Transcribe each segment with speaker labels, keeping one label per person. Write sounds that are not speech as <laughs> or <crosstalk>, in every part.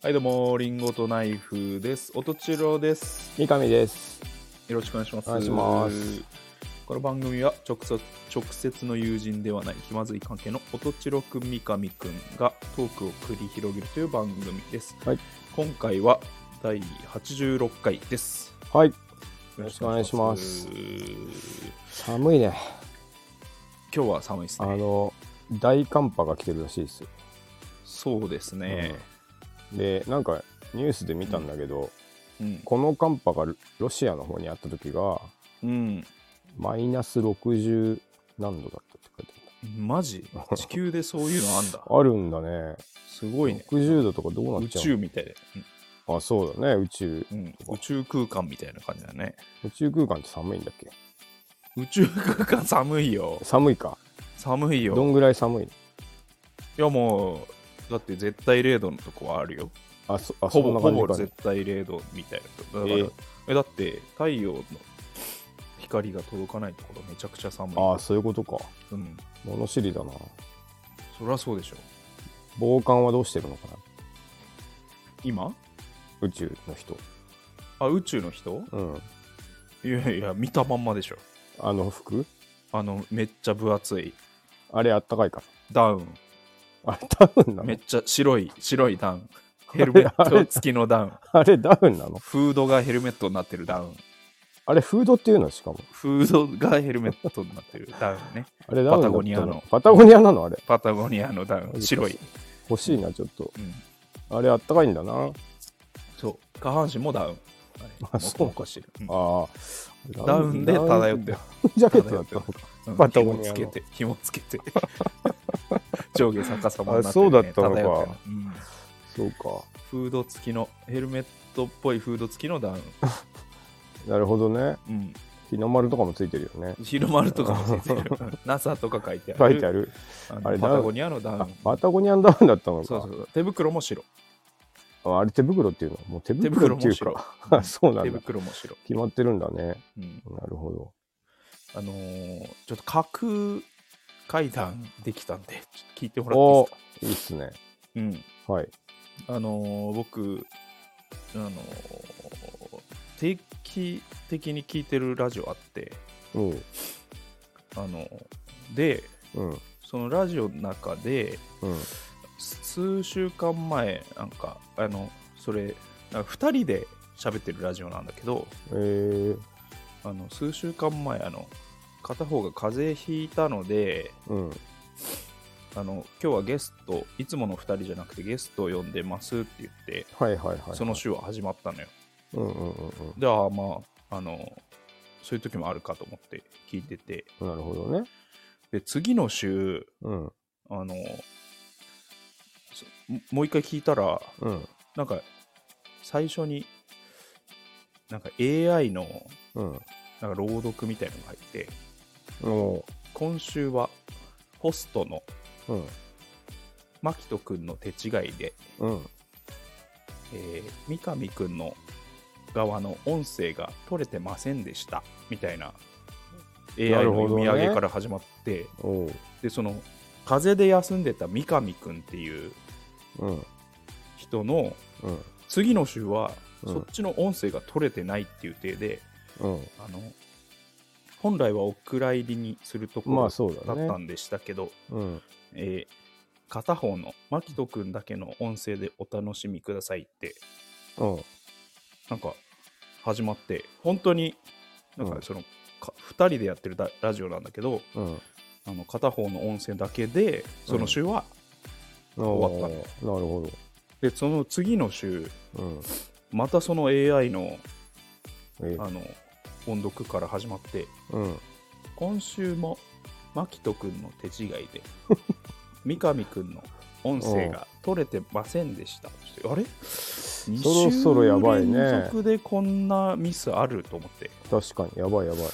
Speaker 1: はいどうもリンゴとナイフです。おとちろです。
Speaker 2: 三上です。
Speaker 1: よろしくお願いします。
Speaker 2: お願いします
Speaker 1: この番組は直接直接の友人ではない気まずい関係のおとちろくん三上くんがトークを繰り広げるという番組です。
Speaker 2: はい
Speaker 1: 今回は第86回です。
Speaker 2: はい。
Speaker 1: よ
Speaker 2: ろしくお願いします
Speaker 1: ろしくお願いします
Speaker 2: 寒いね。
Speaker 1: 今日は寒いです
Speaker 2: あ
Speaker 1: ね。
Speaker 2: の大寒波が来てるらしいですよ。
Speaker 1: そうですね。
Speaker 2: うんでなんかニュースで見たんだけど、
Speaker 1: うん。
Speaker 2: この寒波がロシアの方にあった時が
Speaker 1: うん。
Speaker 2: マイナス60何度だったって書いて
Speaker 1: マジ地球でそういうのあんだ
Speaker 2: <laughs> あ。る。あるんだね。
Speaker 1: すごいね。
Speaker 2: 60度とかどうな
Speaker 1: 宇
Speaker 2: っちゃう
Speaker 1: 宙みたいで。うん
Speaker 2: の？あそうだね。宇宙
Speaker 1: うん、宇宙空間みたいな感じだね。
Speaker 2: 宇宙空間って寒いんだっけ？
Speaker 1: 宇宙空間寒いよ。
Speaker 2: 寒いか。
Speaker 1: 寒い
Speaker 2: ど
Speaker 1: よ。
Speaker 2: んぐらい寒いの？
Speaker 1: いやもう、だって絶対0度のとこはあるよ。
Speaker 2: あそあ
Speaker 1: ほ
Speaker 2: そ
Speaker 1: ぼ
Speaker 2: んな
Speaker 1: ほ
Speaker 2: 感
Speaker 1: ぼ
Speaker 2: じか
Speaker 1: 絶。対0度みたいなとこ。だから
Speaker 2: えー
Speaker 1: えだって太陽の光が届かないところめちゃくちゃ寒い。
Speaker 2: ああそういうことか。
Speaker 1: うん。
Speaker 2: 物知りだな。
Speaker 1: そりゃそうでしょ。
Speaker 2: 防寒はどうしてるのかな？
Speaker 1: 今
Speaker 2: 宇宙の人。
Speaker 1: あ、宇宙の人
Speaker 2: うん。
Speaker 1: いやいや、見たまんまでしょ。
Speaker 2: あの服
Speaker 1: あの、めっちゃ分厚い
Speaker 2: あれあったかいか
Speaker 1: ダウン。
Speaker 2: ら。あれダウンな
Speaker 1: めっ
Speaker 2: の
Speaker 1: ちゃ白い、白いダウン。ヘルメッ
Speaker 2: <laughs>
Speaker 1: ト付きのダウン。
Speaker 2: あれダウンなの
Speaker 1: フードがヘルメットになってるダウン。
Speaker 2: あれフードっていうのしかも。
Speaker 1: フードがヘルメットになってるダウンね。
Speaker 2: あれダウンだ
Speaker 1: パタ
Speaker 2: った
Speaker 1: ゴニアの
Speaker 2: パタゴニアなのあれ。
Speaker 1: パタゴニアのダウン、白い。。
Speaker 2: 欲しいな、ちょっと。
Speaker 1: うん、
Speaker 2: あれあったかいんだな。あ
Speaker 1: そう、下半身もダウン。
Speaker 2: あそう
Speaker 1: かしる。うん
Speaker 2: あ。
Speaker 1: ダウンで漂ってる。
Speaker 2: <laughs> ジャケットだったのか。
Speaker 1: うん
Speaker 2: パタゴニアの
Speaker 1: 紐つけて、紐つけて。 <laughs> 上下逆さまになって、ね、
Speaker 2: あそうだったのか
Speaker 1: 漂ってるうん
Speaker 2: そうか。
Speaker 1: フード付きの、ヘルメットっぽいフード付きのダウン。
Speaker 2: なるほどね。
Speaker 1: うん、
Speaker 2: 日の丸とかもついてるよね。
Speaker 1: 日の丸とかもついてる。うん NASA とか書いてあ
Speaker 2: 書
Speaker 1: る。
Speaker 2: いてある。
Speaker 1: あ
Speaker 2: あ
Speaker 1: の
Speaker 2: れ
Speaker 1: パタゴニアのダウン。
Speaker 2: あパタゴニアのダウンだったのか。
Speaker 1: そうそうそう手袋も白。
Speaker 2: ああれ手袋っていうのもう手
Speaker 1: 手袋
Speaker 2: 袋ってい
Speaker 1: も
Speaker 2: う
Speaker 1: 白
Speaker 2: か。。あそうな
Speaker 1: 手
Speaker 2: んだ。
Speaker 1: 袋も白。
Speaker 2: 決まってるんだね。
Speaker 1: うん
Speaker 2: なるほど。
Speaker 1: あのーちょっと架空階段できたんで、ちょっと聞いてもらって
Speaker 2: いいっすね。
Speaker 1: いいですか。
Speaker 2: はい。
Speaker 1: うん。あのー僕、あのー定期的に聞いてるラジオあって、
Speaker 2: うん。
Speaker 1: あのーで、
Speaker 2: うん。
Speaker 1: そのラジオの中で、
Speaker 2: うん。
Speaker 1: 数週間前、なんか、あの、それ、なんか2人で喋ってるラジオなんだけど、
Speaker 2: えー、
Speaker 1: あの数週間前、あの、片方が風邪ひいたので、
Speaker 2: うん。
Speaker 1: あの今日はゲストいつもの2人じゃなくてゲストを呼んでますって言って、
Speaker 2: はいはいはい。
Speaker 1: その週は始まったのよ
Speaker 2: うんうんうん
Speaker 1: でああまああのそういう時もあるかと思って聞いてて
Speaker 2: うん。なるほどね。
Speaker 1: で次の週
Speaker 2: うん
Speaker 1: あのそももう一回聞いたら
Speaker 2: うん
Speaker 1: なんか最初になんか AI の
Speaker 2: うん。
Speaker 1: なんか朗読みたいのが入って
Speaker 2: お
Speaker 1: 今週はホストの
Speaker 2: ううん
Speaker 1: 牧人くんの手違いで
Speaker 2: うん。
Speaker 1: えー三上くんの側の音声が取れてませんでしたみたいな AI の読み上げから始まって、
Speaker 2: おう
Speaker 1: でその風邪で休んでた三上くんっていう
Speaker 2: うん
Speaker 1: 人の
Speaker 2: うん
Speaker 1: 次の週は、
Speaker 2: うん
Speaker 1: そっちの音声が取れてないっていう体で
Speaker 2: うん。
Speaker 1: あの本来はお蔵入りにするとこ
Speaker 2: まあ
Speaker 1: ろ
Speaker 2: そうだ
Speaker 1: だった
Speaker 2: ね。
Speaker 1: んでしたけど、
Speaker 2: うん
Speaker 1: えー片方の牧人くんだけの音声でお楽しみくださいって
Speaker 2: うん
Speaker 1: なんか始まって本当になんか
Speaker 2: うん
Speaker 1: その、か2人でやってるだラジオなんだけど
Speaker 2: うん。
Speaker 1: あの片方の音声だけでその週は、終
Speaker 2: 終
Speaker 1: わ
Speaker 2: わ
Speaker 1: っ
Speaker 2: ったた
Speaker 1: ね
Speaker 2: ね。なるほ
Speaker 1: でその次の週
Speaker 2: ど。うん。
Speaker 1: またその AI の
Speaker 2: え
Speaker 1: あの音読から始まって
Speaker 2: うん
Speaker 1: 今週も牧人君の手違
Speaker 2: <laughs>
Speaker 1: いで三上君の音声が取れてませんでしたちょっとあれそ
Speaker 2: ろそろやばいね
Speaker 1: 連続でこんなミスあると思って
Speaker 2: 確かにやばいやばい。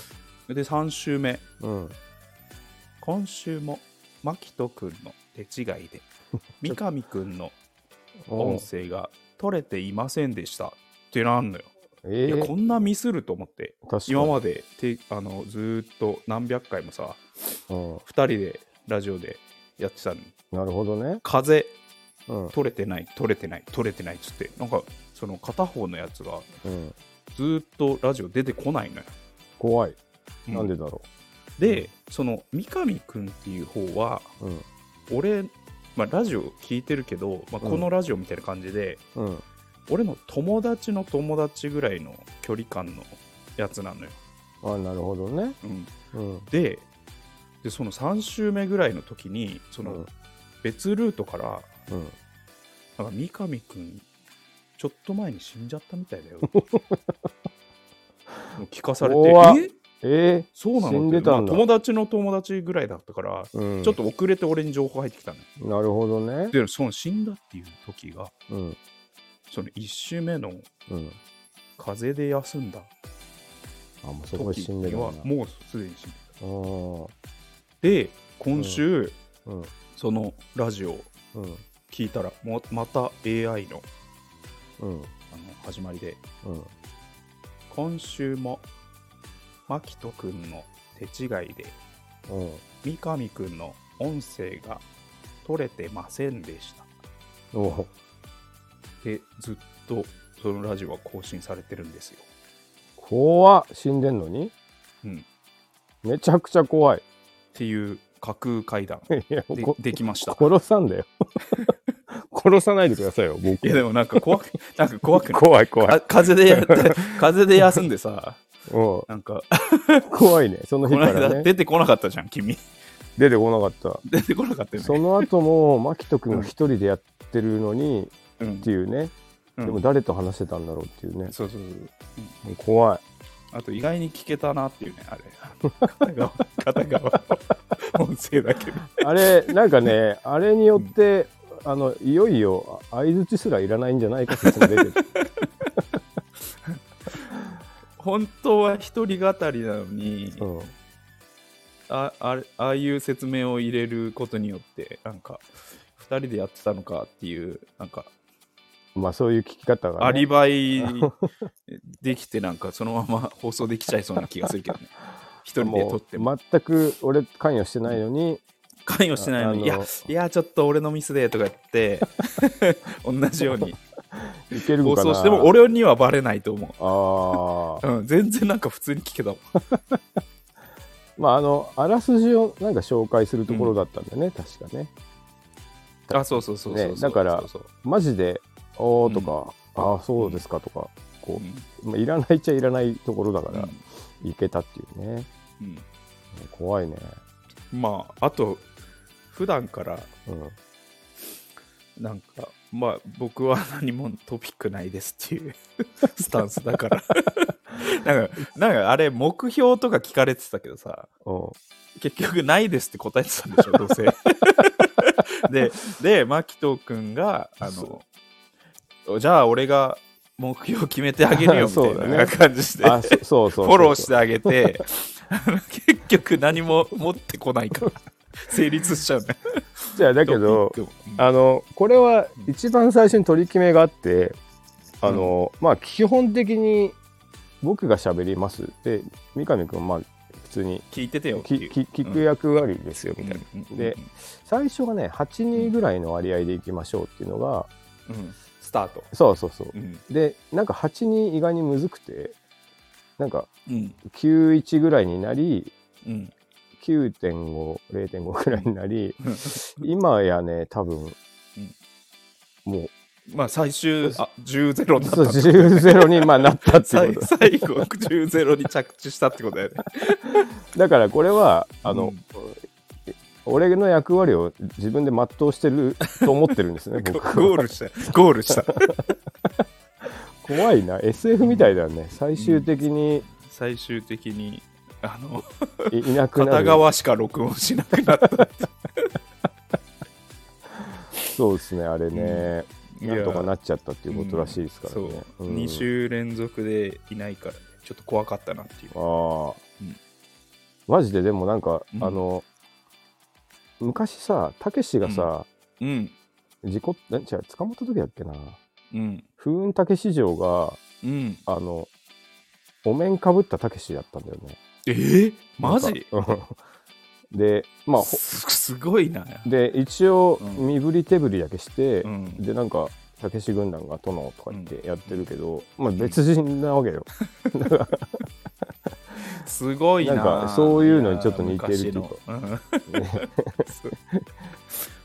Speaker 1: で3週目
Speaker 2: うん
Speaker 1: 今週も牧人くんの手違い
Speaker 2: <laughs>
Speaker 1: で三上くんの
Speaker 2: お
Speaker 1: 音
Speaker 2: う。
Speaker 1: 声が取れていませんでしたってなんのよ、
Speaker 2: え
Speaker 1: いや
Speaker 2: ー
Speaker 1: こんなミスると思って
Speaker 2: 確かに。
Speaker 1: 今までてあのずーっと何百回もさ
Speaker 2: うん
Speaker 1: 2人でラジオでやってたのに
Speaker 2: なるほどね。
Speaker 1: 風
Speaker 2: うん
Speaker 1: 取れてない取れてない取れてないっつってなんかその片方のやつが
Speaker 2: うん、
Speaker 1: ずーっとラジオ出てこないのよ、
Speaker 2: 怖い、
Speaker 1: う
Speaker 2: なんでだろ
Speaker 1: でその三上くんっていう方は
Speaker 2: ううん
Speaker 1: 俺、まあ、ラジオ聞いてるけど、まあ、
Speaker 2: うん
Speaker 1: このラジオみたいな感じで、
Speaker 2: うん
Speaker 1: 俺の友達の友達ぐらいの距離感のやつなのよ、
Speaker 2: あなるほどね
Speaker 1: うん
Speaker 2: うん
Speaker 1: ででその3週目ぐらいの時にそ
Speaker 2: うん
Speaker 1: の別ルートから
Speaker 2: うん
Speaker 1: なんか三上くんちょっと前に死んじゃったみたい
Speaker 2: <laughs>
Speaker 1: だよもう聞かされて
Speaker 2: 怖っ
Speaker 1: え
Speaker 2: え
Speaker 1: そうなの
Speaker 2: 死んでた
Speaker 1: って
Speaker 2: んだ
Speaker 1: まあ友達の友達ぐらいだったから、
Speaker 2: ーうん、
Speaker 1: ちょっと遅れて俺に情報入ってきたのよ
Speaker 2: なるほどね
Speaker 1: でその死んだっていう時が
Speaker 2: うん
Speaker 1: その1週目の
Speaker 2: うん
Speaker 1: 風邪で休んだ
Speaker 2: あもうそこで
Speaker 1: 時
Speaker 2: 死んで
Speaker 1: に
Speaker 2: るんだ
Speaker 1: はもうすでに死んで
Speaker 2: も
Speaker 1: たで今週、
Speaker 2: うんうん
Speaker 1: そのラジオを
Speaker 2: うん
Speaker 1: 聞いたらもうまた AI のあ
Speaker 2: うん
Speaker 1: の始まりで
Speaker 2: うん
Speaker 1: 今週も牧人くんの手違いで
Speaker 2: うん
Speaker 1: 三上くんの音声が取れてませんでした
Speaker 2: おう
Speaker 1: でずっとそのラジオは更新されてるんですよ、
Speaker 2: 怖っ死んでんのに
Speaker 1: うん、っ
Speaker 2: めちゃくちゃ怖い
Speaker 1: ていう架空怪談
Speaker 2: いや
Speaker 1: で
Speaker 2: こ
Speaker 1: できました
Speaker 2: 殺さんだよ <laughs> 殺さないでくださいよ
Speaker 1: い
Speaker 2: 僕
Speaker 1: やでもなんか怖くなんか怖くない
Speaker 2: 怖い怖
Speaker 1: か
Speaker 2: い
Speaker 1: 風でやった
Speaker 2: <laughs>
Speaker 1: 風で休んでさ
Speaker 2: うん
Speaker 1: なんか
Speaker 2: 怖 <laughs> いねその
Speaker 1: こ
Speaker 2: 日
Speaker 1: の
Speaker 2: から
Speaker 1: 間
Speaker 2: ね
Speaker 1: 出てこなかったじゃん君
Speaker 2: 出てこなかっ
Speaker 1: 出てこなかった
Speaker 2: た
Speaker 1: よ
Speaker 2: そ
Speaker 1: ね
Speaker 2: の後も牧人君が一人でやってるのに
Speaker 1: うん
Speaker 2: っていうね
Speaker 1: うん
Speaker 2: でも誰と話してたんだろうっていうね
Speaker 1: そうそうそう
Speaker 2: もう怖い
Speaker 1: あと意外に聞けたなっていうね、
Speaker 2: <laughs>
Speaker 1: あれ。片側、片側の音声だけで。
Speaker 2: あれなんかねあれによってあのいよいよあ相槌すらいらないんじゃないか説
Speaker 1: <laughs>
Speaker 2: も出てる
Speaker 1: 本当は一人語りなのに、
Speaker 2: うん
Speaker 1: ああれああいう説明を入れることによって、なんか、二人でやってたのかっていう、なんか、
Speaker 2: まあそういう聞き方がね
Speaker 1: アリバイ
Speaker 2: <laughs>
Speaker 1: できて、なんか、そのまま放送できちゃいそうな気がするけどね。一人で撮っても、
Speaker 2: もう全く俺関与してないのに
Speaker 1: 関与してないのに、い
Speaker 2: ああ
Speaker 1: や
Speaker 2: の、
Speaker 1: いや、ちょっと俺のミスでとか言
Speaker 2: <laughs>
Speaker 1: って、同じように
Speaker 2: いける
Speaker 1: 放
Speaker 2: のかな
Speaker 1: 送しても、俺にはバレないと思う。
Speaker 2: ああ
Speaker 1: うん、全然なんか普通に聞けたもん。
Speaker 2: まああのあらすじをなんか紹介するところだったんだよね、確かね
Speaker 1: あ、そうそうそうそうそう、
Speaker 2: ねだから
Speaker 1: そうそう
Speaker 2: マジで「おー」とか「ああそうですか」とか、こう、まあ、いらないっちゃいらないところだか
Speaker 1: うん
Speaker 2: ら、いけたっていうね
Speaker 1: うん
Speaker 2: 怖いね
Speaker 1: うんまあ、あと、普段から、
Speaker 2: うん
Speaker 1: なんか、まあ、僕は何もトピックないですっていう <laughs> スタンスだから。 <laughs> なんか、なんかあれ、目標とか聞かれてたけどさ、
Speaker 2: うん
Speaker 1: 結局ないですって答えてたんでしょ、どう
Speaker 2: <laughs>
Speaker 1: せ。で、で、牧人君が、あの、じゃあ俺が目標決めてあげるよみたい
Speaker 2: <laughs> そうだ
Speaker 1: な
Speaker 2: ね
Speaker 1: 感じで、 <laughs>
Speaker 2: あそそうそうそうそう
Speaker 1: フォローしてあげて、あの結局何も持ってこない
Speaker 2: <laughs>
Speaker 1: から、成立しちゃうね。
Speaker 2: じゃあだけど
Speaker 1: トピックも
Speaker 2: あのこれは一番最初に取り決めがあってあの、まあ基本的に僕が喋りますで三上君はまあ普通に
Speaker 1: 聞いててよってい
Speaker 2: き
Speaker 1: う。
Speaker 2: き聞く役割ですよみたいな、
Speaker 1: うんうん
Speaker 2: で最初がね8人ぐらいの割合でいきましょうっていうのが
Speaker 1: うんうんスタート。
Speaker 2: そうそうそう
Speaker 1: うん
Speaker 2: でなんか8人意外にむずくてなんか
Speaker 1: うん
Speaker 2: 91ぐらいになり
Speaker 1: うん
Speaker 2: 9.50.5ぐらいになり今やね多分
Speaker 1: うん
Speaker 2: もう
Speaker 1: まあ最終あ10ゼロになっ
Speaker 2: そ
Speaker 1: た
Speaker 2: う10ゼロにまあなったっていう
Speaker 1: 最最
Speaker 2: こ
Speaker 1: 後10ゼロに着地したってことだよね。
Speaker 2: とだからこれはあ
Speaker 1: う
Speaker 2: の、
Speaker 1: ん
Speaker 2: 俺の役割を自分で全うしてると思ってるんです
Speaker 1: <laughs>
Speaker 2: <laughs> ね
Speaker 1: ゴ
Speaker 2: 僕
Speaker 1: ールした。ゴールした。
Speaker 2: 怖いな SF みたいだよね最終的に
Speaker 1: 最終的にあの
Speaker 2: い,、なくな
Speaker 1: 片
Speaker 2: る
Speaker 1: 側しか録音しなくなった。
Speaker 2: そうですねあれね、
Speaker 1: うん
Speaker 2: <laughs> なんとか
Speaker 1: いや
Speaker 2: なっちゃったっていうことらしいですからね、
Speaker 1: そう、
Speaker 2: うん
Speaker 1: 2週連続でいないから、ちょっと怖かったなっていう。
Speaker 2: ああ、
Speaker 1: うん
Speaker 2: マジででもなんか、
Speaker 1: うん
Speaker 2: あの昔さたけしがさ、
Speaker 1: うん、
Speaker 2: 事故って違う捕まった時だっけな
Speaker 1: うん、
Speaker 2: 風雲たけし城が
Speaker 1: うん。
Speaker 2: あの、お面かぶったたけしだったんだよね。
Speaker 1: えー、マジ
Speaker 2: なんかうん <laughs> でまあほ
Speaker 1: すすごいな。
Speaker 2: で一応
Speaker 1: うん
Speaker 2: 身振り手振りだけして、
Speaker 1: うん、
Speaker 2: でなんかたけし軍団が殿とか言ってやってるけど、まあ別人なわけよ、
Speaker 1: すごいな。
Speaker 2: なんかそういうのにちょっと似てるっていうか
Speaker 1: いや昔のうん
Speaker 2: <laughs> ね
Speaker 1: そう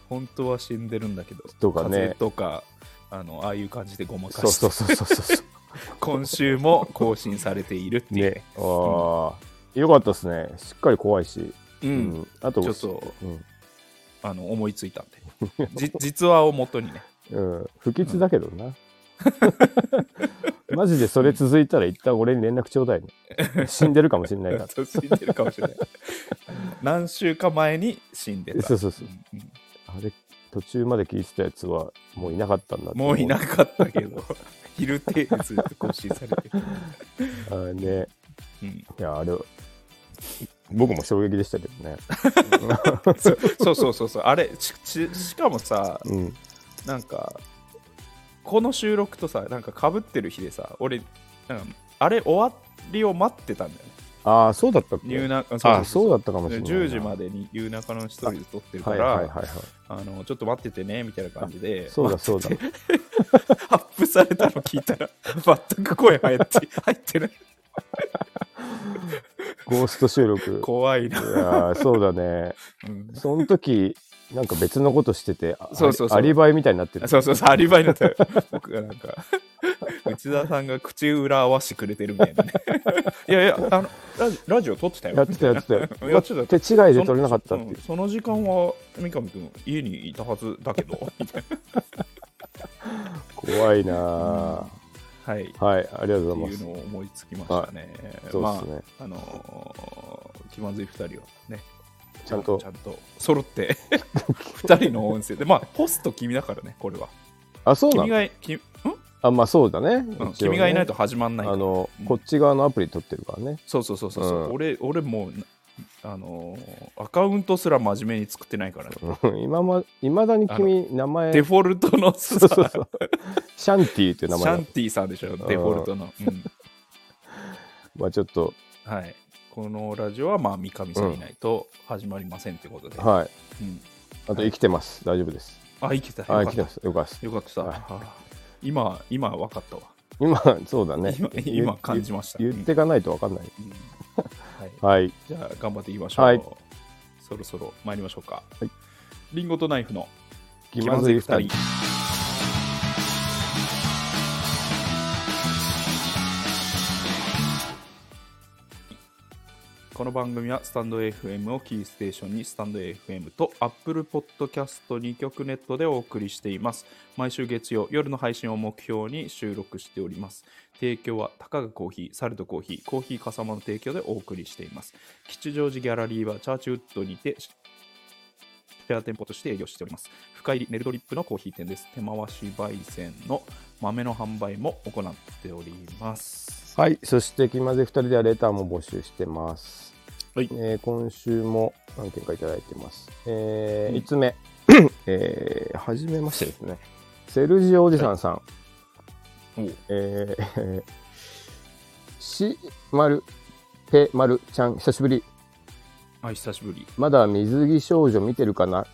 Speaker 1: 本当は死んでるんだけど
Speaker 2: とかね
Speaker 1: 風邪とかあのああいう感じでごまかして
Speaker 2: そうそうそうそうそ
Speaker 1: 今週も更新されているって <laughs>
Speaker 2: う
Speaker 1: いう、
Speaker 2: ねあー、よかったですねしっかり怖いし、
Speaker 1: うん
Speaker 2: うんあと
Speaker 1: ちょっと
Speaker 2: うん
Speaker 1: あの思いついたんでじ実話をもと
Speaker 2: <laughs>
Speaker 1: にね
Speaker 2: うん、不吉だけど
Speaker 1: <laughs>
Speaker 2: な、マジでそれ続いたら一旦俺に連絡ちょうだい
Speaker 1: <laughs>
Speaker 2: ね死んでるかもしれないから
Speaker 1: そう死んでるかもしれない何週か前に死んでた
Speaker 2: そうそうそう
Speaker 1: うんうん
Speaker 2: あれ途中まで聞いてたやつはもういなかったんだって
Speaker 1: もういなかったけど <laughs> 昼程度ずっと更新されてる、
Speaker 2: あーね
Speaker 1: うん
Speaker 2: いやあれ僕も衝撃でしたけどね、
Speaker 1: そうそうそうそうそうあれしししかもさ
Speaker 2: うん、
Speaker 1: なんかこの収録とさなんかかぶってる日でさ俺なんかあれ終わりを待ってたんだよね
Speaker 2: ああそうだったっけ
Speaker 1: ニューナカ
Speaker 2: あそうだったかもしれないな
Speaker 1: 10時までに夕中の一人で撮ってるか
Speaker 2: はい
Speaker 1: ら、
Speaker 2: はいはいはい
Speaker 1: あのちょっと待っててねみたいな感じで
Speaker 2: そうだそうだ
Speaker 1: 待っててアップされたの聞いた
Speaker 2: <laughs>
Speaker 1: ら全く声入って入ってない
Speaker 2: ゴースト
Speaker 1: <laughs>
Speaker 2: 収録
Speaker 1: 怖い
Speaker 2: い
Speaker 1: な、
Speaker 2: やーそうだね
Speaker 1: うん
Speaker 2: その時なんか別のことしててあ
Speaker 1: そうそうそう
Speaker 2: アリバイみたいになってる
Speaker 1: そうそうそうアリバイになったよ僕がなんか内田さんが口裏合わせてくれてるみたいな
Speaker 2: <laughs>
Speaker 1: ねいやいやあのラジラジオ撮ってたよ
Speaker 2: やってたやってたよ
Speaker 1: やってた
Speaker 2: 手違いで撮れなかったっていう
Speaker 1: そ,、ん、その時間は三上君家にいたはずだけどみたい
Speaker 2: 怖いなあ
Speaker 1: なはいっ
Speaker 2: はいありがとう
Speaker 1: て
Speaker 2: ござい
Speaker 1: い
Speaker 2: ま
Speaker 1: う
Speaker 2: す
Speaker 1: のを思いつきましたね、
Speaker 2: そうですね、
Speaker 1: まああのー気まずい2人はね
Speaker 2: ちゃんと
Speaker 1: ちゃんと揃って <laughs> 2人の音声でまあホスト君だからねこれは
Speaker 2: あそうな
Speaker 1: 君
Speaker 2: の
Speaker 1: がき、ん
Speaker 2: あまあそうだね,、
Speaker 1: うん君がいないと始まん
Speaker 2: あ
Speaker 1: ないから
Speaker 2: の
Speaker 1: うん
Speaker 2: こっち側のアプリ撮ってるからね
Speaker 1: そうそうそうそう、う
Speaker 2: うん
Speaker 1: 俺俺もうあのーアカウントすら真面目に作ってないから、
Speaker 2: うん今ま未だに君名前
Speaker 1: デフォルトの
Speaker 2: そ
Speaker 1: さ
Speaker 2: うそうそうシャンティっていう名
Speaker 1: シャ
Speaker 2: 前
Speaker 1: ンティさんでしょデフォルトの、うん
Speaker 2: はちょっと
Speaker 1: はい、このラジオはまあ三上さんいないと始まりませんってことで、うん
Speaker 2: はいあと生きてます大丈夫です
Speaker 1: あ生きてた
Speaker 2: あ
Speaker 1: よ
Speaker 2: 生
Speaker 1: か
Speaker 2: き
Speaker 1: ってた
Speaker 2: ますよかったです
Speaker 1: よかったさ、
Speaker 2: はい
Speaker 1: あ今今分かったわ、
Speaker 2: 今そうだね
Speaker 1: 今
Speaker 2: 言
Speaker 1: 今感じました
Speaker 2: 言言ってかないと分かんない
Speaker 1: うんはい、
Speaker 2: はい
Speaker 1: じゃあ頑張っていきましょう、
Speaker 2: はい
Speaker 1: そろそろ参りましょうか、
Speaker 2: はい
Speaker 1: リンゴとナイフの
Speaker 2: 気まずい
Speaker 1: 二
Speaker 2: 2人
Speaker 1: この番組はスタンド FM をキーステーションにスタンド FM と Apple Podcast2 曲ネットでお送りしています。毎週月曜夜の配信を目標に収録しております。提供はたかがコーヒー、サルドコーヒー、コーヒーかさまの提供でお送りしています。吉祥寺ギャラリーはチャーチウッドにてフェア店舗として営業しております。深入りネルドリップのコーヒー店です。手回し焙煎の豆の販売も行っております。
Speaker 2: はいそして気まずい2人ではレターも募集してます
Speaker 1: はい
Speaker 2: えー今週も何件かいただいてます。え
Speaker 1: うん
Speaker 2: 5つ目、
Speaker 1: <coughs>
Speaker 2: えーはじめましてですね。セルジオおじさんさん、
Speaker 1: おう
Speaker 2: えーしまるぺまるちゃん、久しぶり。
Speaker 1: あ、久しぶり。
Speaker 2: まだ水着少女見てるかな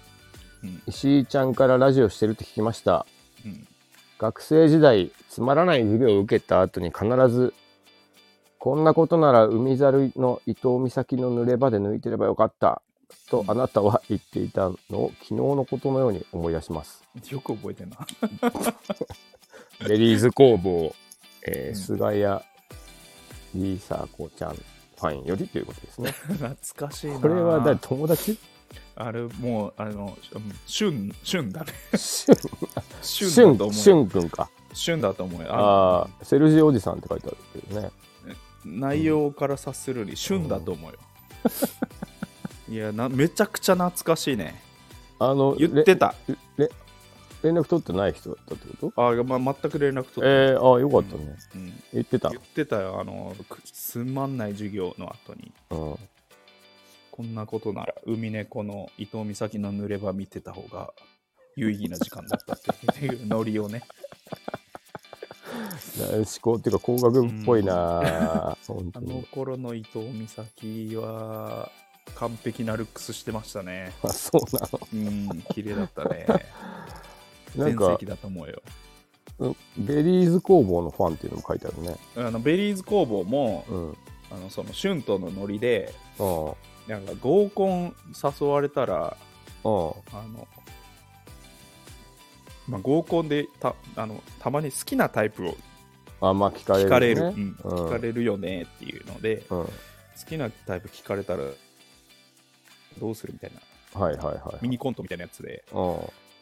Speaker 1: うん
Speaker 2: 石井ちゃんからラジオしてるって聞きました。
Speaker 1: うん、
Speaker 2: 学生時代、つまらない授業を受けた後に必ず、こんなことなら海猿の伊東岬の濡れ場で抜いてればよかったとあなたは言っていたのを昨日のことのように思い出し
Speaker 1: <laughs>
Speaker 2: ます。
Speaker 1: よく覚えてんな。
Speaker 2: レリーズ工房、え
Speaker 1: うん
Speaker 2: ー、菅谷リーサーコちゃんファインよりということです
Speaker 1: <laughs>
Speaker 2: ね。
Speaker 1: 懐かしいな。
Speaker 2: これは誰友達
Speaker 1: あれ、もう、あの、うん旬、旬だね。
Speaker 2: シュ
Speaker 1: 旬だと
Speaker 2: ン、
Speaker 1: 思
Speaker 2: シ
Speaker 1: う。
Speaker 2: ュンくんか。
Speaker 1: 旬だと思うよ。あ
Speaker 2: ああー、セルジオおじさんって書いてあるけどね。
Speaker 1: 内容から察するに旬だと思うよ。 <laughs> いやな、めちゃくちゃ懐かしいね。
Speaker 2: あの、
Speaker 1: 言ってた。
Speaker 2: れれ連絡取ってない人だったってこと
Speaker 1: あ、ま全く連絡取って。
Speaker 2: えー、ああ、よかったね。
Speaker 1: うん
Speaker 2: 言ってた
Speaker 1: 言ってたよあのくつまんない授業の後に
Speaker 2: うん、
Speaker 1: こんなことなら海猫の伊藤美咲の濡れ場見てた方が有意義な時間だったって <laughs> いうノリをね
Speaker 2: 思考っていうか工学部っぽいな、
Speaker 1: あ
Speaker 2: 本当
Speaker 1: の
Speaker 2: に
Speaker 1: 頃の伊藤美咲は完璧なルックスしてましたね。
Speaker 2: あそうな
Speaker 1: うん、綺麗だった <laughs> ね。
Speaker 2: の。なん
Speaker 1: 全
Speaker 2: か
Speaker 1: 席、だと思うよ。
Speaker 2: うんベリーズ工房のファンっていうのも書いてあるね。
Speaker 1: あのベリーズ工房も、
Speaker 2: うん。あ
Speaker 1: あのその春闘のノリで、
Speaker 2: あ、
Speaker 1: なんか合コン誘われたら、
Speaker 2: ああ。
Speaker 1: あの、まあ、合コンでたあのたまに好きなタイプを
Speaker 2: あまあ聞かれる、
Speaker 1: 聞
Speaker 2: ね。
Speaker 1: かれるうん
Speaker 2: うん
Speaker 1: 聞かれるよねっていうので、
Speaker 2: うん。
Speaker 1: 好きなタイプ聞かれたらどうするみたいな
Speaker 2: はいはいは
Speaker 1: ミ
Speaker 2: い。
Speaker 1: ニコントみたいなやつで、
Speaker 2: うん。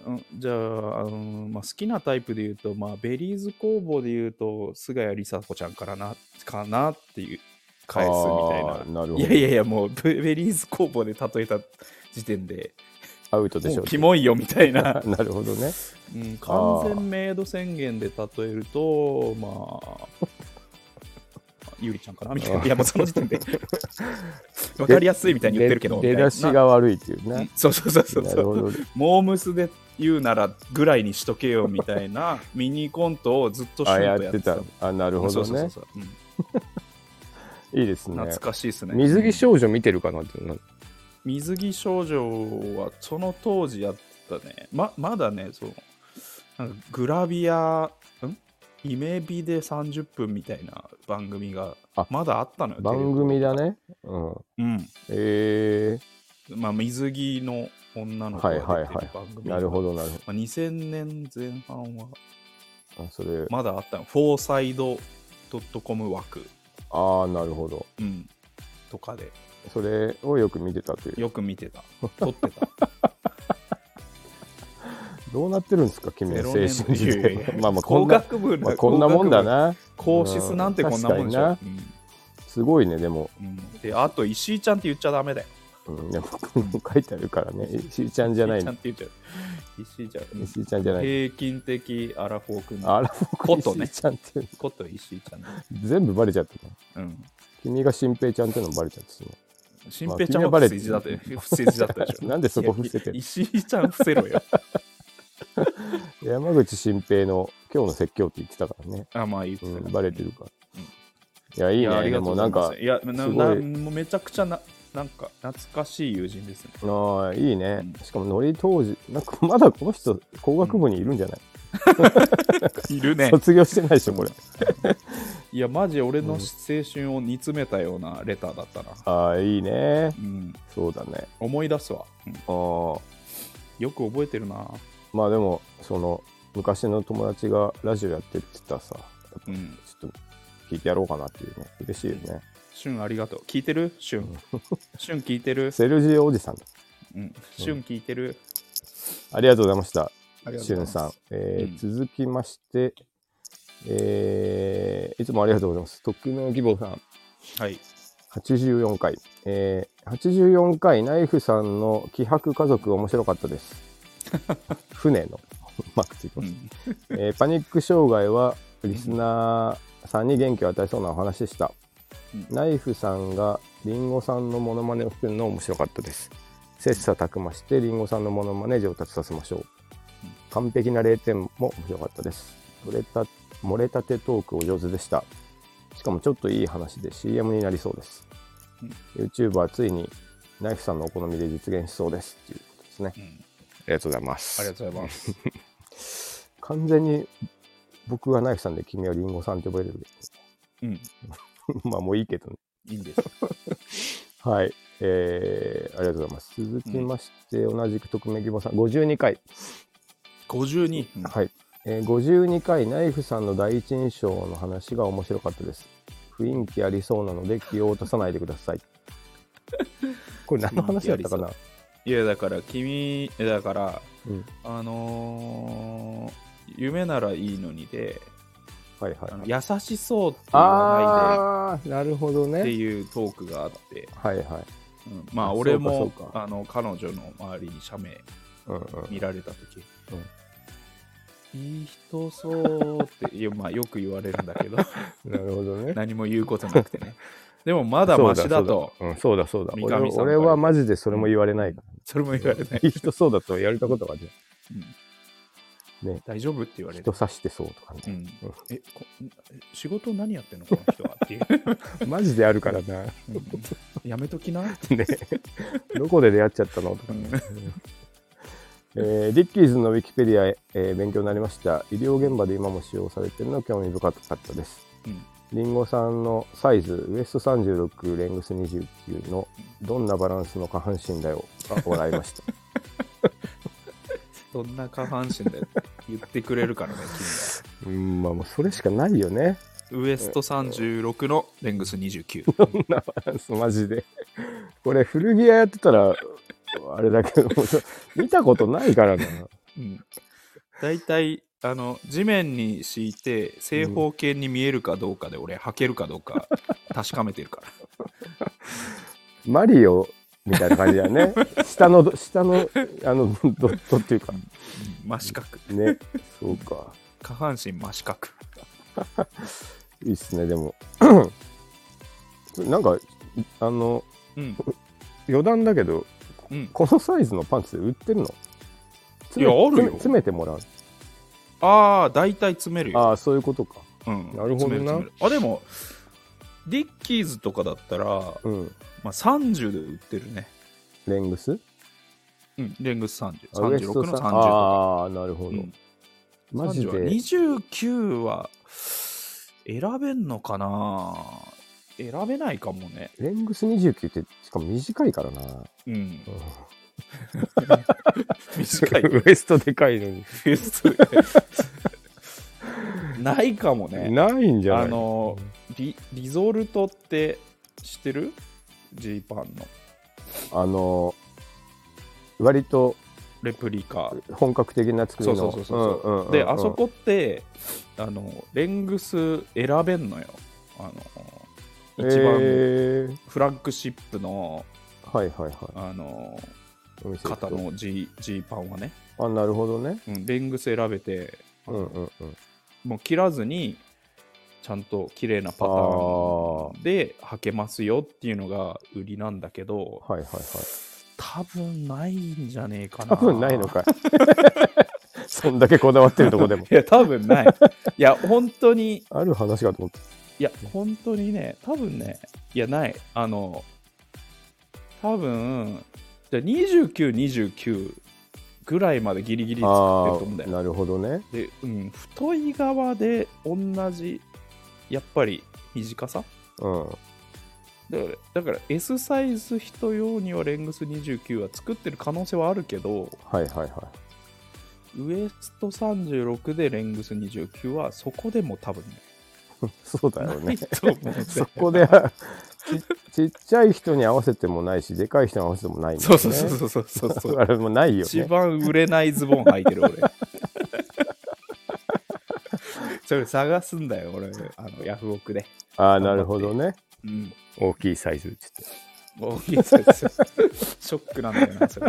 Speaker 1: うん、じゃあ、あのーまあ、好きなタイプで言うと、まあ、ベリーズ工房で言うと菅谷梨紗子ちゃんからなかなっていう返すみたい
Speaker 2: あー
Speaker 1: な。
Speaker 2: なるほど。
Speaker 1: いやいやいやもうベベリーズ工房で例えた時点で
Speaker 2: アウトでし
Speaker 1: も
Speaker 2: ょ
Speaker 1: うキモいよみたいな
Speaker 2: <laughs> なるほどね。
Speaker 1: うん、完全メイド宣言で例えると、まあ、 <laughs> ゆりちゃんかなみたいな。いや、もうその時点で、 <laughs> わかりやすいみたいに言ってるけど、みたい
Speaker 2: 出
Speaker 1: な
Speaker 2: 出だしが悪いっていう
Speaker 1: うん
Speaker 2: ね。
Speaker 1: そうそうそうそう
Speaker 2: なるほど。
Speaker 1: モームスで言うならぐらいにしとけよみたい
Speaker 2: <laughs>
Speaker 1: なミニコントをずっとシュ
Speaker 2: あや
Speaker 1: ー
Speaker 2: っ
Speaker 1: トやってて
Speaker 2: た
Speaker 1: た。。
Speaker 2: あなるほ
Speaker 1: そ
Speaker 2: ど
Speaker 1: うそうそう
Speaker 2: ね。
Speaker 1: そう、うん
Speaker 2: いいですね。
Speaker 1: 懐かしいですね。
Speaker 2: 水
Speaker 1: うん
Speaker 2: 着少女見てるかなってな。
Speaker 1: 水着少女はその当時やってたねままだねそうなんかグラビアんイメビで30分みたいな番組が
Speaker 2: あ
Speaker 1: まだあったのよ
Speaker 2: 番組だね。うん。
Speaker 1: テレ東
Speaker 2: え
Speaker 1: うんまあ水着の女の子が出
Speaker 2: はいはい
Speaker 1: て
Speaker 2: は
Speaker 1: る
Speaker 2: い
Speaker 1: 番組
Speaker 2: ー、なるほどなるほ
Speaker 1: まあ、2000年前半は
Speaker 2: ど。あそれ、
Speaker 1: まだあったのフォーサイドドットコム枠、
Speaker 2: ああ、なるほど。
Speaker 1: うん、とかで
Speaker 2: それをよく見てたという。
Speaker 1: よく見てた撮ってた
Speaker 2: <laughs> どうなってるんですか、君の精神
Speaker 1: いやいや
Speaker 2: で。まあまあ、こ
Speaker 1: 工
Speaker 2: んな、
Speaker 1: 学部
Speaker 2: まあ、こんなもんだな。
Speaker 1: 皇室なんてこんなもんでし
Speaker 2: う
Speaker 1: ょ
Speaker 2: ん確、すごいね、でも、
Speaker 1: うんうんであと石井ちゃんって言っちゃダメだよ
Speaker 2: うん、やっぱ書いてあるからね。石井ちゃんじゃない
Speaker 1: 石井ちゃんって言っちゃう石井ちゃんうん
Speaker 2: 石井ちゃんじゃない。
Speaker 1: 平均的アラフォー君の
Speaker 2: あら、
Speaker 1: こ
Speaker 2: 僕、
Speaker 1: と
Speaker 2: 石
Speaker 1: ね
Speaker 2: 井ちゃんっていう、
Speaker 1: こと石井ちゃんだ、
Speaker 2: 全部バレちゃったね。
Speaker 1: うん、
Speaker 2: 君が新平ちゃんっていうのもバレちゃったしね。
Speaker 1: 新平ちゃんは不正字だったよ不正字だったでしょ
Speaker 2: <laughs> なんでそこ伏せて
Speaker 1: い
Speaker 2: る
Speaker 1: や石井ちゃん伏せろよ
Speaker 2: 山口新平の今日の説教って言ってたからね。
Speaker 1: あまあ言って
Speaker 2: う
Speaker 1: たから
Speaker 2: ん、バレてるから。
Speaker 1: うん
Speaker 2: いや、いい
Speaker 1: いやあ
Speaker 2: ね。
Speaker 1: り
Speaker 2: で
Speaker 1: がとうござい
Speaker 2: もなんか
Speaker 1: ます、いやな
Speaker 2: すごい
Speaker 1: なもうめちゃくちゃななんか懐かしい友人ですね
Speaker 2: ああ、いいね
Speaker 1: うん。
Speaker 2: しかもノリ当時、なんか <laughs> まだこの人、工学部にいるんじゃない、
Speaker 1: いる
Speaker 2: <laughs>
Speaker 1: ね
Speaker 2: 卒業してないでしょ、これ。
Speaker 1: いやマジ俺の青春を煮詰めたようなレターだったな、
Speaker 2: ああ、いいね。
Speaker 1: うん、
Speaker 2: そうだね。
Speaker 1: 思い出すわ、うん
Speaker 2: ああ。
Speaker 1: よく覚えてるな
Speaker 2: まあでも、その、昔の友達がラジオやってるって言ったらさ、
Speaker 1: うん
Speaker 2: ちょっと聞いてやろうかなっていうね。嬉しいよね。
Speaker 1: シュンありがとう聞いてるシュンシュン聞いてる
Speaker 2: セルジオおじさんだ。
Speaker 1: うん、シュン聞いてる。
Speaker 2: ありがとうございました。
Speaker 1: ありがと
Speaker 2: し
Speaker 1: う
Speaker 2: ゅ
Speaker 1: ご
Speaker 2: ん
Speaker 1: ざい
Speaker 2: さ
Speaker 1: ま
Speaker 2: ん
Speaker 1: す。、
Speaker 2: えー
Speaker 1: うん
Speaker 2: 続きまして、えーいつもありがとうございます。匿名希望さん、
Speaker 1: はい。
Speaker 2: 84回、えー84回、ナイフさんの気迫家族、面白かったです。船の、マークついて
Speaker 1: う
Speaker 2: ます、
Speaker 1: ん、
Speaker 2: えーパニック障害は、リスナーさんに元気を与えそうなお話でした。
Speaker 1: うん
Speaker 2: ナイフさんがリンゴさんのモノマネをしてるの面白かったです。切磋琢磨してリンゴさんのモノマネ上達させましょう
Speaker 1: うん。
Speaker 2: 完璧な0点も面白かったです。取れた漏れたてトークお上手でした。しかもちょっといい話で CM になりそうです。YouTube はついにナイフさんのお好みで実現しそうです。ということですね。
Speaker 1: うん
Speaker 2: ありがとうございま
Speaker 1: ありが
Speaker 2: す。
Speaker 1: とうございます。
Speaker 2: 完全に僕はナイフさんで君はリンゴさんって覚えてる <laughs>
Speaker 1: うん、
Speaker 2: けど、まあもういいけどね。
Speaker 1: いいんです。
Speaker 2: はい、えー、ありがとうございます。続きまして、同じく匿名希望さん、52回、
Speaker 1: 52。うん
Speaker 2: はい、えー、52回、ナイフさんの第一印象の話が面白かったです。雰囲気ありそうなので、気を落とさないでく
Speaker 1: <laughs>
Speaker 2: ださい。これ、何の話だったかな。
Speaker 1: いや、だから、君、えだから、
Speaker 2: うん、
Speaker 1: あのー夢ならいいのにで、
Speaker 2: はいはい
Speaker 1: あの
Speaker 2: はい。
Speaker 1: 優しそうって言わ
Speaker 2: あー、なるほど
Speaker 1: ないでって
Speaker 2: ね。
Speaker 1: いうトークがあって、
Speaker 2: はいはい。
Speaker 1: うんまあ、
Speaker 2: あ
Speaker 1: 俺
Speaker 2: そう
Speaker 1: も
Speaker 2: かそうか
Speaker 1: あの彼女の周りに写メ
Speaker 2: うんうん、
Speaker 1: 見られた時、いい人そうって、いやまあ、よく言われるんだけど、
Speaker 2: なるほどね。
Speaker 1: 何も言うことなくてね。でも、まだマシだと、
Speaker 2: そうだそうだ,、うん、そうだそうだ
Speaker 1: 三上さん
Speaker 2: 俺
Speaker 1: から
Speaker 2: 俺はマジでそれも言われないか
Speaker 1: それも言わ
Speaker 2: ら、
Speaker 1: れない。
Speaker 2: いい人そうだと言われたことがね、
Speaker 1: うん
Speaker 2: ね
Speaker 1: 大丈夫って言われて
Speaker 2: 人、刺してそうとか
Speaker 1: う
Speaker 2: ね。
Speaker 1: ん、えこ仕事何やってんのこの人はっていう、
Speaker 2: マジであるから
Speaker 1: う
Speaker 2: な。
Speaker 1: んやめときなって
Speaker 2: ね、どこで出会っちゃったのとかね。えーディッキーズのウィキペディアへ、えー勉強になりました。医療現場で今も使用されているのは興味深かったです。
Speaker 1: うん
Speaker 2: リンゴさんのサイズ、ウエスト36、レングス29のどんなバランスの下半身
Speaker 1: <laughs>
Speaker 2: だよが笑いました。
Speaker 1: どんな下半身で言ってくれるからね君
Speaker 2: うん、まあもうそれしかないよね。
Speaker 1: はウエスト36のレングス29
Speaker 2: こんなバランスマジで。これ古着屋やってたら、あれだけど、もう <laughs> 見たことないからな。
Speaker 1: うん大体あの地面に敷いて正方形に見えるかどうかで俺履けるかどう
Speaker 2: <laughs>
Speaker 1: か確かめてるから
Speaker 2: マリオみたいな感じだ
Speaker 1: <laughs>
Speaker 2: よね。下のど、下の、あの、ドットっていうか。
Speaker 1: うん真四角
Speaker 2: ね。そうか。
Speaker 1: 下半身真四角
Speaker 2: いいっすね、でも。 <clears throat> なんか、あの、
Speaker 1: うん
Speaker 2: 余談だけど、
Speaker 1: うん
Speaker 2: このサイズのパンツで売ってるの詰
Speaker 1: いやあるよ
Speaker 2: 詰め詰めてもらう。
Speaker 1: ああ大体詰めるよ
Speaker 2: ああ、そういうことか。
Speaker 1: うん、
Speaker 2: なるほどな
Speaker 1: 詰め詰めあでもディッキーズとかだったら、ま
Speaker 2: うん。
Speaker 1: あ、30で売ってるね、
Speaker 2: レングス
Speaker 1: うん、レングス3036
Speaker 2: あウエスト
Speaker 1: の30
Speaker 2: さ
Speaker 1: と
Speaker 2: ん
Speaker 1: か、
Speaker 2: ああ、なるほど。
Speaker 1: うん
Speaker 2: マジ
Speaker 1: 30は
Speaker 2: で。
Speaker 1: 29は選べんのかな選べないかもね
Speaker 2: レングス29って、しかも短いからな。
Speaker 1: うん
Speaker 2: うん
Speaker 1: 短い
Speaker 2: <laughs> ウエストでかいのに。
Speaker 1: フェスないかもね
Speaker 2: ないんじゃない
Speaker 1: あのリリゾルトって知ってるジーパンの
Speaker 2: あの割と
Speaker 1: レプリカ
Speaker 2: 本格的な作り
Speaker 1: そう
Speaker 2: の
Speaker 1: そうそうそう,、
Speaker 2: んんんん
Speaker 1: であそこってあのレングス選べんのよあの一番
Speaker 2: えー
Speaker 1: フラッグシップの
Speaker 2: はいはいはい
Speaker 1: あの
Speaker 2: お店行くと
Speaker 1: 型の G, G パンはね、
Speaker 2: あなるほどね
Speaker 1: うん、レングス選べて
Speaker 2: うんうんうん
Speaker 1: もう切らずにちゃんと綺麗なパターンで履けますよっていうのが売りなんだけど
Speaker 2: はいはいはい
Speaker 1: 多分ないんじゃねえかな
Speaker 2: 多分ない
Speaker 1: <laughs>
Speaker 2: のかいそんだけこだわってるとこでも
Speaker 1: いや多分ないいや本当に
Speaker 2: ある話かと思った
Speaker 1: いや、本当にね、多分ね、いや、ない。あの、多分じゃあ29、29ぐらいまでギリギリ作ってると思うんだ
Speaker 2: あー
Speaker 1: よ。
Speaker 2: なるほどね
Speaker 1: で、うん、太い側で同じ、やっぱり短さ
Speaker 2: うん
Speaker 1: だから、だから S サイズ人用にはレングス29は作ってる可能性はあるけど、
Speaker 2: はいはいはい
Speaker 1: ウエスト36でレングス29はそこでも多分ね、
Speaker 2: そうだよ
Speaker 1: ない
Speaker 2: ね
Speaker 1: と思うんだ <laughs> よ
Speaker 2: そこでちちっちゃい人に合わせてもないしでかい人に合わせてもないんだよ
Speaker 1: そう
Speaker 2: ね
Speaker 1: そうそうそうそうそう。
Speaker 2: だからもうないよ
Speaker 1: 一
Speaker 2: ね
Speaker 1: 番売れないズボン履いてる俺それ探すんだよ俺あのヤフオクで、
Speaker 2: ああなるほどね
Speaker 1: うん、
Speaker 2: 大きいサイズっつって
Speaker 1: 大きいやつですよショックなんだよなそれ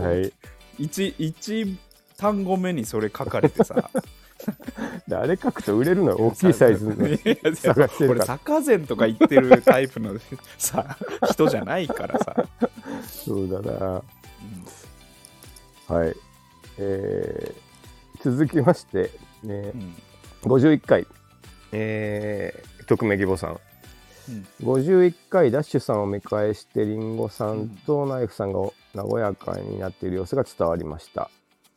Speaker 2: はい、
Speaker 1: 一一単語目にそれ書かれてさ
Speaker 2: であれ書くと売れるのよ大きいサイズ
Speaker 1: <laughs>
Speaker 2: の
Speaker 1: いやいや
Speaker 2: 探してる
Speaker 1: 俺
Speaker 2: から
Speaker 1: 坂膳とか言ってるタイプの <laughs> さ人じゃないからさ、
Speaker 2: そうだな
Speaker 1: うん
Speaker 2: はいえー続きまして、ね
Speaker 1: うん
Speaker 2: 51回えー、匿名希望さん
Speaker 1: うん
Speaker 2: 51回ダッシュさんを見返してリンゴさんとナイフさんが和やかになっている様子が伝わりました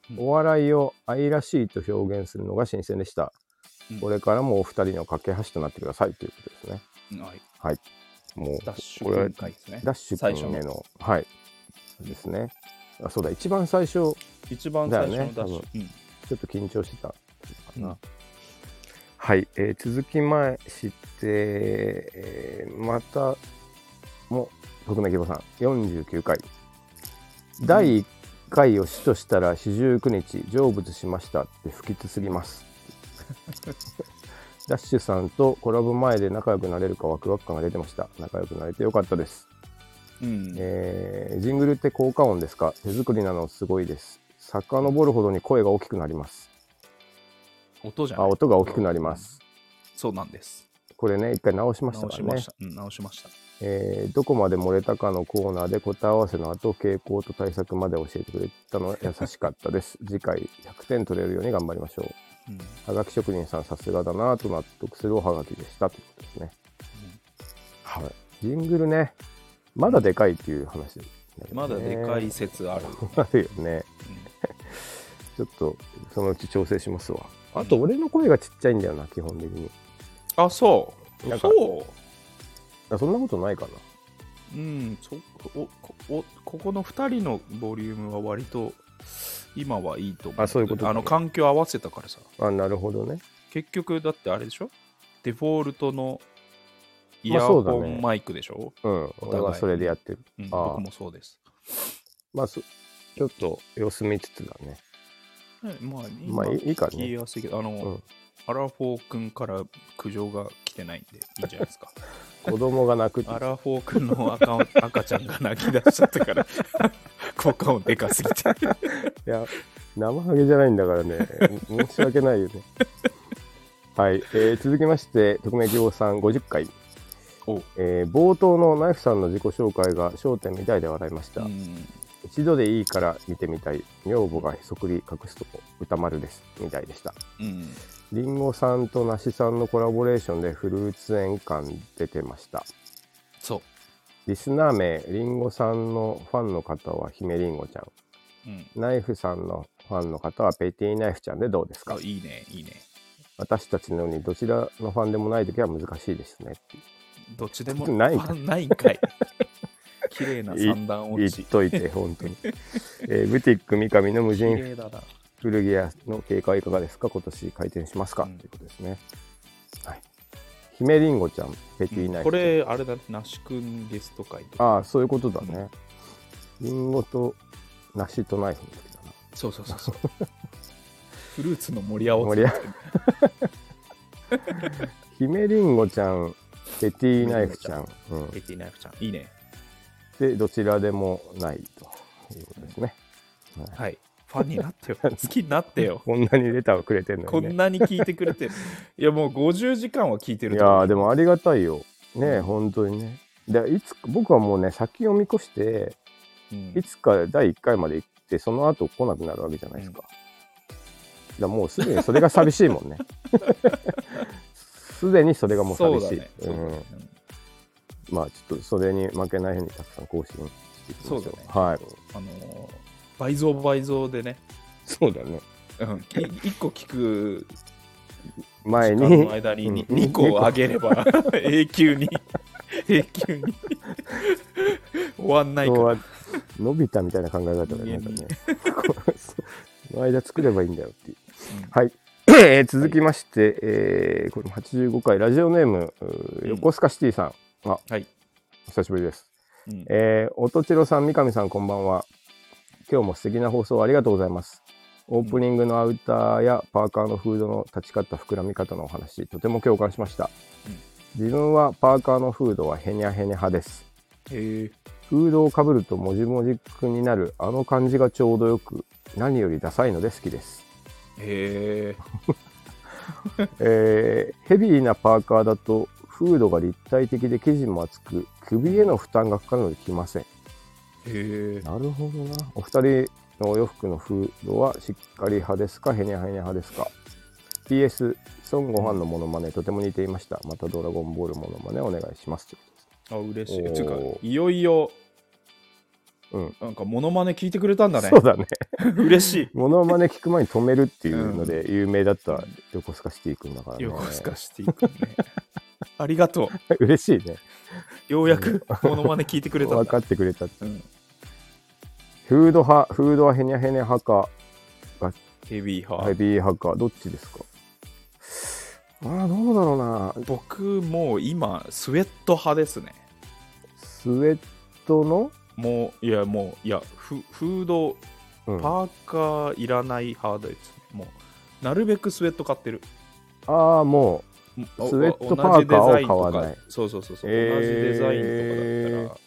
Speaker 1: うん
Speaker 2: お笑いを愛らしいと表現するのが新鮮でした
Speaker 1: うん
Speaker 2: これからもお二人の架け橋となってくださいということですね
Speaker 1: はい、
Speaker 2: もう
Speaker 1: ダッシュ分解ですね
Speaker 2: ダッシュ君の目
Speaker 1: 最初
Speaker 2: のはいですねあそうだ一番最初ちょ
Speaker 1: 一番最初
Speaker 2: だよ
Speaker 1: の
Speaker 2: ね
Speaker 1: ダッシュ、うん
Speaker 2: っと緊張してたかな、
Speaker 1: うん
Speaker 2: はい、えー続きまして、えーまたも匿名希望さん49回第1回を死としたら四十九日成仏しましたって不吉すぎます
Speaker 1: <laughs>
Speaker 2: ダッシュさんとコラボ前で仲良くなれるかワクワク感が出てました仲良くなれてよかったです
Speaker 1: うん
Speaker 2: えージングルって効果音ですか手作りなのすごいです。遡るほどに声が大きくなります。
Speaker 1: 音じゃな
Speaker 2: あ、
Speaker 1: い
Speaker 2: 音が大きくなります。
Speaker 1: そうなんです
Speaker 2: これね、一回直しました
Speaker 1: 直
Speaker 2: か
Speaker 1: し
Speaker 2: ら
Speaker 1: ま
Speaker 2: ね
Speaker 1: し。た。うん直しました。
Speaker 2: えーどこまで漏れたかのコーナーで答え合わせの後、傾向と対策まで教えてくれたのは優しかったです。 <laughs> 次回100点取れるように頑張りましょ
Speaker 1: う
Speaker 2: う。
Speaker 1: んうん
Speaker 2: はがき職人さんさすがだなぁと納得するおはがきでしたということですね。はい。ジングルね、まだでかいっていう話だけどね
Speaker 1: まだでかい。説
Speaker 2: <laughs>
Speaker 1: ある。
Speaker 2: あるよね。ちょっとそのうち調整しますわ。あと俺の声がちっちゃいんだよな、基本的に。
Speaker 1: あ、そう。
Speaker 2: なんか
Speaker 1: そ
Speaker 2: あそんなことないかな。
Speaker 1: う。うん、そおこおここの2人のボリュームは割と今はいいと思う。
Speaker 2: あそういうことね
Speaker 1: あの環境合わせたからさ。
Speaker 2: あ、なるほどね。
Speaker 1: 結局だってあれでしょデフォルトのイ
Speaker 2: まあ
Speaker 1: ヤ
Speaker 2: そうだね
Speaker 1: ホンマイクでしょ、
Speaker 2: うん。
Speaker 1: 互い
Speaker 2: 俺はそれでやってる。
Speaker 1: うん、
Speaker 2: ああ
Speaker 1: 僕もそうです。
Speaker 2: まあ、そちょっと様子見つつだね。
Speaker 1: ねまあ、
Speaker 2: まあいいいいからね
Speaker 1: 聞きやすいけど、あの、
Speaker 2: うん
Speaker 1: アラフォー君から苦情が来てないんで、いいんじゃないですか。 <laughs>
Speaker 2: 子供が泣くって
Speaker 1: アラフォー君の赤を赤ちゃんが泣き出しちゃったから、 <laughs> 効果音でかすぎて。
Speaker 2: いや、生ハゲじゃないんだからね、 <laughs> 申し訳ないよね。はい、えー続きまして、特命希望さん50回、
Speaker 1: おう
Speaker 2: えー冒頭のナイフさんの自己紹介が焦点みたいで笑いました。
Speaker 1: ん、
Speaker 2: 一度でいいから見てみたい、女房がへそくり隠すとこ、歌丸です、みたいでした。
Speaker 1: うん、
Speaker 2: りんごさんと梨さんのコラボレーションでフルーツ園館出てました。
Speaker 1: そ
Speaker 2: リスナー名、りんごさんのファンの方は姫りんごちゃん。
Speaker 1: う。うん、
Speaker 2: ナイフさんのファンの方はペティナイフちゃんでどうですか
Speaker 1: あいいね、いいね。
Speaker 2: 私たちのようにどちらのファンでもない時は難しいですねって
Speaker 1: どっちでも
Speaker 2: ないん
Speaker 1: あないんかい。綺麗な三段落
Speaker 2: 言っ
Speaker 1: ち。
Speaker 2: といて本
Speaker 1: <laughs>
Speaker 2: 当に、えーブティック三上の無
Speaker 1: 綺
Speaker 2: 人
Speaker 1: 麗だな。
Speaker 2: 古着屋の経過はいかがですか今年開店しますか、
Speaker 1: うん
Speaker 2: ということですねはい姫りんごちゃんペティナイフ、
Speaker 1: これ、あれだね、那須君ゲスト会とか。
Speaker 2: ああそういうことだねりんごと梨とナイフの時だな
Speaker 1: そうそうそうそう。 <laughs> フルーツの盛り合わせ
Speaker 2: 盛り。
Speaker 1: <laughs>
Speaker 2: 上が姫りんごちゃんペティナイフちゃん、うん、
Speaker 1: ペティナイフちゃん。いいね。
Speaker 2: でどちらでもないということですね、はい
Speaker 1: はい。ファンになってよ。
Speaker 2: <laughs>
Speaker 1: 好きになってよ。
Speaker 2: こんなにレターをくれてんの
Speaker 1: こ
Speaker 2: に、ね
Speaker 1: ん、なに聞いてくれてる。いや、もう50時間は聞いて
Speaker 2: い
Speaker 1: ると思う
Speaker 2: やーでもありがたいよね、
Speaker 1: うん
Speaker 2: 本当にねでいつ僕はもうね先を見越して
Speaker 1: うん
Speaker 2: いつか第1回まで行ってその後来なくなるわけじゃないですか、だからもうすでにそれが寂しいも
Speaker 1: <laughs>
Speaker 2: んねすでにそれがもう寂しい
Speaker 1: そうだね
Speaker 2: ん、まあちょっとそれに負けないようにたくさん更新していきましょう
Speaker 1: そうだね
Speaker 2: はい
Speaker 1: そうだねあのー倍増倍増でね、
Speaker 2: そうだね
Speaker 1: うん、1個聞く時
Speaker 2: 前
Speaker 1: 間
Speaker 2: に
Speaker 1: の間にに
Speaker 2: うん
Speaker 1: 2個上げれば永久に永久に終わんない
Speaker 2: 今日
Speaker 1: から
Speaker 2: は伸びたみたいな考え方だねなんかねこうその間作ればいいんだよっていう
Speaker 1: うん
Speaker 2: はい、 <clears throat> えー続きまして、えーこの85回ラジオネームうー
Speaker 1: うん
Speaker 2: 横須賀シティさん、
Speaker 1: はい、
Speaker 2: お久しぶりです、
Speaker 1: うん
Speaker 2: えー、音千代さん三上さんこんばんは今日も素敵な放送ありがとうございますオープニングのアウターやパーカーのフードの立ち方膨らみ方のお話とても共感しました、自分はパーカーのフードはヘニャヘニャ派です
Speaker 1: へえ
Speaker 2: フードをかぶるともじもじくになるあの感じがちょうどよく何よりダサいので好きです
Speaker 1: へえ
Speaker 2: えーヘビーなパーカーだとフードが立体的で生地も厚く首への負担がかかるので着ません
Speaker 1: へえ
Speaker 2: なるほどなお二人のお洋服のフードはしっかり派ですかヘニャヘニャ派ですか PS 孫悟飯のモノマネとても似ていましたまたドラゴンボールモノマネお願いしますということです
Speaker 1: あ嬉しい
Speaker 2: おー
Speaker 1: つうかいよいよ、
Speaker 2: うん
Speaker 1: なんかモノマネ聞いてくれたんだね <laughs>
Speaker 2: そうだね
Speaker 1: 嬉しい
Speaker 2: モノマネ聞く前に止めるっていうので有名だった横須賀シティ君だからね
Speaker 1: 横須賀シティ
Speaker 2: <laughs>
Speaker 1: 君ねありがと
Speaker 2: 嬉しいね
Speaker 1: うようやくモノマネ聞いてくれたんだ
Speaker 2: 分かってくれた
Speaker 1: うん
Speaker 2: フード派フードはヘニャヘニャ派か
Speaker 1: ヘビー派、
Speaker 2: ヘビー派かどっちですかああどうだろうな
Speaker 1: 僕もう今スウェット派ですね
Speaker 2: スウェットの
Speaker 1: もういやもういやフフード
Speaker 2: うんあ
Speaker 1: パーカーいらない派ですねもうなるべくスウェット買ってる
Speaker 2: あも
Speaker 1: スウ
Speaker 2: スウェットパーカーを買わない
Speaker 1: そうそうそうそう、
Speaker 2: えー
Speaker 1: 同じデザインとかだったら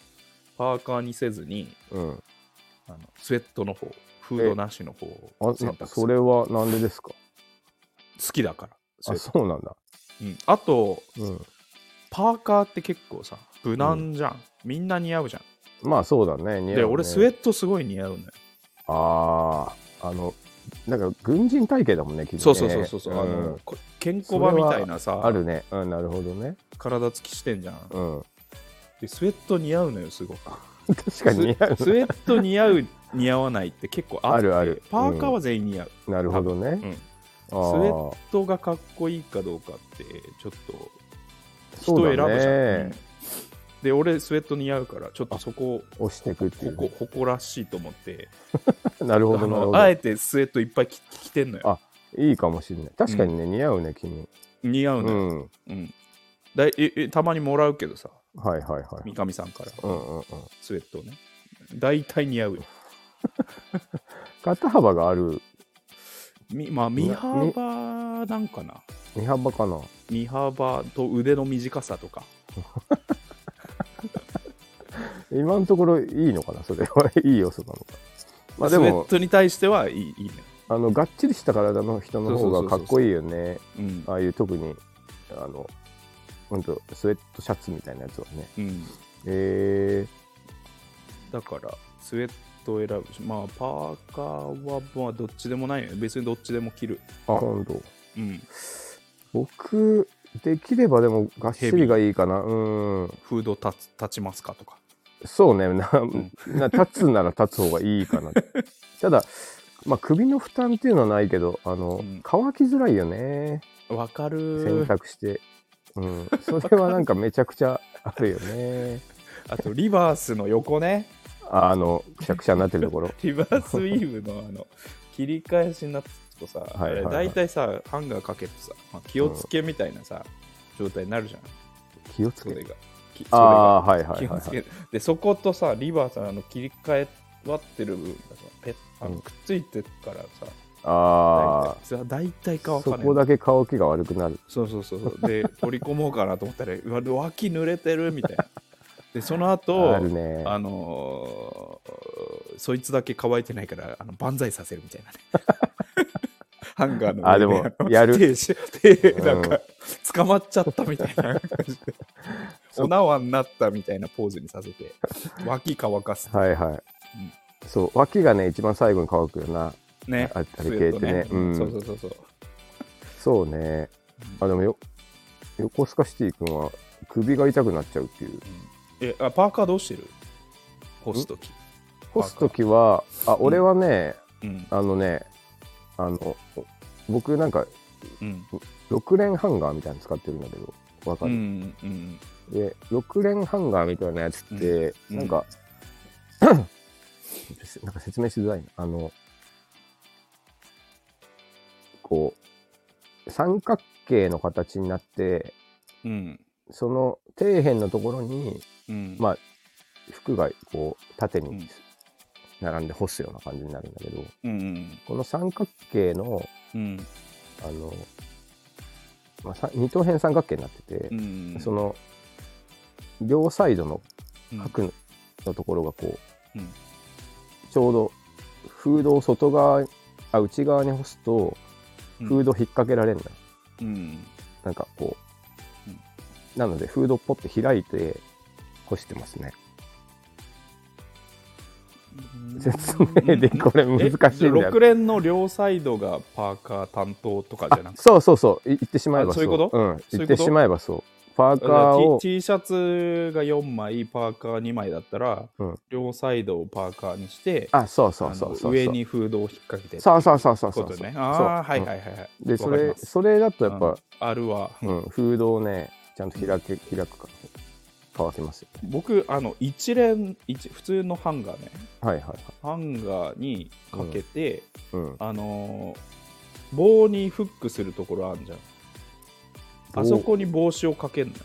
Speaker 1: パーカーにせずに
Speaker 2: う、うん、
Speaker 1: あのスウェットの方フードなしの方
Speaker 2: あ
Speaker 1: を選
Speaker 2: な
Speaker 1: 択す
Speaker 2: そ
Speaker 1: る
Speaker 2: れはなんでですか
Speaker 1: 好きだからスウ
Speaker 2: あ
Speaker 1: ェット
Speaker 2: そうなんだ、
Speaker 1: うんあと
Speaker 2: うん、
Speaker 1: パーカーって結構さ、無難じゃん。みんな似合うじゃん。
Speaker 2: まあそうだね。似合うね
Speaker 1: で、俺、スウェットすごい似合うね。
Speaker 2: ああ、あの、なんか軍人体系だもんね、きっとね
Speaker 1: そうそうそうそうそう、あ
Speaker 2: う
Speaker 1: の
Speaker 2: ん。
Speaker 1: こ健康場みたいなさ
Speaker 2: あるね。うん、なるほどね。
Speaker 1: 体つきしてんじゃん <laughs>
Speaker 2: うん。
Speaker 1: でスウェット似合うのよすごく
Speaker 2: 確かに似合
Speaker 1: ススウェット似合う似合わないって結構あって
Speaker 2: あるある
Speaker 1: パーカーは全員似合う、
Speaker 2: う。なるほどね。
Speaker 1: うん
Speaker 2: あー
Speaker 1: スウェッ人がかっこいいかどうかってちょっと人
Speaker 2: そう
Speaker 1: 選ぶ
Speaker 2: だ
Speaker 1: じゃん、
Speaker 2: ね
Speaker 1: うんで俺スウェット似合うからちょっとそこ
Speaker 2: 押していくってい
Speaker 1: ほ
Speaker 2: う
Speaker 1: こ
Speaker 2: ね。
Speaker 1: 誇らしいと思って
Speaker 2: <laughs> なるほ
Speaker 1: あ
Speaker 2: ど、なる
Speaker 1: の
Speaker 2: ほ
Speaker 1: あ
Speaker 2: ど。
Speaker 1: えてスウェットいっぱい着着てんのよ
Speaker 2: あいいかもしれない。確かにね、似合うね、君。
Speaker 1: 似合
Speaker 2: う
Speaker 1: うのよ、
Speaker 2: ん。
Speaker 1: うんだいええたまにもらうけどさ
Speaker 2: はいはいはい。
Speaker 1: 三上さんから
Speaker 2: うんうんうん。
Speaker 1: スウェットをね大体似合うよ
Speaker 2: 肩幅がある、
Speaker 1: みまあ、身幅なんかな
Speaker 2: 身幅かな。
Speaker 1: 身幅と腕の短さとか
Speaker 2: 今のところいいのかな、それは。いい要素なのか。まあで
Speaker 1: スウェッ
Speaker 2: も、
Speaker 1: トに対してはいいいいね、
Speaker 2: あの、がっちりした体の人の方がかっこいいよね。
Speaker 1: うん
Speaker 2: ああいう特に、あの、ほんと、スウェットシャツみたいなやつはね。
Speaker 1: うん、
Speaker 2: え
Speaker 1: だからスウェットを選ぶしまあパーカーはまあどっちでもないよね別にどっちでも着る、
Speaker 2: ー、あ、本当。
Speaker 1: うん、
Speaker 2: 僕、できればでも、がっしりがいいかな。うん。
Speaker 1: フード立つ立ちますかとか
Speaker 2: そうね、な、
Speaker 1: ん
Speaker 2: な立つなら立つ方がいい
Speaker 1: <laughs>
Speaker 2: かな。ただ、まあ、首の負担っていうのはないけど、あの、
Speaker 1: うん
Speaker 2: 乾きづらいよね。
Speaker 1: わか
Speaker 2: 洗
Speaker 1: る
Speaker 2: 濯して。
Speaker 1: <laughs>
Speaker 2: うん、それはなんかめちゃくちゃあるよね。
Speaker 1: あとリバースの横ね
Speaker 2: ああの、くしゃくしゃになってると
Speaker 1: <laughs>
Speaker 2: ころ。
Speaker 1: リバースウィーブのあの切り返しになってとさ、
Speaker 2: いはいはい
Speaker 1: あれ大体さハンガーかけてさ、まあ、気をつけみたいなさ、状態になるじゃん
Speaker 2: 気をつけ
Speaker 1: 袖
Speaker 2: て。
Speaker 1: がき袖
Speaker 2: あ
Speaker 1: が
Speaker 2: あ、はいはい
Speaker 1: 気
Speaker 2: は
Speaker 1: を
Speaker 2: い、
Speaker 1: つ
Speaker 2: は
Speaker 1: け。
Speaker 2: い
Speaker 1: てでそことさリバーさんあの切り替わってる部分がさペッあ
Speaker 2: う
Speaker 1: の
Speaker 2: ん
Speaker 1: くっついてるからさ、
Speaker 2: あ
Speaker 1: だ大体
Speaker 2: あ、
Speaker 1: 乾
Speaker 2: そ
Speaker 1: かない
Speaker 2: こだけ乾きが悪くなる。
Speaker 1: そうそうそう
Speaker 2: <laughs>
Speaker 1: そうで取り込もうかなと思ったらうわ脇濡れてるみたいなでその後
Speaker 2: あるね。
Speaker 1: あのーそいつだけ乾いてないからあの万歳させるみた
Speaker 2: <laughs>
Speaker 1: いなねハンガーの
Speaker 2: あでも
Speaker 1: の
Speaker 2: やる
Speaker 1: 手し手
Speaker 2: うん
Speaker 1: なんか、捕まっちゃったみたいな感じでお縄になったみたいなポーズにさせて脇乾かす
Speaker 2: はいはい。そう、脇がね、一番最後に乾くよな。
Speaker 1: ね
Speaker 2: ああれ
Speaker 1: スウェット
Speaker 2: 系ってねうん
Speaker 1: そうそうそうそう
Speaker 2: そうね。あ、でもよ、横須賀シティ君は首が痛くなっちゃうっていう。
Speaker 1: えあパーカーどうしてる干す時
Speaker 2: 干すときは、あ、俺はね、
Speaker 1: うん
Speaker 2: あのね、あの、僕なんか
Speaker 1: うん
Speaker 2: 6連ハンガーみたいなの使ってるんだけど、わか
Speaker 1: う
Speaker 2: る、
Speaker 1: んうん
Speaker 2: で、6連ハンガーみたいなやつって、
Speaker 1: うん
Speaker 2: なんか、 <coughs> なんか説明しづらいな。あの、こう、三角形の形になって、
Speaker 1: うん
Speaker 2: その底辺のところに
Speaker 1: うん
Speaker 2: まあ服がこう縦
Speaker 1: う
Speaker 2: に
Speaker 1: ん
Speaker 2: 並んで干すような感じになるんだけど、
Speaker 1: うん
Speaker 2: この三角形の、
Speaker 1: うん
Speaker 2: あの、まあ、さ二等辺三角形になってて
Speaker 1: う、ん
Speaker 2: その、両サイドの
Speaker 1: うん
Speaker 2: 角のところがこう、
Speaker 1: うん
Speaker 2: ちょうどフードを外側あ内側に干すとフード引っ掛けられるのよ、
Speaker 1: うん
Speaker 2: なんかこう、
Speaker 1: うん
Speaker 2: なのでフードをポッて開いて干してますね説明でこれ難しいんだよ
Speaker 1: 6連の両サイドがパーカー担当とかじゃな
Speaker 2: あ
Speaker 1: くて
Speaker 2: そうそうそうい言ってしまえば
Speaker 1: あ
Speaker 2: そ
Speaker 1: そうういうこと
Speaker 2: うん、
Speaker 1: そうい
Speaker 2: 言
Speaker 1: うこ
Speaker 2: っ
Speaker 1: と
Speaker 2: てしまえばそうパー
Speaker 1: だ
Speaker 2: カ
Speaker 1: か
Speaker 2: ー
Speaker 1: ら
Speaker 2: を
Speaker 1: T, T シャツが4枚パーカー2枚だったら、
Speaker 2: うん
Speaker 1: 両サイドをパーカーにして
Speaker 2: あそうそうそう
Speaker 1: あ
Speaker 2: そ
Speaker 1: の
Speaker 2: う
Speaker 1: 上にフードを引っ掛けて
Speaker 2: そうそうそうそう
Speaker 1: こ
Speaker 2: そう
Speaker 1: と
Speaker 2: そう
Speaker 1: ねああはいはい
Speaker 2: い
Speaker 1: はいはい
Speaker 2: でそ
Speaker 1: わかり
Speaker 2: れ
Speaker 1: ます
Speaker 2: それだとやっぱ、
Speaker 1: あるわ
Speaker 2: うんフードをねちゃんと開け開くから乾きますよね
Speaker 1: 僕あの一連一普通のハンガーね
Speaker 2: はいはいはい
Speaker 1: ハンガーにかけて、
Speaker 2: うん
Speaker 1: あのー棒にフックするところあるじゃんあそこに帽子をかけんのよ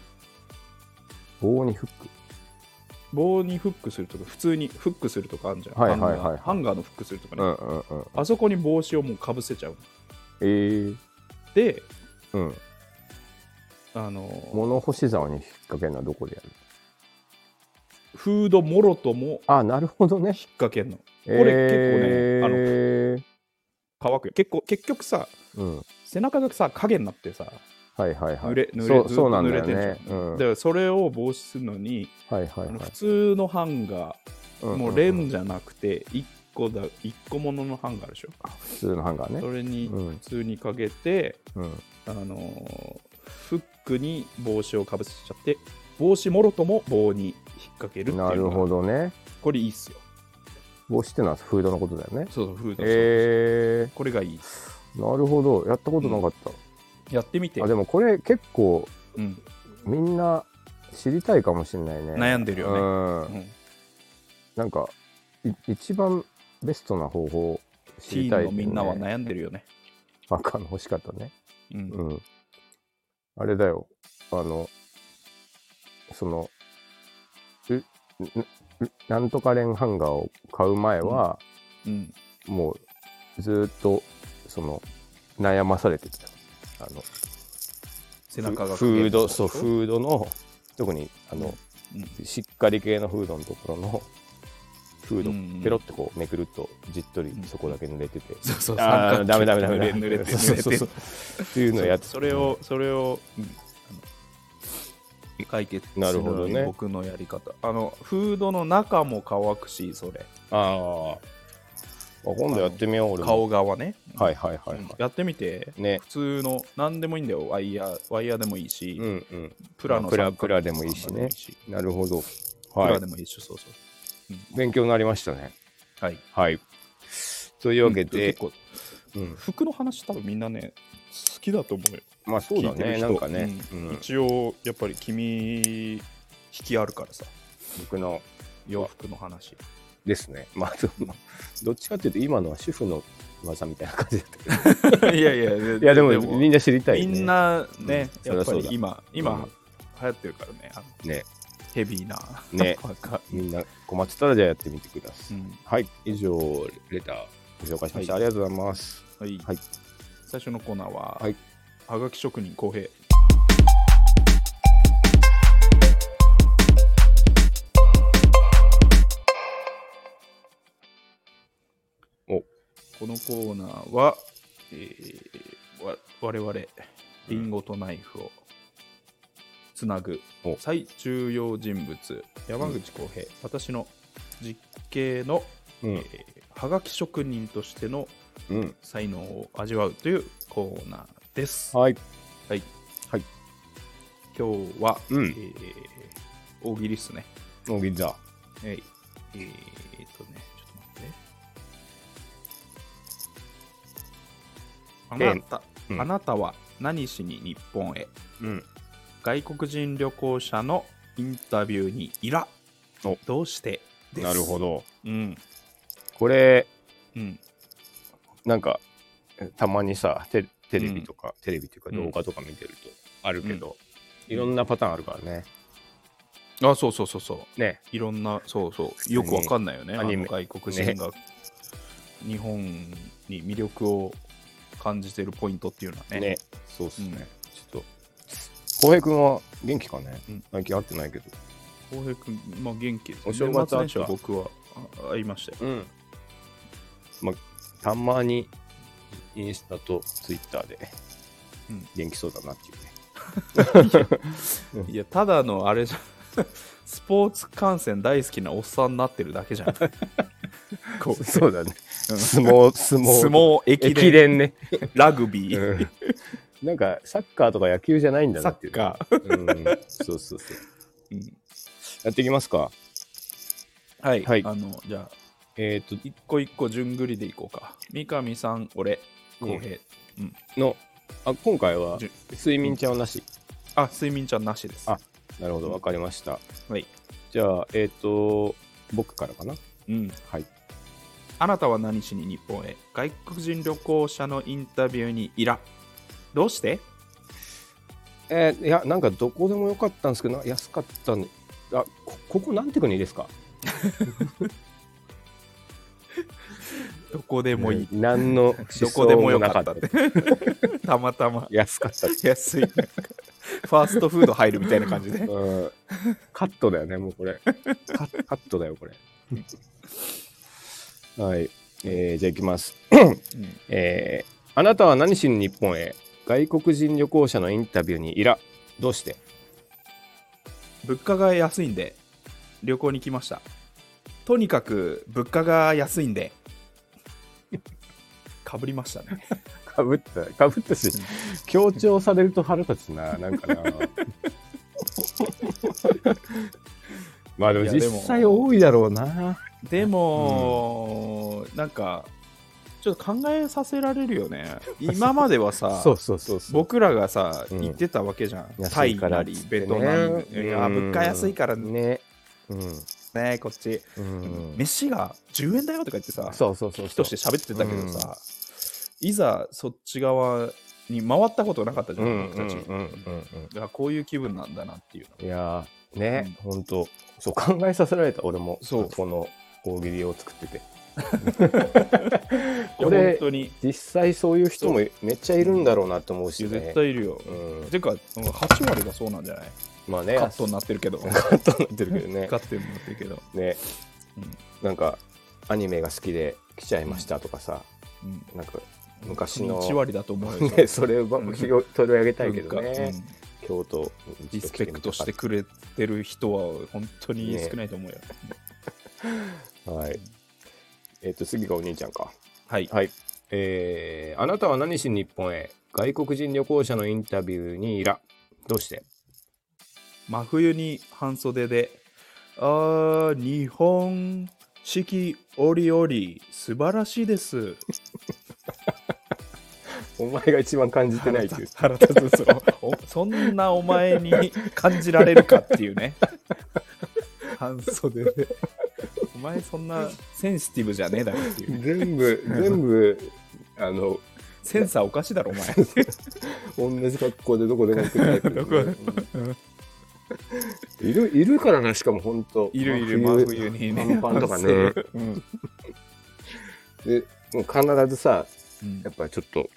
Speaker 2: 棒にフック
Speaker 1: 棒にフックするとか普通にフックするとかあるじゃん、
Speaker 2: はいはいはい
Speaker 1: ハンガ
Speaker 2: はい
Speaker 1: ーハンガーのフックするとかね、
Speaker 2: うんうんうん
Speaker 1: あそこに帽子をもうかぶせちゃう
Speaker 2: えー、
Speaker 1: で
Speaker 2: うん
Speaker 1: あの
Speaker 2: 物干し竿に引っ掛けるのはどこでやる
Speaker 1: フードもろとも
Speaker 2: あなるほどね
Speaker 1: 引っ掛けんの
Speaker 2: こ
Speaker 1: れ結構ね
Speaker 2: え
Speaker 1: 乾くよ結構結局さ
Speaker 2: 構ねあのうん
Speaker 1: 背中がさ影になってさ
Speaker 2: はいはいはい。
Speaker 1: 濡れ濡れ
Speaker 2: そう
Speaker 1: ずっと
Speaker 2: そうなんだよ
Speaker 1: 濡れて
Speaker 2: ね
Speaker 1: ん。じ
Speaker 2: う
Speaker 1: ゃ
Speaker 2: ん。
Speaker 1: だからそれを防止するのに、
Speaker 2: はいはい
Speaker 1: あの
Speaker 2: は
Speaker 1: 普
Speaker 2: い。
Speaker 1: 通のハンガ
Speaker 2: う
Speaker 1: ー、
Speaker 2: ん
Speaker 1: もうレンじゃなくて1個だ一個もののハンガーでしょ
Speaker 2: 普通のハンガー
Speaker 1: そ
Speaker 2: ね。
Speaker 1: れに
Speaker 2: うん
Speaker 1: 普通にかけて、
Speaker 2: うん。
Speaker 1: あのーフックに帽子をかぶせちゃって帽子もろとも棒に引っ掛けるっていうの
Speaker 2: な
Speaker 1: が
Speaker 2: るほどね。
Speaker 1: これいいっすよ
Speaker 2: 帽子ってのはフードのことだよね。
Speaker 1: そうそうフード
Speaker 2: え
Speaker 1: これがいいです
Speaker 2: ー、なるほど。やったことなかった。
Speaker 1: やってみて
Speaker 2: あでもこれ結構
Speaker 1: うん、
Speaker 2: みんな知りたいかもしれないね。
Speaker 1: 悩んでるよね
Speaker 2: うん
Speaker 1: うん
Speaker 2: なんかい一番ベストな方法を
Speaker 1: テ
Speaker 2: 知
Speaker 1: ィ
Speaker 2: り
Speaker 1: ー
Speaker 2: た
Speaker 1: ン
Speaker 2: い、
Speaker 1: の
Speaker 2: ね、
Speaker 1: みんなは悩んでるよね
Speaker 2: 赤の欲しかったね。
Speaker 1: うん
Speaker 2: うん。あれだよ。あの、その、う、んんなんとかレンハンガーを買う前は、
Speaker 1: うん
Speaker 2: もうずーっと、その、悩まされてきた。あの、
Speaker 1: 背中が
Speaker 2: フフード、そう、
Speaker 1: ー
Speaker 2: フードの、特に、あの、しっかり系のフードのところの、フード、
Speaker 1: うん
Speaker 2: ペロってこうめくると、じっとり
Speaker 1: うん
Speaker 2: そこだけ濡れてて。
Speaker 1: そうそう
Speaker 2: あ
Speaker 1: 三角形
Speaker 2: あ、ダメダメダメダメ。
Speaker 1: 濡れて濡
Speaker 2: そう
Speaker 1: れて
Speaker 2: そうそうっていうのをやって
Speaker 1: <laughs>
Speaker 2: た
Speaker 1: それをそれを、うんあの解決する
Speaker 2: なるほどね
Speaker 1: 僕のやり方あのフードの中も乾くしそれ
Speaker 2: ああ。今度やってみよう、俺も。
Speaker 1: 顔側ね、
Speaker 2: はいはいはい、はい
Speaker 1: うんやってみて
Speaker 2: ね。
Speaker 1: 普通の何でもいいんだよワイヤーワイヤーでもいいし、
Speaker 2: うんうん。
Speaker 1: プラの
Speaker 2: プラ
Speaker 1: 三角形
Speaker 2: プラでもいいしねなるほど。
Speaker 1: プ
Speaker 2: は
Speaker 1: ラ
Speaker 2: い
Speaker 1: で。もいいしそうそう
Speaker 2: 勉強になりましたね。
Speaker 1: はい
Speaker 2: はい。というわけ
Speaker 1: うん
Speaker 2: で
Speaker 1: 結、構
Speaker 2: うん
Speaker 1: 服の話多分みんなね好きだと思うよ
Speaker 2: まあそうだ
Speaker 1: 聞いてる
Speaker 2: ね。
Speaker 1: 人
Speaker 2: なんかね、う
Speaker 1: うん
Speaker 2: ん
Speaker 1: 一応やっぱり君引きあるからさ
Speaker 2: 僕の
Speaker 1: 洋服の
Speaker 2: <laughs>
Speaker 1: 話
Speaker 2: ですね。まあ、そのどっちかっていうと、今のは主婦の技みたいな感じだったけど。
Speaker 1: い <laughs> やいやい
Speaker 2: いや、でもみんな知りたい、
Speaker 1: み
Speaker 2: ね。
Speaker 1: んなね、
Speaker 2: う
Speaker 1: やっぱ
Speaker 2: んそりゃそう
Speaker 1: り
Speaker 2: だ
Speaker 1: 今、
Speaker 2: うん
Speaker 1: 今流行ってるからね、あの
Speaker 2: ね、
Speaker 1: ヘビ <laughs> ーな、
Speaker 2: ね
Speaker 1: わか
Speaker 2: みんな困ってたらじゃあやってみてくださ
Speaker 1: う
Speaker 2: い。
Speaker 1: ん
Speaker 2: はい。以上、レターご紹介しました。
Speaker 1: はい
Speaker 2: ありがとうございます。
Speaker 1: はい
Speaker 2: はい
Speaker 1: 最初のコーナーは、
Speaker 2: はい
Speaker 1: はがき職人公平。
Speaker 2: お
Speaker 1: このコーナーは、えー、わ我々、リンゴとナイフをつなぐ
Speaker 2: お
Speaker 1: 最重要人物、山口公平、私の実刑の、
Speaker 2: う
Speaker 1: え
Speaker 2: ん。
Speaker 1: ーはがき職人としての
Speaker 2: うん。
Speaker 1: 才能を味わうというコーナーです。
Speaker 2: はい。
Speaker 1: はい。
Speaker 2: はい。
Speaker 1: 今日は、
Speaker 2: うん
Speaker 1: えー大喜利っすね。
Speaker 2: おぎだ。
Speaker 1: はい。えー、っとね、ちょっと待って。あなた、
Speaker 2: うん
Speaker 1: あなたは何しに日本へ
Speaker 2: うん。
Speaker 1: 外国人旅行者のインタビューにいら
Speaker 2: お
Speaker 1: どうしてです
Speaker 2: なるほ
Speaker 1: ど。
Speaker 2: ど。
Speaker 1: うん。
Speaker 2: これ、
Speaker 1: うん。
Speaker 2: なんか、たまにさ、テテレビとか、テレビっていうか
Speaker 1: うん
Speaker 2: 動画とか見てると、あるけど、いろんなパターンあるからね。
Speaker 1: あ、そうそうそうそう。
Speaker 2: ね。
Speaker 1: いろんな、そうそう、よくわかんないよね、
Speaker 2: ア
Speaker 1: あ
Speaker 2: ニ
Speaker 1: の
Speaker 2: メ
Speaker 1: 外国人が日本に魅力を感じてるポイントっていうのはね。
Speaker 2: ね。そうっすね。
Speaker 1: うん
Speaker 2: ちょっと、浩平君は元気かね、
Speaker 1: うん
Speaker 2: 最近会ってないけど。
Speaker 1: 浩平君、まあ、元気です、
Speaker 2: お正月
Speaker 1: 年末年始
Speaker 2: あ
Speaker 1: は
Speaker 2: った
Speaker 1: 僕はあ会いましたよ。
Speaker 2: うん。ま、たまに、インスタとツイッターで
Speaker 1: うん、
Speaker 2: 元気そうだなっていうね。
Speaker 1: <laughs> いや、ただのあれじゃん、 <laughs> スポーツ観戦大好きなおっさんになってるだけじゃ
Speaker 2: <laughs>
Speaker 1: ん。こう
Speaker 2: そうだね。
Speaker 1: うん
Speaker 2: 相撲、相撲。
Speaker 1: 相撲、駅
Speaker 2: 駅
Speaker 1: 伝、
Speaker 2: 伝ね。
Speaker 1: ラグビー、
Speaker 2: うんなんか、サッカーとか野球じゃないんだ
Speaker 1: サ
Speaker 2: なって
Speaker 1: ッ
Speaker 2: いう。
Speaker 1: カー。
Speaker 2: うんそうそうそう。
Speaker 1: うん
Speaker 2: やっていきますか。
Speaker 1: はい、
Speaker 2: はい
Speaker 1: あの、じゃあ、
Speaker 2: えっ、
Speaker 1: 一個一個順繰りでいこうか。三上さん、俺、浩平。
Speaker 2: と、の、あ、今回は
Speaker 1: じゅ、
Speaker 2: 睡眠ちゃんはなし。
Speaker 1: あ、睡眠ちゃんなしです。
Speaker 2: あなるほど、わかりました。
Speaker 1: はい。
Speaker 2: じゃあ、えっ、と、僕からかな。
Speaker 1: うん。
Speaker 2: はい。
Speaker 1: あなたは何しに日本へ外国人旅行者のインタビューにいら。どうして
Speaker 2: えーいや、なんかどこでもよかったんですけど、な安かったんで、あ、こここなんて国ですか
Speaker 1: どこでもいい。
Speaker 2: えー何
Speaker 1: <laughs>
Speaker 2: の
Speaker 1: どこでもよ
Speaker 2: よ
Speaker 1: かったって。たまたま。
Speaker 2: 安かった。
Speaker 1: 安い。ファーストフード入るみたいな感 <laughs> じで。
Speaker 2: うんカットだよね、もうこれ。カッカットだよ、これ。はい。えーじゃあ行きます。
Speaker 1: うん
Speaker 2: えーあなたは何しに日本へ外国人旅行者のインタビューにイラどうして
Speaker 1: 物価が安いんで旅行に来ましたとにかく物価が安いんでかぶりましたね
Speaker 2: かぶったかぶったし強調されると腹立つななん
Speaker 1: <laughs>
Speaker 2: かなまあでも
Speaker 1: いやで
Speaker 2: 実
Speaker 1: も
Speaker 2: 際多いだろうな
Speaker 1: でも、なんかちょっと考えさせられるよね今までは <laughs> さ
Speaker 2: そうそうそうそう
Speaker 1: 僕らがさ、
Speaker 2: うん
Speaker 1: 行ってたわけじゃんタ
Speaker 2: 安
Speaker 1: イ
Speaker 2: いから
Speaker 1: な
Speaker 2: っ
Speaker 1: り
Speaker 2: つって
Speaker 1: ベ
Speaker 2: ね
Speaker 1: トナム、いや
Speaker 2: うん
Speaker 1: 物価安いからね
Speaker 2: ねうん
Speaker 1: こっち、
Speaker 2: うん
Speaker 1: 飯が10円だよとか言ってさ
Speaker 2: そうそうそう
Speaker 1: 人
Speaker 2: そう
Speaker 1: として喋ってたけどさ、いざそっち側に回ったことなかったじ
Speaker 2: う
Speaker 1: ゃ
Speaker 2: ん
Speaker 1: ん、
Speaker 2: うんう
Speaker 1: 僕たち、
Speaker 2: んうんうん
Speaker 1: だからこういう気分なんだなっていうの
Speaker 2: いやーね、ほんとそう考えさせられた俺も
Speaker 1: そう
Speaker 2: この大喜利を作ってて
Speaker 1: いや
Speaker 2: これ
Speaker 1: 本当に
Speaker 2: 実際そういう人もめっちゃいるんだろうなと思う
Speaker 1: い
Speaker 2: し、
Speaker 1: や
Speaker 2: ね、
Speaker 1: 絶対いるよ、
Speaker 2: うん
Speaker 1: てか8割がそうなんじゃない
Speaker 2: まあね
Speaker 1: カットになってるけど
Speaker 2: カットになってるけどね
Speaker 1: カットになってるけど、
Speaker 2: ね
Speaker 1: うん
Speaker 2: なんかアニメが好きで来ちゃいましたとかさ、
Speaker 1: うん
Speaker 2: なんか昔の
Speaker 1: 1割だと思うよ
Speaker 2: ね、 <laughs> それを
Speaker 1: うん
Speaker 2: 取り上げた <laughs> いけ
Speaker 1: 文
Speaker 2: ど
Speaker 1: 化
Speaker 2: ね、
Speaker 1: うん
Speaker 2: 京都
Speaker 1: リスペクトしてくれてる人は本当に少ないと思うよ、
Speaker 2: はいえっ、と次がお兄ちゃんか
Speaker 1: はい
Speaker 2: はい。えーあなたは何しに日本へ外国人旅行者のインタビューにいら。どうして
Speaker 1: 真冬に半袖で、あー、日本式折々素晴らしいです。
Speaker 2: お前が一番感じてないっていう。
Speaker 1: 腹立つぞ <laughs> おそんなお前に感じられるかっていうね。半袖で。お前そんなセンシティブじゃねえだろっていう。
Speaker 2: 全部、全部、あの、
Speaker 1: センサーおかしいだろ、お前。
Speaker 2: 同じ格 <laughs> 好でどこでも行くタイプ
Speaker 1: どこでも
Speaker 2: <laughs> うんいる、いるからな、しかも本当
Speaker 1: いるいる、
Speaker 2: 真
Speaker 1: 真冬にね。
Speaker 2: パンパン
Speaker 1: <laughs>
Speaker 2: とかね。
Speaker 1: うん。
Speaker 2: で、もう必ずさ、
Speaker 1: うん
Speaker 2: やっぱちょっと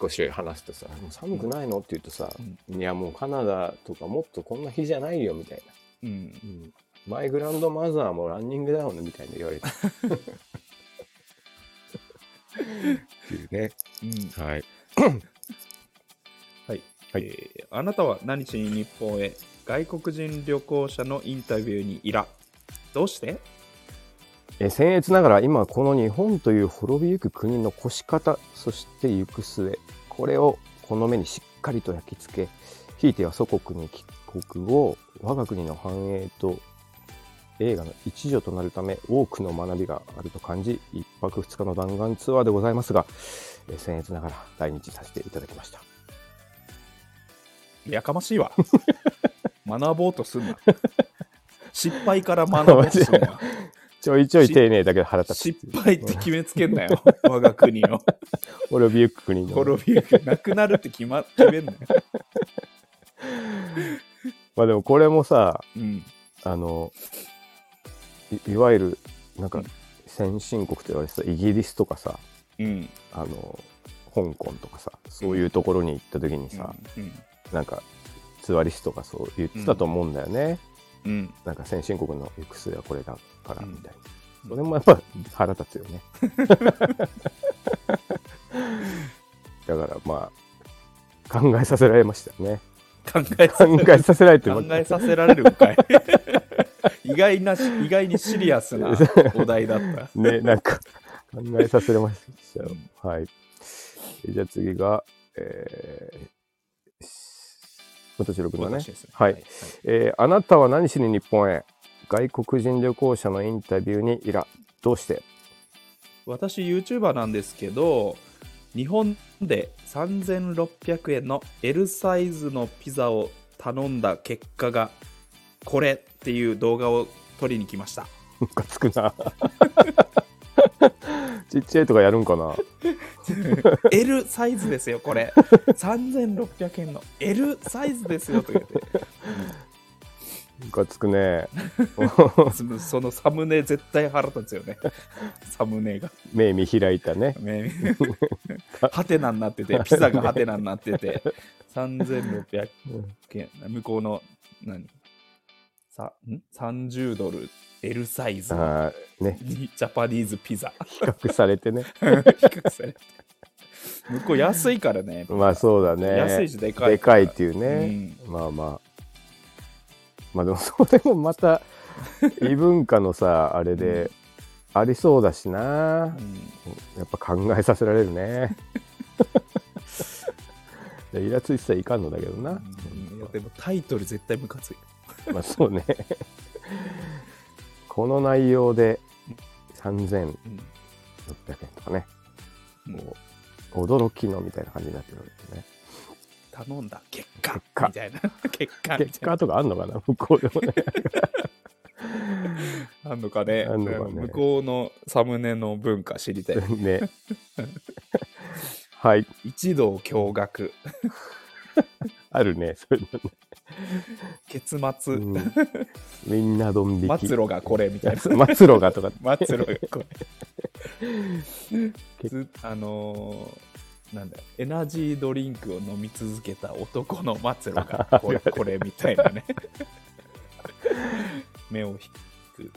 Speaker 2: 少し話すとさ、もう寒くないのって言うとさ、いやもうカナダとかもっとこんな日じゃないよみたいな。
Speaker 1: うん。
Speaker 2: マイグランドマザーもランニングだよねみたいに言われ
Speaker 1: <laughs>
Speaker 2: て。っていうね。
Speaker 1: うん
Speaker 2: はい。
Speaker 1: はい、
Speaker 2: はい
Speaker 1: えーあなたは何しに日本へ外国人旅行者のインタビューにいらどうして
Speaker 2: えー僭越ながら今この日本という滅びゆく国の越し方そして行く末これをこの目にしっかりと焼き付けひいては祖国に帰国後我が国の繁栄と映画の一助となるため多くの学びがあると感じ1泊2日の弾丸ツアーでございますが、えー僭越ながら来日させていただきました。
Speaker 1: やかましい
Speaker 2: <laughs>
Speaker 1: わ学ぼうとすんな失敗から学ぼうとすんな
Speaker 2: ちょいちょい丁寧だけど腹立つ。
Speaker 1: 失敗って決めつけんなよ我が国の
Speaker 2: <laughs> 滅びゆく国の。
Speaker 1: <laughs> 滅びゆくなくなるって決,、ま、決めんなよ、
Speaker 2: まあでもこれもさ、
Speaker 1: うん、
Speaker 2: あのいいわゆるなん
Speaker 1: う
Speaker 2: か
Speaker 1: ん
Speaker 2: 先進国と言われてたイギリスとかさ
Speaker 1: うん
Speaker 2: あの香港とかさそういうところに行った時にさ、
Speaker 1: うん
Speaker 2: なんかツアリストがそう言ってたと思うんだよね、
Speaker 1: うん
Speaker 2: なんか先進国の行く末はこれだからみたいな、
Speaker 1: うん
Speaker 2: それもやっぱ腹立つよ
Speaker 1: <laughs>
Speaker 2: ねだからまあ考えさせられましたね
Speaker 1: 考えさ
Speaker 2: 考えさせられて <laughs>
Speaker 1: 考
Speaker 2: も
Speaker 1: えさせられるんかい <laughs> 意外なし意外にシリアス
Speaker 2: <laughs>
Speaker 1: なお題だった
Speaker 2: ね、なんか考えさせられましたよ。はい。じゃあ次が、えー、私6だね
Speaker 1: 私。ですね
Speaker 2: はいえーあなたは何しに日本へ外国人旅行者のインタビューにいら。どうして
Speaker 1: 私 YouTuber なんですけど日本で3600円の L サイズのピザを頼んだ結果がこれっていう動画を撮りに来ました
Speaker 2: ムカつくな。 <laughs> ちっちゃいとかやるんかな
Speaker 1: L サイズですよこれ3600円の L サイズですよと言って
Speaker 2: ムカつくね。 <laughs>
Speaker 1: そのそのサムネ絶対腹立つよねサムネが
Speaker 2: 目見開いたね。
Speaker 1: ねハテナになっててピザがハテナになって
Speaker 2: <laughs>
Speaker 1: て3600円向こうの何さん30ドル L サイズ
Speaker 2: あーね、
Speaker 1: ジャパニーズピザ <laughs>
Speaker 2: 比較されてね。
Speaker 1: 比較されて向こう安いからね。
Speaker 2: まあそうだね。
Speaker 1: 安いしでかい。
Speaker 2: でかいっていう
Speaker 1: う
Speaker 2: ね。
Speaker 1: ん。
Speaker 2: まあまあ。まあでもそれも
Speaker 1: <laughs>
Speaker 2: また異文化のさ、あれでありそうだしな
Speaker 1: う。ん
Speaker 2: やっぱ考えさせられるね。 <laughs> いやイラついてたらいかんのだけどな。
Speaker 1: うんいやでもタイトル絶対ムカつい。
Speaker 2: まあそうね。 <laughs> この内容で3600
Speaker 1: う
Speaker 2: 円
Speaker 1: ん
Speaker 2: とかね。
Speaker 1: もう
Speaker 2: もう驚きのみたいな感じになってるわけですね。
Speaker 1: 頼んだ結果
Speaker 2: 結果
Speaker 1: みたいな <laughs> 結果み
Speaker 2: 結
Speaker 1: たい
Speaker 2: 果とかあんのかな向こうでもね。
Speaker 1: なあんのかね
Speaker 2: あんのかね
Speaker 1: 向こうのサムネの文化知りたい
Speaker 2: <laughs> ね。はい。
Speaker 1: 一同驚愕
Speaker 2: あるね。そういう
Speaker 1: 結
Speaker 2: の
Speaker 1: 末、
Speaker 2: ねうんみんなドン引き。
Speaker 1: 末路がこれみたい
Speaker 2: <laughs>
Speaker 1: な
Speaker 2: 末路がとか。
Speaker 1: 末路がこれ
Speaker 2: 結
Speaker 1: ずあのーなんだエナジードリンクを飲み続けた男の末路がこれこれみたいな
Speaker 2: <laughs>
Speaker 1: ね目を引く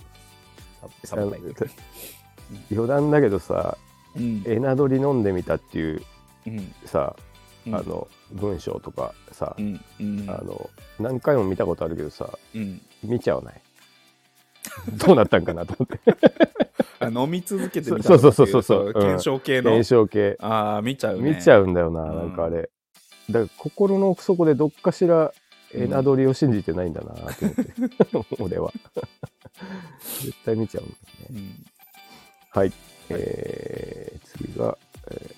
Speaker 1: サブサブタイトル
Speaker 2: 余談だけどさ、
Speaker 1: うん
Speaker 2: エナドリ飲んでみたっていう
Speaker 1: うん
Speaker 2: さ、
Speaker 1: う
Speaker 2: あ
Speaker 1: ん
Speaker 2: の、文章とかさ
Speaker 1: う、んうん
Speaker 2: あの、何回も見たことあるけどさ、
Speaker 1: うん
Speaker 2: 見ちゃわない。どうなったんかなと思って。
Speaker 1: あ飲み続けてみた
Speaker 2: そうそうそうそ
Speaker 1: そ
Speaker 2: うそうううん
Speaker 1: 検証系の
Speaker 2: 炎症系。
Speaker 1: ああ見ちゃうね
Speaker 2: 見ちゃ
Speaker 1: う
Speaker 2: うんだよな、
Speaker 1: うん
Speaker 2: なんかあれ。だから心の奥底でどっかしら、エナドリを信じてないんだなと思って、 <laughs> 俺は。絶対見ちゃうんですね。
Speaker 1: ん
Speaker 2: はい。えー、次が、えー、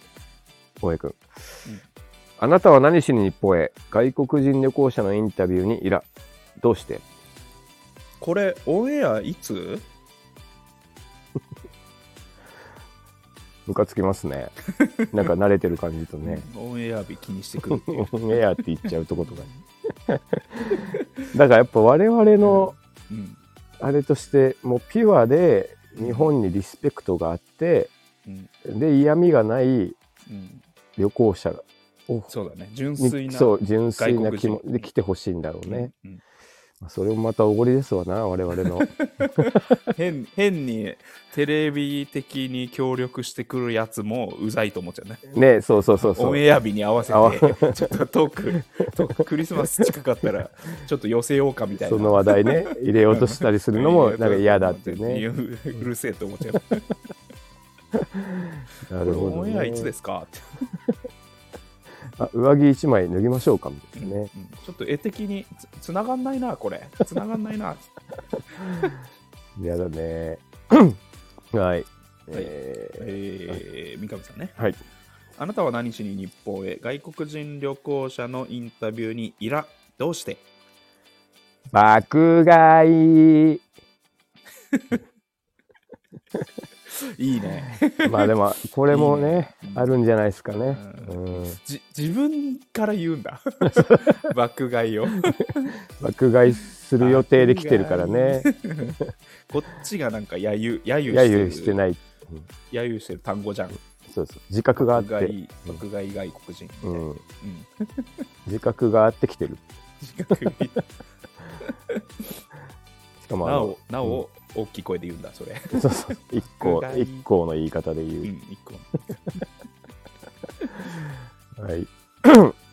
Speaker 2: 大江君、
Speaker 1: うん
Speaker 2: あなたは何しに日本へ外国人旅行者のインタビューにイラ。どうして
Speaker 1: これオンエアいつ
Speaker 2: ムカつきま
Speaker 1: <laughs>
Speaker 2: すね。なんか慣れてる感じとね。
Speaker 1: オンエア日気にしてくる
Speaker 2: <laughs>
Speaker 1: っていう
Speaker 2: オンエアって言っちゃうとことがね。 <laughs> だからやっぱ我々の、
Speaker 1: うん
Speaker 2: あれとしてもうピュアで日本にリスペクトがあって
Speaker 1: うん
Speaker 2: で嫌味がない
Speaker 1: うん
Speaker 2: 旅行者がを
Speaker 1: そうだね純粋
Speaker 2: に
Speaker 1: な
Speaker 2: そう純粋な気
Speaker 1: 外国
Speaker 2: も
Speaker 1: 人
Speaker 2: で来てほしいんだろうね、
Speaker 1: うんうん
Speaker 2: まあそれもまたおごりですわな我々の
Speaker 1: 変変にテレビ的に協力してくるやつもうざいと思っちゃうね
Speaker 2: ねそうそうそうそ
Speaker 1: オン
Speaker 2: う
Speaker 1: エア日に合わせ
Speaker 2: 合わ
Speaker 1: てちょっとトークトーククリスマス近かったらちょっと寄せようかみたいな
Speaker 2: その話題ね入れようとしたりするの
Speaker 1: <laughs>
Speaker 2: もなんか嫌だっていうね
Speaker 1: う <laughs> ねうるせえと思っちゃう
Speaker 2: な
Speaker 1: こ
Speaker 2: る
Speaker 1: れ
Speaker 2: ほ
Speaker 1: オ
Speaker 2: ど、
Speaker 1: ンエアいつで
Speaker 2: ね、
Speaker 1: すかって
Speaker 2: あ上着一枚脱ぎましょうかみたいなね
Speaker 1: うんちょっと絵的につつながんないなこれつながんないな
Speaker 2: 嫌だね <clears throat> はい、え
Speaker 1: えー、三上さんね
Speaker 2: ーはい
Speaker 1: あなたは何しに日本へ外国人旅行者のインタビューにイラどうして
Speaker 2: 爆買い
Speaker 1: いいね <laughs>
Speaker 2: まあでもこれも
Speaker 1: いい
Speaker 2: ね
Speaker 1: ね
Speaker 2: あるんじゃないですかね。
Speaker 1: う
Speaker 2: うん、
Speaker 1: じ自分から言うん
Speaker 2: <laughs>
Speaker 1: だ爆買いを
Speaker 2: 爆買いする予定で来てるからね。
Speaker 1: <laughs> こっちがなんか揶揄揶揄
Speaker 2: 揶揄して
Speaker 1: い
Speaker 2: ない。
Speaker 1: 揶揄してる単語じゃん
Speaker 2: そうそう自覚があっ
Speaker 1: 爆
Speaker 2: て、
Speaker 1: 買い爆買い外国人みた
Speaker 2: う
Speaker 1: いな、うん
Speaker 2: ん、自覚があって来てる。
Speaker 1: 近
Speaker 2: <laughs>
Speaker 1: くに
Speaker 2: しかもあ
Speaker 1: なお
Speaker 2: の
Speaker 1: なお、大きい声で言うんだそれ、
Speaker 2: そうそう一
Speaker 1: 爆
Speaker 2: 行
Speaker 1: 買い
Speaker 2: 一行の言い方で
Speaker 1: う
Speaker 2: 言
Speaker 1: ん一個
Speaker 2: う。はい。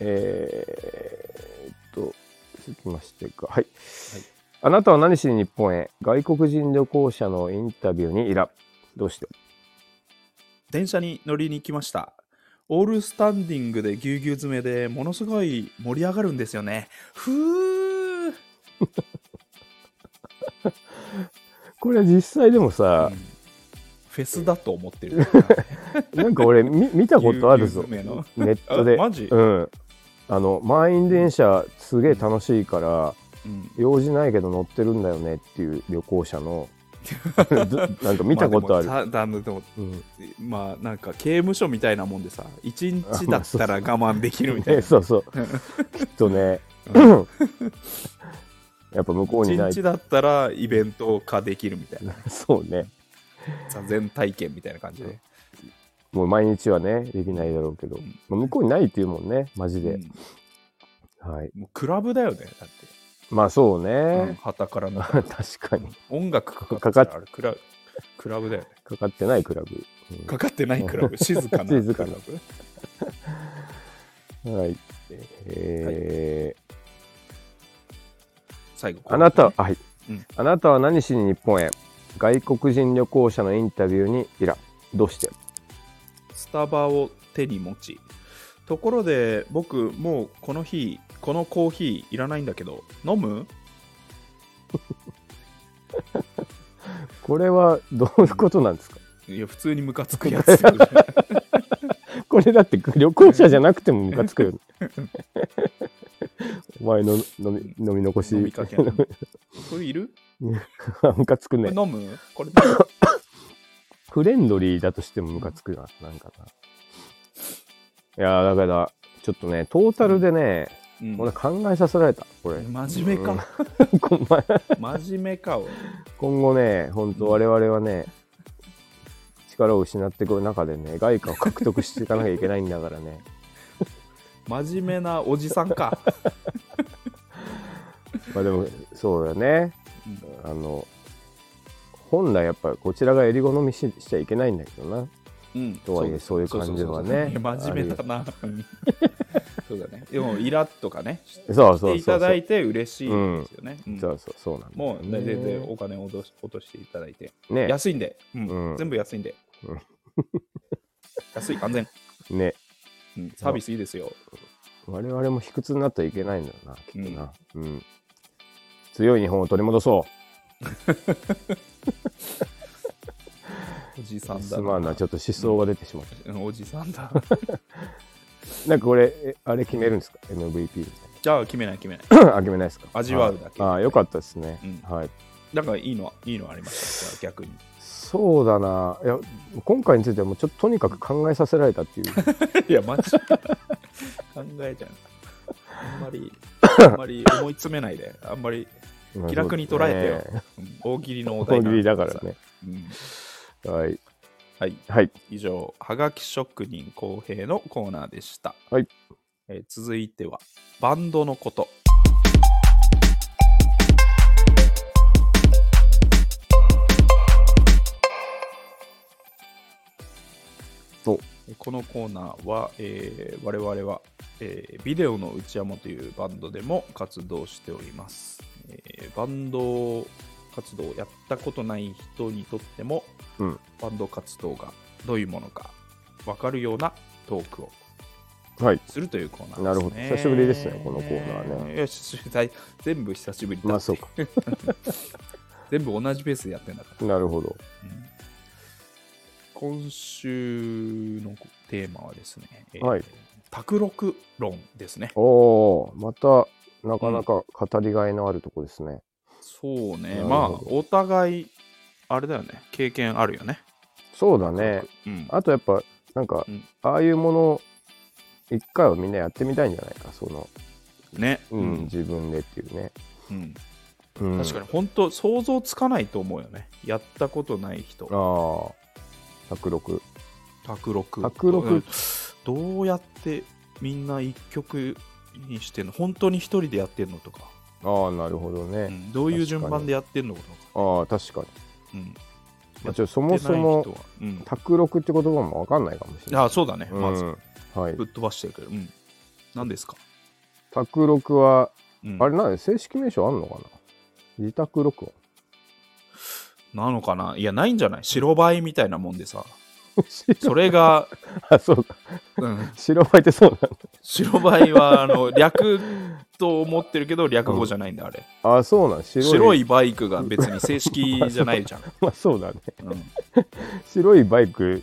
Speaker 2: えーっと続きましてかはい。あなたは何しに日本へ外国人旅行者のインタビューにイラどうして
Speaker 1: 電車に乗りに来ましたオールスタンディングでぎゅうぎゅう詰めでものすごい盛り上がるんですよねふー、
Speaker 2: これ実際でもさ
Speaker 1: うん、フェスだと思ってる
Speaker 2: <laughs> なんか俺み見たことあるぞ
Speaker 1: ぎゅうぎゅう詰
Speaker 2: ネッ
Speaker 1: あ
Speaker 2: トで
Speaker 1: マジ、
Speaker 2: うん、あの満員電車すげえ楽しいから
Speaker 1: うん
Speaker 2: 用事ないけど乗ってるんだよねっていう旅行者
Speaker 1: <laughs>
Speaker 2: のずなんか見たことある、
Speaker 1: までもさだでも
Speaker 2: うん
Speaker 1: まあなんか刑務所みたいなもんでさ一日だった
Speaker 2: <laughs>
Speaker 1: ら我慢できるみたい
Speaker 2: ね、
Speaker 1: な
Speaker 2: <laughs> そ
Speaker 1: <laughs>
Speaker 2: うそうきっとね、
Speaker 1: う
Speaker 2: やっぱ向こう
Speaker 1: 一
Speaker 2: にない
Speaker 1: 日だったらイベント化できるみたいな
Speaker 2: そうね
Speaker 1: 座禅体験みたいな感じで、
Speaker 2: もう毎日はねできないだろうけど、
Speaker 1: うん
Speaker 2: まあ向こうにないっていうもんねマジで
Speaker 1: う、ん
Speaker 2: はい
Speaker 1: もうクラブだよねだって
Speaker 2: まあそうね、
Speaker 1: はたからの
Speaker 2: <laughs> 確かに
Speaker 1: 音楽かかって
Speaker 2: かかっ
Speaker 1: あれクラクラブだよね
Speaker 2: かかってないクラブ、うん <laughs>
Speaker 1: かかってないクラブ、静かな
Speaker 2: 静かな
Speaker 1: クラブ
Speaker 2: はい。
Speaker 1: で
Speaker 2: えー
Speaker 1: 最後
Speaker 2: あなたは、はい、
Speaker 1: うん
Speaker 2: あなたは何しに日本へ外国人旅行者のインタビューにイラ。どうして
Speaker 1: スタバを手に持ちところで僕もうこの日このコーヒーいらないんだけど飲む
Speaker 2: これはどういうことなんですか
Speaker 1: いや普通にムカつくやつい
Speaker 2: これだって旅行者じゃなくてもムカつくよね。お前の飲み飲み残し、
Speaker 1: 飲みかけないこれいる、
Speaker 2: ムカつく
Speaker 1: これ
Speaker 2: ね。
Speaker 1: 飲む
Speaker 2: <laughs>
Speaker 1: これ
Speaker 2: フレンドリーだとしてもムカつくな、なんかな。いやーだから、ちょっとね、トータルでね、
Speaker 1: うん
Speaker 2: 俺考えさせられた、これ。
Speaker 1: 真面目か
Speaker 2: うん。 <laughs> こんま
Speaker 1: 真面目かを
Speaker 2: 今後ね、本当我々はね、力を失っていく中でね、外貨を獲得していかなきゃいけないんだか
Speaker 1: <laughs>
Speaker 2: らね。
Speaker 1: 真面目なおじさんか
Speaker 2: まあでも、そうだね
Speaker 1: うん。
Speaker 2: あの、本来やっぱこちらがえり好みししちゃいけないんだけどな。
Speaker 1: うん
Speaker 2: とはいえそういう感じはね
Speaker 1: そうそうそうそういや真面目だなうんそうだねでもイラッとかねし
Speaker 2: そうそうそうそ
Speaker 1: て
Speaker 2: う。
Speaker 1: いただいて嬉しいですよね、うん
Speaker 2: そうそうそうなんだ
Speaker 1: も
Speaker 2: よ
Speaker 1: う
Speaker 2: ね、
Speaker 1: 全然お金を落とし落としていただいて
Speaker 2: ね
Speaker 1: 安いんで、うん
Speaker 2: うん
Speaker 1: 全部安いんで、
Speaker 2: うん
Speaker 1: 安い安全、
Speaker 2: ね <laughs>
Speaker 1: うんサービスいいですよ
Speaker 2: 我々も卑屈になってはいけないんだよな、きっとな。うん。強い日本を取り戻そ
Speaker 1: おじさ
Speaker 2: う。
Speaker 1: ん
Speaker 2: す
Speaker 1: だ
Speaker 2: まんな、ちょっと思想が出てしまった。
Speaker 1: うんおじさんだ <laughs>
Speaker 2: なんかこれ、えあれ決めるんですか ?MVP み
Speaker 1: じゃあ決めない決めない
Speaker 2: たい <laughs> な。あ、決めないですか
Speaker 1: 味わうだけ
Speaker 2: ああ、よかったですね。
Speaker 1: う
Speaker 2: はい。
Speaker 1: なんかいいのいいのありました
Speaker 2: <laughs>
Speaker 1: じゃあ逆に
Speaker 2: そうだな。いや、今回についてはもうちょっととにかく考えさせられたっ
Speaker 1: <laughs>
Speaker 2: ていう。
Speaker 1: いやマジ考えちゃうあんま
Speaker 2: <laughs>
Speaker 1: りあんまり思い詰めないであんまり気楽に捉えてよ、うん大喜利のお
Speaker 2: そうです
Speaker 1: 題
Speaker 2: ね。大
Speaker 1: な
Speaker 2: 喜
Speaker 1: ん
Speaker 2: 利だか
Speaker 1: さ
Speaker 2: らね。
Speaker 1: うん
Speaker 2: はい。
Speaker 1: はい
Speaker 2: はい。
Speaker 1: 以上はがき職人公平のコーナーでした、
Speaker 2: はい
Speaker 1: えー続いてはバンドのこと
Speaker 2: お
Speaker 1: えーこのコーナーは、えー我々は、えービデオの内山というバンドでも活動しております、えーバンド活動をやったことない人にとっても
Speaker 2: うん。
Speaker 1: バンド活動がどういうものか分かるようなトークを
Speaker 2: はい。
Speaker 1: するというコーナーです、ね。
Speaker 2: なるほど久しぶりですねこのコーナーね
Speaker 1: ね。よし、だい全部久しぶりだ、
Speaker 2: まあそうか。
Speaker 1: 全部同じペースでやってんだから。
Speaker 2: なるほど。
Speaker 1: うん今週のテーマはですね、え
Speaker 2: はい
Speaker 1: 卓録論ですね。
Speaker 2: おお、また、なかなか語りがいのあるとこですね。
Speaker 1: そうね、
Speaker 2: なるほど
Speaker 1: まあ、お互い、あれだよね、経験あるよね。
Speaker 2: そうだね。
Speaker 1: うん、
Speaker 2: あとやっぱ、なんか、
Speaker 1: うん
Speaker 2: ああいうもの、一回はみんなやってみたいんじゃないか、その、
Speaker 1: ね、
Speaker 2: うん
Speaker 1: うん
Speaker 2: 自分でっていうね。
Speaker 1: うん
Speaker 2: うん
Speaker 1: 確かに、本当、想像つかないと思うよね。やったことない人。
Speaker 2: ああ、106。
Speaker 1: 卓六
Speaker 2: 卓六
Speaker 1: うんどうやってみんな一曲にしてんの本当に一人でやってんのとか、
Speaker 2: ああ、なるほど
Speaker 1: う
Speaker 2: ね。
Speaker 1: んどういう順番でやってんのとか、
Speaker 2: ああ、確かに。
Speaker 1: うん、
Speaker 2: まあ、ちょそもそも、
Speaker 1: やってない人は、
Speaker 2: 106って言葉もわかんないかもし
Speaker 1: う
Speaker 2: れ
Speaker 1: ん、
Speaker 2: ない。
Speaker 1: あそうだね、まず
Speaker 2: うん、はい
Speaker 1: ぶ。っ飛ばしてるけど、うん、何ですか、
Speaker 2: 106は、
Speaker 1: うん、
Speaker 2: あれなんで正式名称あんのかな自宅
Speaker 1: <laughs>
Speaker 2: 録音。
Speaker 1: なのかないやないんじゃない白バイみたいなもんでさ
Speaker 2: 白
Speaker 1: それ
Speaker 2: <laughs>
Speaker 1: が、
Speaker 2: あ、そうか。
Speaker 1: うん、
Speaker 2: 白バイってそうなんだ。
Speaker 1: 白バイはあの略と思ってるけど略語じゃないんだあれ、
Speaker 2: ああ、そうなん。白い。
Speaker 1: 白いバイクが別に正式じゃないじゃん、
Speaker 2: <laughs> まあそうだね。
Speaker 1: うん
Speaker 2: 白いバイクっ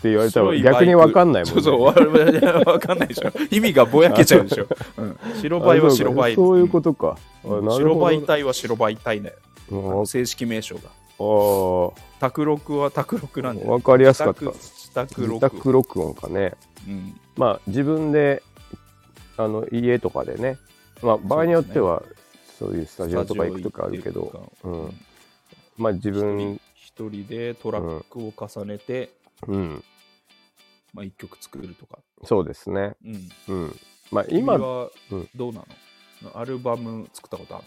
Speaker 2: て言われたら
Speaker 1: 白いバイク
Speaker 2: 逆にわかんないもん
Speaker 1: そ
Speaker 2: ね。
Speaker 1: うそう、わわかんないでしょ。意味がぼやけちゃうでしょ。うん白バイは白バイ。
Speaker 2: あそうかそういうことか。あ
Speaker 1: うん
Speaker 2: なる
Speaker 1: 白
Speaker 2: ほど
Speaker 1: バイ隊は白バイ隊だよ。
Speaker 2: うん
Speaker 1: 正式名称が。
Speaker 2: あ
Speaker 1: 卓六は卓六なんだ
Speaker 2: あ、わかりやすかった。
Speaker 1: 卓
Speaker 2: 自
Speaker 1: 六。
Speaker 2: 宅録音かね。
Speaker 1: うん
Speaker 2: まあ自分で、あの、家とかでね。まあ場合によっては、そういうスタジオとか行くとかあるけ
Speaker 1: スタジオ行
Speaker 2: ど
Speaker 1: っ、て
Speaker 2: う
Speaker 1: るとか
Speaker 2: ん。まあ自分、
Speaker 1: 一人でトラックを重ねて、
Speaker 2: うん。
Speaker 1: まあ一曲作るとか。
Speaker 2: そうですね。
Speaker 1: うん
Speaker 2: うん。まあ
Speaker 1: 今
Speaker 2: 今、
Speaker 1: は
Speaker 2: うん
Speaker 1: どうなのアルバム作ったことある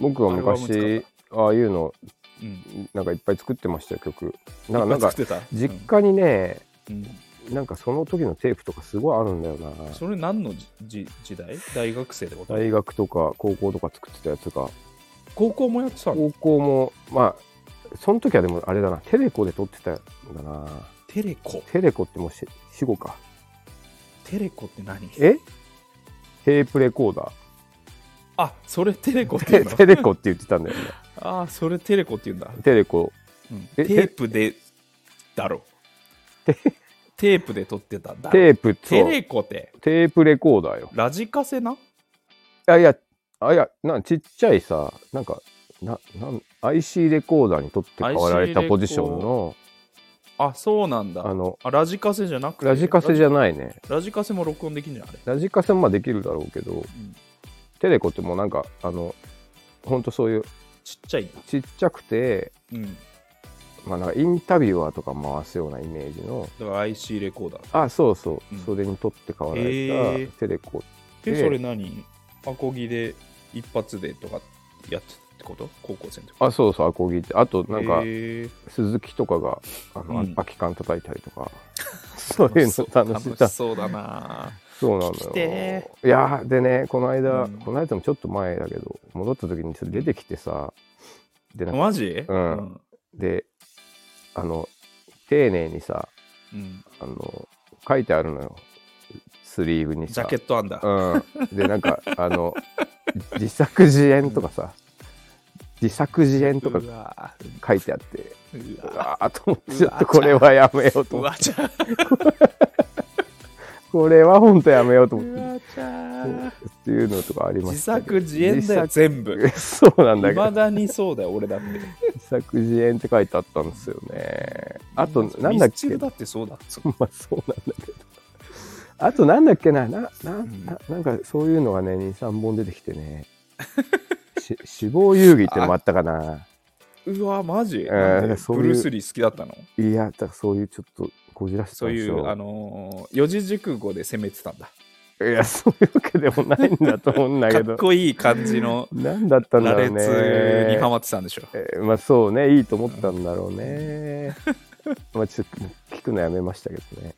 Speaker 2: 僕は
Speaker 1: アルバム
Speaker 2: 昔、ああいうの、
Speaker 1: のうん
Speaker 2: なんかいっぱい作ってましたよ、曲。なん
Speaker 1: い
Speaker 2: か、なん
Speaker 1: っぱい
Speaker 2: か
Speaker 1: 作ってた
Speaker 2: 実家にね、
Speaker 1: うん
Speaker 2: なんかその時のテープとかすごいあるんだよな。
Speaker 1: それ何のじじ時代大学生ってこと
Speaker 2: 大学とか高校とか作ってたやつが、
Speaker 1: 高校もやってたの
Speaker 2: 高校も、まあ、その時はでもあれだな、テレコで撮ってたんだな。
Speaker 1: テレコ
Speaker 2: テレコってもうし死後か。
Speaker 1: テレコって何
Speaker 2: えテープレコーダ
Speaker 1: あそれテレコっ
Speaker 2: ー。
Speaker 1: て言
Speaker 2: テ
Speaker 1: うの
Speaker 2: テレコって言ってたんだよね。
Speaker 1: ああそれテレコって言うんだ、
Speaker 2: テレコ。
Speaker 1: うんテ
Speaker 2: え
Speaker 1: ープでだろテープで撮ってたんだ
Speaker 2: テープと
Speaker 1: テレコって
Speaker 2: テープレコーダーよ。
Speaker 1: ラジカセない
Speaker 2: やいや、あいや、なんちっちゃいさ、なんか、ななん IC レコーダーに取って代わられた
Speaker 1: IC
Speaker 2: ポジションの、
Speaker 1: あそうなんだ
Speaker 2: あの、
Speaker 1: あラジカセじゃなくて
Speaker 2: ラジカセじ
Speaker 1: ゃ
Speaker 2: ゃないね。
Speaker 1: ラジカセも録音できんじゃんあれ、
Speaker 2: ラジカセもまあできるだろうけど、
Speaker 1: うん
Speaker 2: テレコってもうなんか、あの、ほんとそういう
Speaker 1: ちっちゃいんだ
Speaker 2: ちっちゃくて、
Speaker 1: うん
Speaker 2: まあなんかインタビュアーとか回すようなイメージの、
Speaker 1: だから IC レコーダー
Speaker 2: あ、そうそう、
Speaker 1: うん
Speaker 2: それに取って代わら
Speaker 1: へ
Speaker 2: れ
Speaker 1: ー
Speaker 2: たテレコ。
Speaker 1: で
Speaker 2: で
Speaker 1: それ何アコギで一発でとかやってたってこと高校生の時
Speaker 2: あ、そうそう、アコギって。あと、なんか、
Speaker 1: へー
Speaker 2: 鈴木とかが、あの、
Speaker 1: うん
Speaker 2: 空き缶叩いたりと
Speaker 1: <laughs>
Speaker 2: か、そういうの楽しさ
Speaker 1: 楽し。そうだな
Speaker 2: そうなの
Speaker 1: 聞き
Speaker 2: よ
Speaker 1: て。
Speaker 2: いやーでねこの間、
Speaker 1: うん
Speaker 2: この間もちょっと前だけど戻った時にちょっと出てきてさでなんか
Speaker 1: マジ
Speaker 2: うんであの丁寧にさ
Speaker 1: うん
Speaker 2: あの書いてあるのよスリーブに
Speaker 1: ジ
Speaker 2: さ
Speaker 1: ャケットあんだ
Speaker 2: うん、でなんかあの自作自演とかさ、自作自演とか
Speaker 1: うわー
Speaker 2: 書いてあって
Speaker 1: う
Speaker 2: う
Speaker 1: わ
Speaker 2: わーと思ってちょっとこれはやめよう
Speaker 1: ー
Speaker 2: と
Speaker 1: う
Speaker 2: 思
Speaker 1: わ
Speaker 2: って
Speaker 1: ちゃー
Speaker 2: これは本当やめようと思
Speaker 1: う
Speaker 2: って
Speaker 1: わちゃー
Speaker 2: っていうのとかありま
Speaker 1: 自
Speaker 2: したけど
Speaker 1: 作自演だよ
Speaker 2: 自
Speaker 1: 全部
Speaker 2: 作そうなんだ
Speaker 1: い
Speaker 2: けど
Speaker 1: まだにそうだよ俺だって
Speaker 2: 自作自演って書いてあったんですよね。あと、なんだっ
Speaker 1: ミスチ
Speaker 2: け
Speaker 1: ルだってそうだそ
Speaker 2: まあそうなんだけど。あと、なんだっけな、な、な、ななんかそういうのがね、2、3本出てきて
Speaker 1: <laughs>
Speaker 2: ね。し死亡遊戯ってのもあったかな。
Speaker 1: うわマジ、
Speaker 2: ー
Speaker 1: なんで
Speaker 2: そういう
Speaker 1: ブルース・リー好きだったの
Speaker 2: いや、だからそういうちょっとこじらせて
Speaker 1: そ
Speaker 2: た
Speaker 1: うん
Speaker 2: で
Speaker 1: い
Speaker 2: す
Speaker 1: うあ
Speaker 2: よ。
Speaker 1: のー四字熟語で攻めてたんだ
Speaker 2: いや、そういうわけでもないんだと思うんだ
Speaker 1: か
Speaker 2: け
Speaker 1: っ <laughs>
Speaker 2: ど。
Speaker 1: こいい感じの
Speaker 2: なんだったんだ
Speaker 1: 羅
Speaker 2: ろう
Speaker 1: 列にハ
Speaker 2: ね。
Speaker 1: マってたんでしょ
Speaker 2: えーまあそうね、いいと思ったんだろうね。 <laughs> まあちょっと聞くのやめましたけどね。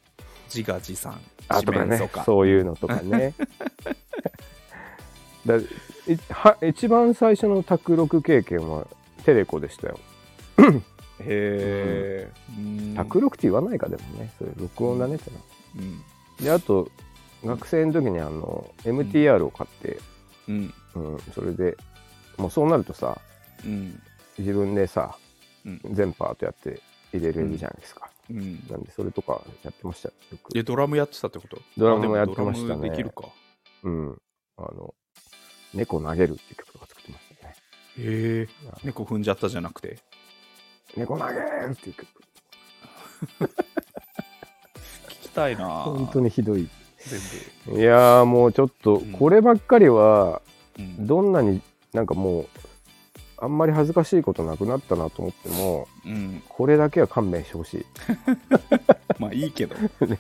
Speaker 1: 自画自賛
Speaker 2: あ
Speaker 1: 四
Speaker 2: とか
Speaker 1: 面
Speaker 2: ね
Speaker 1: 楚歌
Speaker 2: そういうのとかね <laughs> だいは一番最初の卓録経験はテレコでしたよ
Speaker 1: へえ、うん
Speaker 2: 卓録って言わないかでもねそれ録音だねってな
Speaker 1: うん
Speaker 2: であと学生の時にあの MTR を買って、
Speaker 1: うん
Speaker 2: うんそれでもうそうなるとさ
Speaker 1: うん
Speaker 2: 自分でさ、
Speaker 1: うん
Speaker 2: 全パートやって入れれるじゃないですか、
Speaker 1: うん
Speaker 2: なんでそれとかやってましたよよ
Speaker 1: え
Speaker 2: く
Speaker 1: ドラムやってたってこと
Speaker 2: ドラムもやってま
Speaker 1: あで
Speaker 2: したね
Speaker 1: もドラムできるか
Speaker 2: うんあの「猫投げる」っていう曲とか作ってましたね
Speaker 1: へえ
Speaker 2: いや
Speaker 1: 猫踏んじゃったじゃなくて
Speaker 2: 「猫投げる」っていう曲
Speaker 1: 聞きたいな
Speaker 2: 本当
Speaker 1: に
Speaker 2: にひどい
Speaker 1: 全
Speaker 2: いやーもうちょっと
Speaker 1: ん
Speaker 2: こればっかりは
Speaker 1: 部、うん
Speaker 2: どんなになんかもうあんまり恥ずかしいことなくなったなと思っても
Speaker 1: うん
Speaker 2: これだけは勘弁してほしい
Speaker 1: まあいいけど、
Speaker 2: ね
Speaker 1: うん
Speaker 2: っ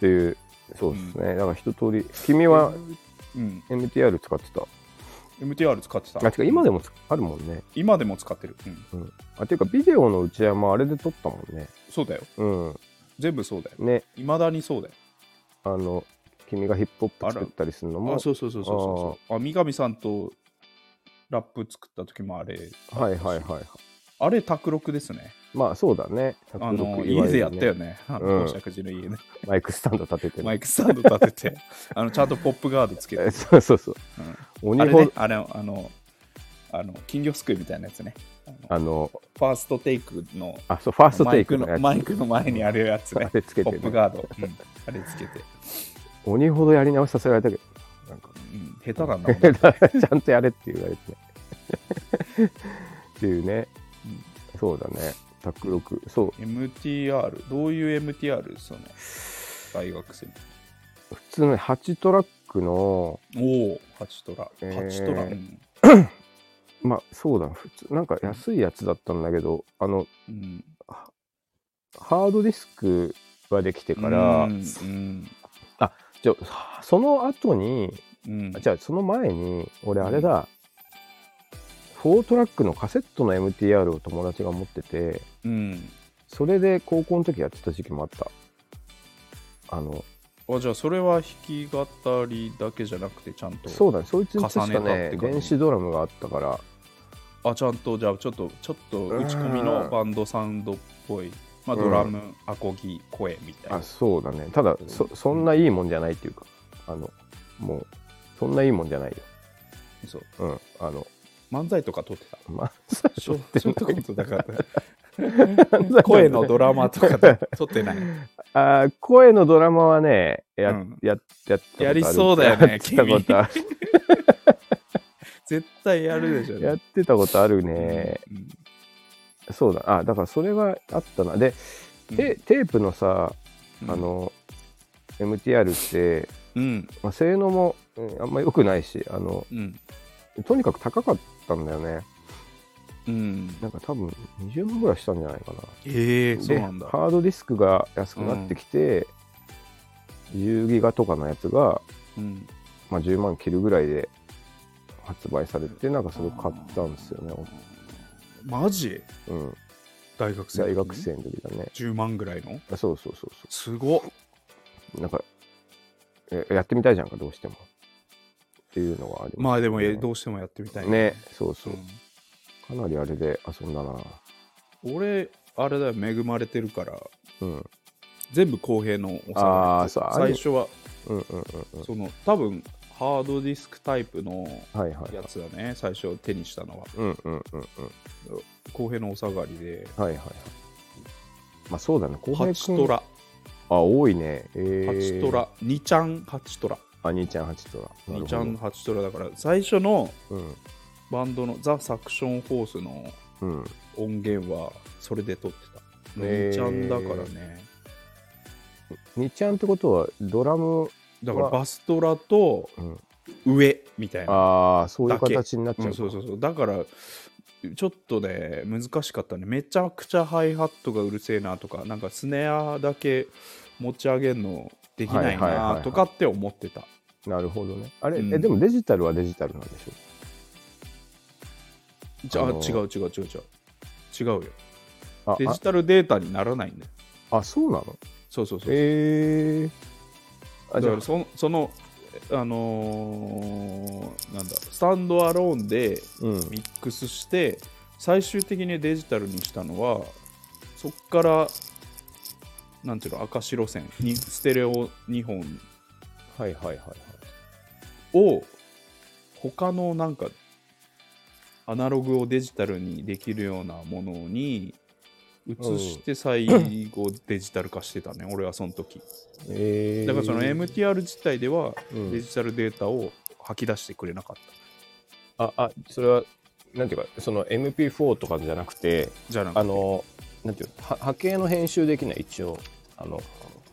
Speaker 2: ていうそうですねだから一通り君は
Speaker 1: うん、
Speaker 2: MTR 使ってた
Speaker 1: MTR 使ってた
Speaker 2: あてか今でもつあるもんね
Speaker 1: 今でも使ってる、うん、
Speaker 2: あていうかビデオの内山あれで撮ったもんね
Speaker 1: そうだよ
Speaker 2: うん
Speaker 1: 全部そうだよ
Speaker 2: ね
Speaker 1: いまだにそうだよ
Speaker 2: あの君がヒップホップ作ったりするのも
Speaker 1: あそうそうそうそうそうそうあ三上さんとラップ作った時もあれ
Speaker 2: はいはいはい
Speaker 1: あれ卓録ですね
Speaker 2: まあそうだね
Speaker 1: あの
Speaker 2: 106いわ
Speaker 1: 家
Speaker 2: ゆ
Speaker 1: でやっ
Speaker 2: るね
Speaker 1: たよねあ
Speaker 2: う
Speaker 1: の
Speaker 2: ん
Speaker 1: 公爵寺の家ね
Speaker 2: マイクスタンド立てて
Speaker 1: マ
Speaker 2: ね
Speaker 1: イクスタンド立て <laughs> てあのちゃんとポップガードつけて、
Speaker 2: そうそうそう
Speaker 1: うんあ
Speaker 2: 鬼
Speaker 1: れ
Speaker 2: ほ
Speaker 1: ね
Speaker 2: ど
Speaker 1: あれあのあの金魚すくいみたいなやつねあの
Speaker 2: あの
Speaker 1: ファーストテイクの
Speaker 2: あそうファースト
Speaker 1: マ
Speaker 2: テ
Speaker 1: イ
Speaker 2: イク
Speaker 1: ク
Speaker 2: のや
Speaker 1: の
Speaker 2: つ
Speaker 1: マイクの前にあるやつね
Speaker 2: あれつけて
Speaker 1: ポ
Speaker 2: ね
Speaker 1: ップガード、うんあれつけて、
Speaker 2: 鬼ほどやり直しさせられたけどなんか
Speaker 1: うん、下手なんだもん <laughs>
Speaker 2: ちゃんとやれって言われてねっていうね、そうだねタックロクそう
Speaker 1: MTR どういう MTR その大学生
Speaker 2: 普通の8トラックの
Speaker 1: おお8トラ
Speaker 2: えー
Speaker 1: 8トラ、うん
Speaker 2: まあそうだ普通なんか安いやつだったんだけどあの
Speaker 1: うん、
Speaker 2: ハードディスクができてから、
Speaker 1: うんうん
Speaker 2: じゃあその後に
Speaker 1: うん
Speaker 2: あ、じゃあその前に俺あれだ、4トラックのカセットの MTR を友達が持ってて
Speaker 1: うん
Speaker 2: それで高校の時やってた時期もあった。あの、
Speaker 1: あじゃあそれは弾き語りだけじゃなくてちゃんと
Speaker 2: そうだね、そいつに確
Speaker 1: 重
Speaker 2: か
Speaker 1: ねたっ
Speaker 2: ね
Speaker 1: て、感じ
Speaker 2: 電子ドラムがあったから、
Speaker 1: あちゃんとじゃあちょっとちょっと打ち込みのバンドサウンドっぽい、まあ、
Speaker 2: うん
Speaker 1: ドラム、アコギ声みたい
Speaker 2: あ
Speaker 1: な
Speaker 2: そうだね。ただそ、そんないいもんじゃないっていうか、あの、もう、そんないいもんじゃないよ。
Speaker 1: そう
Speaker 2: うん。あの、
Speaker 1: 漫才とか撮ってた
Speaker 2: まあ、最
Speaker 1: ショ
Speaker 2: 初
Speaker 1: ショートコント <laughs> だから声のドラマとか撮ってない
Speaker 2: あー声のドラマはね、や、
Speaker 1: うん
Speaker 2: や、やったことある
Speaker 1: やりそうだよね
Speaker 2: <laughs> やってたことあ
Speaker 1: 絶対やるでしょ、
Speaker 2: る。やってたことあるね。
Speaker 1: うん
Speaker 2: そうだ。あ、だからそれはあったな。で、
Speaker 1: うん
Speaker 2: テテープのさ、
Speaker 1: うん
Speaker 2: あの、MTR って、
Speaker 1: うん
Speaker 2: まあ、性能も、うんあんま良くないし、あの、
Speaker 1: うん
Speaker 2: とにかく高かったんだよね。
Speaker 1: うん
Speaker 2: なんか多分20万ぐらいしたんじゃないかな。
Speaker 1: ええ
Speaker 2: で
Speaker 1: そうなんだ
Speaker 2: ハードディスクが安くなってきて、10ギガとかのやつが、
Speaker 1: うん
Speaker 2: まあ、10万切るぐらいで発売されてなんかそれ買ったんですよね、
Speaker 1: マジ
Speaker 2: うん、
Speaker 1: 大学生の時
Speaker 2: 大学生の時だね
Speaker 1: 10万ぐらいの
Speaker 2: あそうそうそうそ
Speaker 1: すごっ
Speaker 2: うなんかえやってみたいじゃんかどうしてもっていうのがあり
Speaker 1: まあでもえ
Speaker 2: ね
Speaker 1: どうしてもやってみたい
Speaker 2: ねそうそう
Speaker 1: うん
Speaker 2: かなりあれで遊んだな
Speaker 1: 俺あれだよ恵まれてるから
Speaker 2: うん
Speaker 1: 全部公平のお皿
Speaker 2: あーそうあれ
Speaker 1: 最初は
Speaker 2: うんうんうん
Speaker 1: その多分ハードディスクタイプの
Speaker 2: うんはいはい
Speaker 1: やつだね最初手にしたのは
Speaker 2: うんうんうんうん
Speaker 1: 公平のお下がりで
Speaker 2: はいはいはいまあそうだね後輩
Speaker 1: 8ト
Speaker 2: 君
Speaker 1: ラ
Speaker 2: あ多いねえ
Speaker 1: 8
Speaker 2: ー、
Speaker 1: トラ2ちゃん8トラ
Speaker 2: あ兄ちゃん8トラな
Speaker 1: 2
Speaker 2: るほ
Speaker 1: ちゃ
Speaker 2: ど
Speaker 1: ん8トラだから最初の
Speaker 2: うん
Speaker 1: バンドのザ・サクション・ホースの
Speaker 2: うん
Speaker 1: 音源はそれで撮ってた
Speaker 2: へー
Speaker 1: 2ちゃんだからね
Speaker 2: 2ちゃんってことはドラム
Speaker 1: だからバストラと
Speaker 2: うん
Speaker 1: 上みたいな
Speaker 2: ああそうい
Speaker 1: だ
Speaker 2: う
Speaker 1: け
Speaker 2: 形になっちゃう
Speaker 1: うん、
Speaker 2: か、
Speaker 1: そうそうそうだからちょっとね難しかったねめちゃくちゃハイハットがうるせえなとかなんかスネアだけ持ち上げるのできない
Speaker 2: はいはいはいは
Speaker 1: ないとかって思ってた、
Speaker 2: なるほどねあれ、
Speaker 1: うん
Speaker 2: えでもデジタルはデジタルなんでしょ
Speaker 1: じゃあ、
Speaker 2: あの
Speaker 1: 違う違う違う違う違うよ
Speaker 2: あ
Speaker 1: デジタルデータにならないんだよ
Speaker 2: ああそうなの
Speaker 1: そうそうそう、
Speaker 2: へえー、あじ
Speaker 1: だか
Speaker 2: ゃあ
Speaker 1: らそのそのあのーなんだスタンドアローンで
Speaker 2: うん
Speaker 1: ミックスして最終的にデジタルにしたのはそっからなんていうの赤白線にステレオ2本
Speaker 2: はいはいはいはい
Speaker 1: を他のなんかアナログをデジタルにできるようなものに移して最後デジタル化してた
Speaker 2: <laughs>
Speaker 1: ね俺はその時
Speaker 2: えー、
Speaker 1: だからその MTR 自体では
Speaker 2: うん
Speaker 1: デジタルデータを吐き出してくれなかった
Speaker 2: ああそれはなんていうかその MP4 とかじゃなくて
Speaker 1: じゃあなん
Speaker 2: あ
Speaker 1: か
Speaker 2: のなんていうのは波形の編集できない一応あの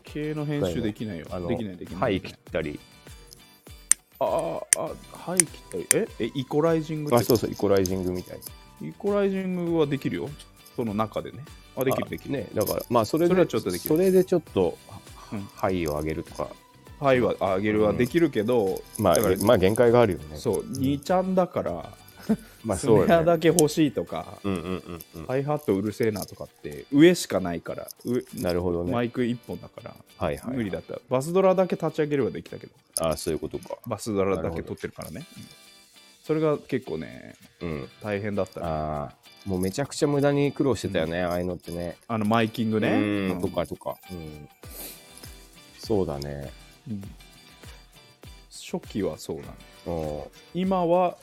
Speaker 1: 系の編集できないよ
Speaker 2: あの
Speaker 1: できないできない
Speaker 2: はい切ったり
Speaker 1: ああ、あはい、切ったり。ええ、イコライジングっ
Speaker 2: あ
Speaker 1: て
Speaker 2: そうそうイコライジングみたいな
Speaker 1: イコライジングはできるよ。その中でね。あ、できる
Speaker 2: あ
Speaker 1: できる。
Speaker 2: ねだからまあそれで
Speaker 1: それはちょっとできる
Speaker 2: それでちょっと
Speaker 1: うん
Speaker 2: 範囲を上げるとか
Speaker 1: はいはあげるはできるけど、
Speaker 2: まあ
Speaker 1: だから、
Speaker 2: まあ限界があるよね
Speaker 1: そう、2ちゃんだから、
Speaker 2: まあ
Speaker 1: ス
Speaker 2: そう
Speaker 1: ネ
Speaker 2: よ
Speaker 1: ア
Speaker 2: ね
Speaker 1: だけ欲しいとか、
Speaker 2: うんうんうんうん
Speaker 1: ハイハットうるせえなとかって、上しかないから、上
Speaker 2: なるほどね
Speaker 1: マ
Speaker 2: はい
Speaker 1: イク1本だから、
Speaker 2: はいはい
Speaker 1: 無理だった。バスドラだけ立ち上げればできたけど、
Speaker 2: ああそういうことか
Speaker 1: バスドラだ
Speaker 2: なるほ
Speaker 1: け
Speaker 2: ど
Speaker 1: 撮ってるからね。うんそれが結構ね、
Speaker 2: うん
Speaker 1: 大変だったね。あ
Speaker 2: ああもうめちゃくちゃ無駄に苦労してたよねああいうのってね
Speaker 1: の、マイキングね。
Speaker 2: う
Speaker 1: うんん
Speaker 2: とかとかうんそうだね
Speaker 1: うん初期はそうなの
Speaker 2: うん
Speaker 1: 今は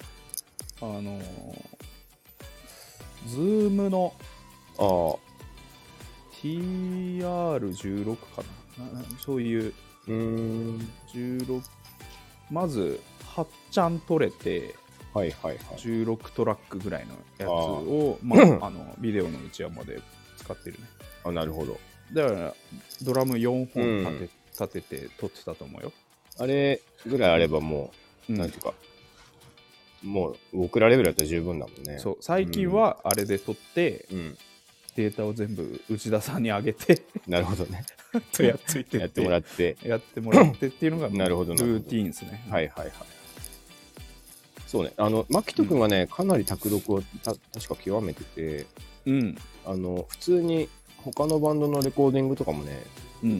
Speaker 1: あのー、ズームの
Speaker 2: ああ
Speaker 1: TR16 かなななそういう
Speaker 2: うん
Speaker 1: 16まず8ちゃん取れて
Speaker 2: はいはいはい
Speaker 1: 16トラックぐらいのやつ
Speaker 2: あ
Speaker 1: をまあ、あのビデオのうちわまで使ってるね
Speaker 2: あなるほど
Speaker 1: だからドラム4本立て,、
Speaker 2: うん
Speaker 1: 立てて撮ってたと思うよ、
Speaker 2: あれぐらいあればも
Speaker 1: う
Speaker 2: うんなんていうかもう送られるだったら十分だもんね
Speaker 1: そう最近はあれで撮って、
Speaker 2: うん
Speaker 1: データを全部内田さんにあげて <laughs>
Speaker 2: なるほどね
Speaker 1: とやっついて
Speaker 2: やってもらって
Speaker 1: やってもらってっていうのが
Speaker 2: なるほどなるほど
Speaker 1: ルーティーンですね。
Speaker 2: はいはいはい。そうね、あの、牧人君がね、かなり卓読をた確か極めてて、
Speaker 1: うん。
Speaker 2: あの、普通に他のバンドのレコーディングとかもね、
Speaker 1: うん。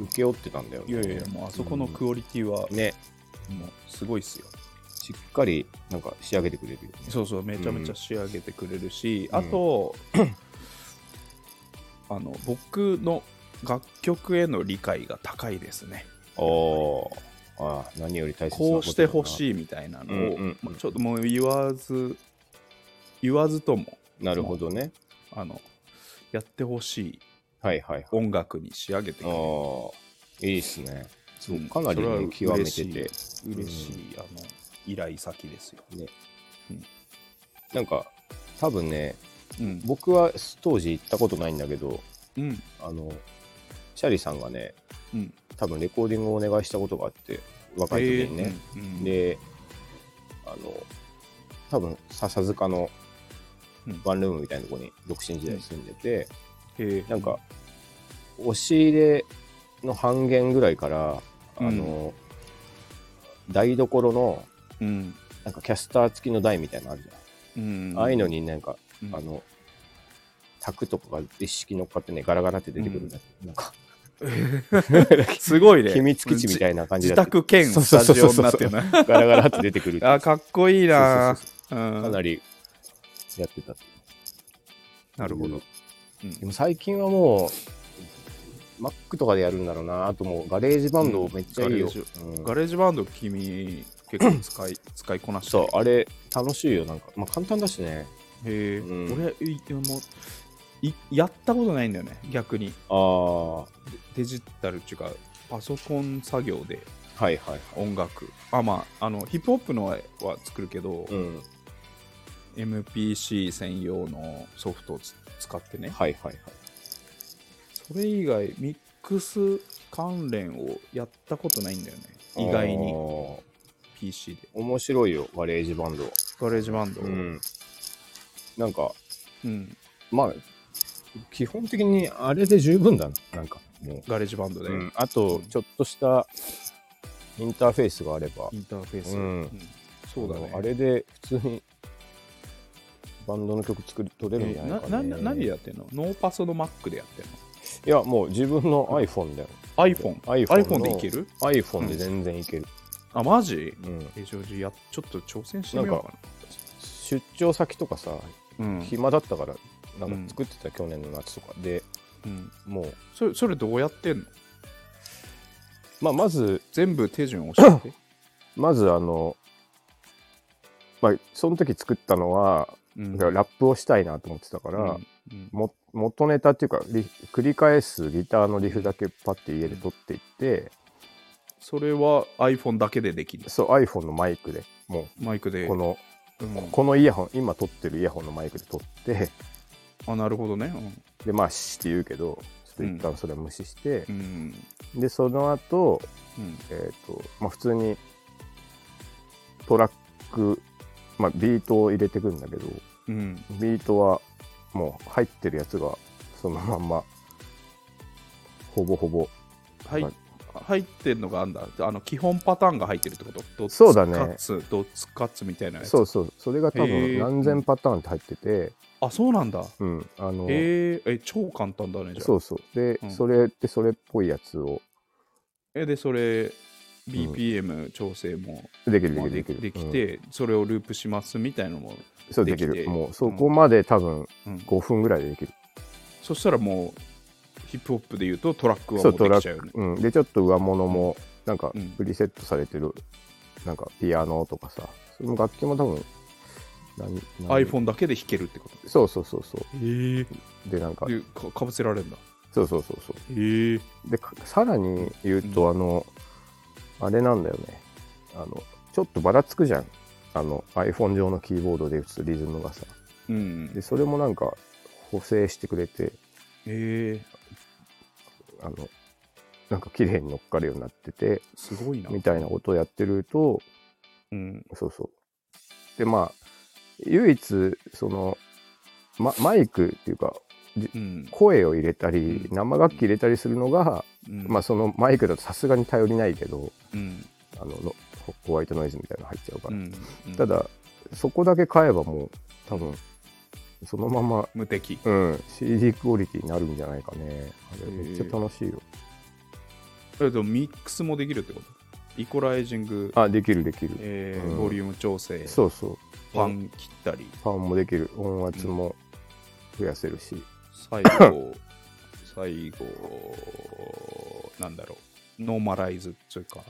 Speaker 2: う請け負ってたんだよね。
Speaker 1: いやいやいや、もうあそこのクオリティは、
Speaker 2: ね、
Speaker 1: もうすごいっすよ。
Speaker 2: しっかりなんか仕上げてくれるよね。
Speaker 1: そうそう、めちゃめちゃ仕上げてくれるし、
Speaker 2: うん
Speaker 1: あと、あの、僕の楽曲への理解が高いですね。
Speaker 2: おーあー何より大切なことだな
Speaker 1: こうしてほしいみたいなのを、
Speaker 2: うんうんうん
Speaker 1: まあちょっともう言わず、言わずとも、
Speaker 2: なるほどね。
Speaker 1: あの、やってほしい
Speaker 2: はいはいはい。
Speaker 1: 音楽に仕上げてくれる。
Speaker 2: ああ、いいっすね。そう
Speaker 1: うん
Speaker 2: かなり
Speaker 1: それは
Speaker 2: ね、極めてて
Speaker 1: 嬉。しい嬉しい、あの依頼先ですよ。
Speaker 2: なんか、多分ね、
Speaker 1: うん
Speaker 2: 僕は当時行ったことないんだけど、
Speaker 1: うん
Speaker 2: あの、シャリさんがね、
Speaker 1: うん。
Speaker 2: 多分レコーディングをお願いしたことがあって、若い時にね。
Speaker 1: えー。うん
Speaker 2: で、あの、多分笹塚の
Speaker 1: うん
Speaker 2: ワンルームみたいなとこに独身時代住んでて、
Speaker 1: えー
Speaker 2: なんか、押し入れの半減ぐらいから、あの、台所の、
Speaker 1: うん
Speaker 2: なんかキャスター付きの台みたいなのあるじゃない。
Speaker 1: うん
Speaker 2: ああいうのになんか、
Speaker 1: うん
Speaker 2: あの、柵とかが一式乗っかってね、ガラガラって出てくるんだけど、なんか、
Speaker 1: <laughs> すごいね。
Speaker 2: 秘密基地み
Speaker 1: い
Speaker 2: たいな感じ
Speaker 1: 自
Speaker 2: だっ
Speaker 1: 宅兼
Speaker 2: そう
Speaker 1: ス
Speaker 2: そう
Speaker 1: タ
Speaker 2: そう
Speaker 1: ジ
Speaker 2: そう
Speaker 1: オになってるな。
Speaker 2: た。ガラガラって出てくるっていう。
Speaker 1: あかっこいいな
Speaker 2: そうそう
Speaker 1: う
Speaker 2: そうか
Speaker 1: ん
Speaker 2: なりやってたっていう。
Speaker 1: なるほど。うん
Speaker 2: でも最近はもう、Mac とかでやるんだろうな。あともう、ガレージバンドめっちゃいいよ
Speaker 1: ガレー。
Speaker 2: うん
Speaker 1: ガレージバンド君結構使い使いこなして
Speaker 2: そう、あれ、楽しいよ。なんか、まあ簡単だしね。
Speaker 1: う。へえ。
Speaker 2: うん
Speaker 1: 俺いでもいやったことないんだよね逆に
Speaker 2: ああ、は
Speaker 1: デジタルっていうかパソコン作業で
Speaker 2: いはいはい。
Speaker 1: 音楽あまああのヒップホップのは作るけど、
Speaker 2: うん、
Speaker 1: MPC 専用のソフトをつ使ってね
Speaker 2: はいはいはい。
Speaker 1: それ以外ミックス関連をやったことないんだよね意外
Speaker 2: あ
Speaker 1: に
Speaker 2: ー
Speaker 1: PC で
Speaker 2: 面白いよ、ガレージバンド。
Speaker 1: ガレージバンドを
Speaker 2: うん。なんか、
Speaker 1: うん
Speaker 2: まあ、基本的にあれで十分だな。なんか、もう。
Speaker 1: ガレージバンドで、
Speaker 2: うん、あと、ちょっとしたインターフェースがあれば
Speaker 1: イ、ンターフェース、
Speaker 2: うん
Speaker 1: そうだね
Speaker 2: あれで普通にバンドの曲作り取れるんじゃ
Speaker 1: え
Speaker 2: な
Speaker 1: な
Speaker 2: いか
Speaker 1: な
Speaker 2: ね、
Speaker 1: な何でやってんのノーパソの Mac でやってんの
Speaker 2: いや、もう自分の iPhone だよ。
Speaker 1: iPhone,
Speaker 2: iPhone の
Speaker 1: iPhone でいける
Speaker 2: iPhone で全然いける。
Speaker 1: あマジ
Speaker 2: うん
Speaker 1: えじゃあやちょっと挑戦してみようか
Speaker 2: 出張先とかさ、
Speaker 1: なうん
Speaker 2: 暇だったから、な
Speaker 1: うんん
Speaker 2: か作ってた、去年の夏とかで、
Speaker 1: うん、
Speaker 2: もう、
Speaker 1: それそれどうやってんの
Speaker 2: まあ、まず、
Speaker 1: 全部手順教
Speaker 2: <coughs>
Speaker 1: えて
Speaker 2: まずあの、まあ、その時作ったのは、
Speaker 1: うん
Speaker 2: だからラップをしたいなと思ってたから、
Speaker 1: うんうん
Speaker 2: も元ネタっていうかリ繰り返すギターのリフだけパッて家で撮っていって、
Speaker 1: それは iPhone だけでできる
Speaker 2: そう iPhone のマイクでも
Speaker 1: マイク
Speaker 2: う
Speaker 1: で
Speaker 2: この、
Speaker 1: うん
Speaker 2: このイヤホン今撮ってるイヤホンのマイクで撮って
Speaker 1: あなるほどねうん
Speaker 2: でまあ「シーって言うけどちょっと一旦それは無視して
Speaker 1: う、ん
Speaker 2: でその後、
Speaker 1: うん
Speaker 2: えっとまあ普通にトラック、まあ、ビートを入れてくんだけど
Speaker 1: うん
Speaker 2: ビートはもう入ってるやつがそのまんまほぼほぼ
Speaker 1: はい
Speaker 2: はい
Speaker 1: 入ってんのがあんだあの基本パターンが入ってるってことどっ
Speaker 2: そうだね
Speaker 1: かつどっつかつみたいなやつ
Speaker 2: そうそうそれが多
Speaker 1: へ
Speaker 2: 分
Speaker 1: ー
Speaker 2: 何千パターンって入ってて、
Speaker 1: あそうなんだ
Speaker 2: うん、あの、
Speaker 1: へーえ超簡単だねじゃあ
Speaker 2: そうそう。で、
Speaker 1: うん
Speaker 2: それってそれっぽいやつを
Speaker 1: えでそれ BPM 調整も、
Speaker 2: できる
Speaker 1: まあ
Speaker 2: で
Speaker 1: で
Speaker 2: きる
Speaker 1: で
Speaker 2: で
Speaker 1: き
Speaker 2: きる。
Speaker 1: て、それをループしますみたいのも、
Speaker 2: うんそうでき
Speaker 1: でき
Speaker 2: る。
Speaker 1: て
Speaker 2: もうそこまで多分
Speaker 1: うん
Speaker 2: 5分ぐらいでできる。
Speaker 1: そしたらもうヒップホップで言うとトラックは
Speaker 2: そ
Speaker 1: も
Speaker 2: うト
Speaker 1: うで
Speaker 2: ラ
Speaker 1: きちゃうよ
Speaker 2: ッ
Speaker 1: ね
Speaker 2: ク、うん。でちょっと上物もなんか
Speaker 1: うん
Speaker 2: プリセットされてる、なんかピアノとかさ、その楽器も多分何何
Speaker 1: iPhone だけで弾けるってこと
Speaker 2: そうそうそうそ
Speaker 1: へえ
Speaker 2: う。でなんか
Speaker 1: でかかぶせられるんだ
Speaker 2: そうそうそうそ
Speaker 1: へえ
Speaker 2: う。でかさらに言うと、あのあれなんだよね。あのちょっとばらつくじゃん。あの iPhone 上のキーボードで打つリズムがさ。
Speaker 1: うん
Speaker 2: でそれもなんか補正してくれて
Speaker 1: え
Speaker 2: あのなんか綺麗に乗っかるようになってて
Speaker 1: すごいな。
Speaker 2: みたいなことをやってると
Speaker 1: うん。
Speaker 2: そうそうでまあ唯一その、まマイクっていうか
Speaker 1: うん。
Speaker 2: 声を入れたり
Speaker 1: うん
Speaker 2: 生楽器入れたりするのが、
Speaker 1: うん
Speaker 2: まあ、そのマイクだとさすがに頼りないけど
Speaker 1: うん。
Speaker 2: あののホホワイトノイズみたいなの入っちゃうか
Speaker 1: う
Speaker 2: ら、
Speaker 1: ん。
Speaker 2: ただそこだけ買えばもう多分そのまま、
Speaker 1: 無敵。
Speaker 2: うん、CD クオリティになるんじゃないかね。あれめっちゃ楽しいよ。
Speaker 1: えっと、ミックスもできるってことイコライジング、
Speaker 2: あ、できるできる。
Speaker 1: えー
Speaker 2: うん
Speaker 1: ボリューム調整、
Speaker 2: そうそう。
Speaker 1: パン切ったり、
Speaker 2: パンもできる。音圧も増やせるし。
Speaker 1: 最
Speaker 2: <laughs>
Speaker 1: 後、最後、なんだろう、ノーマライズっていうか、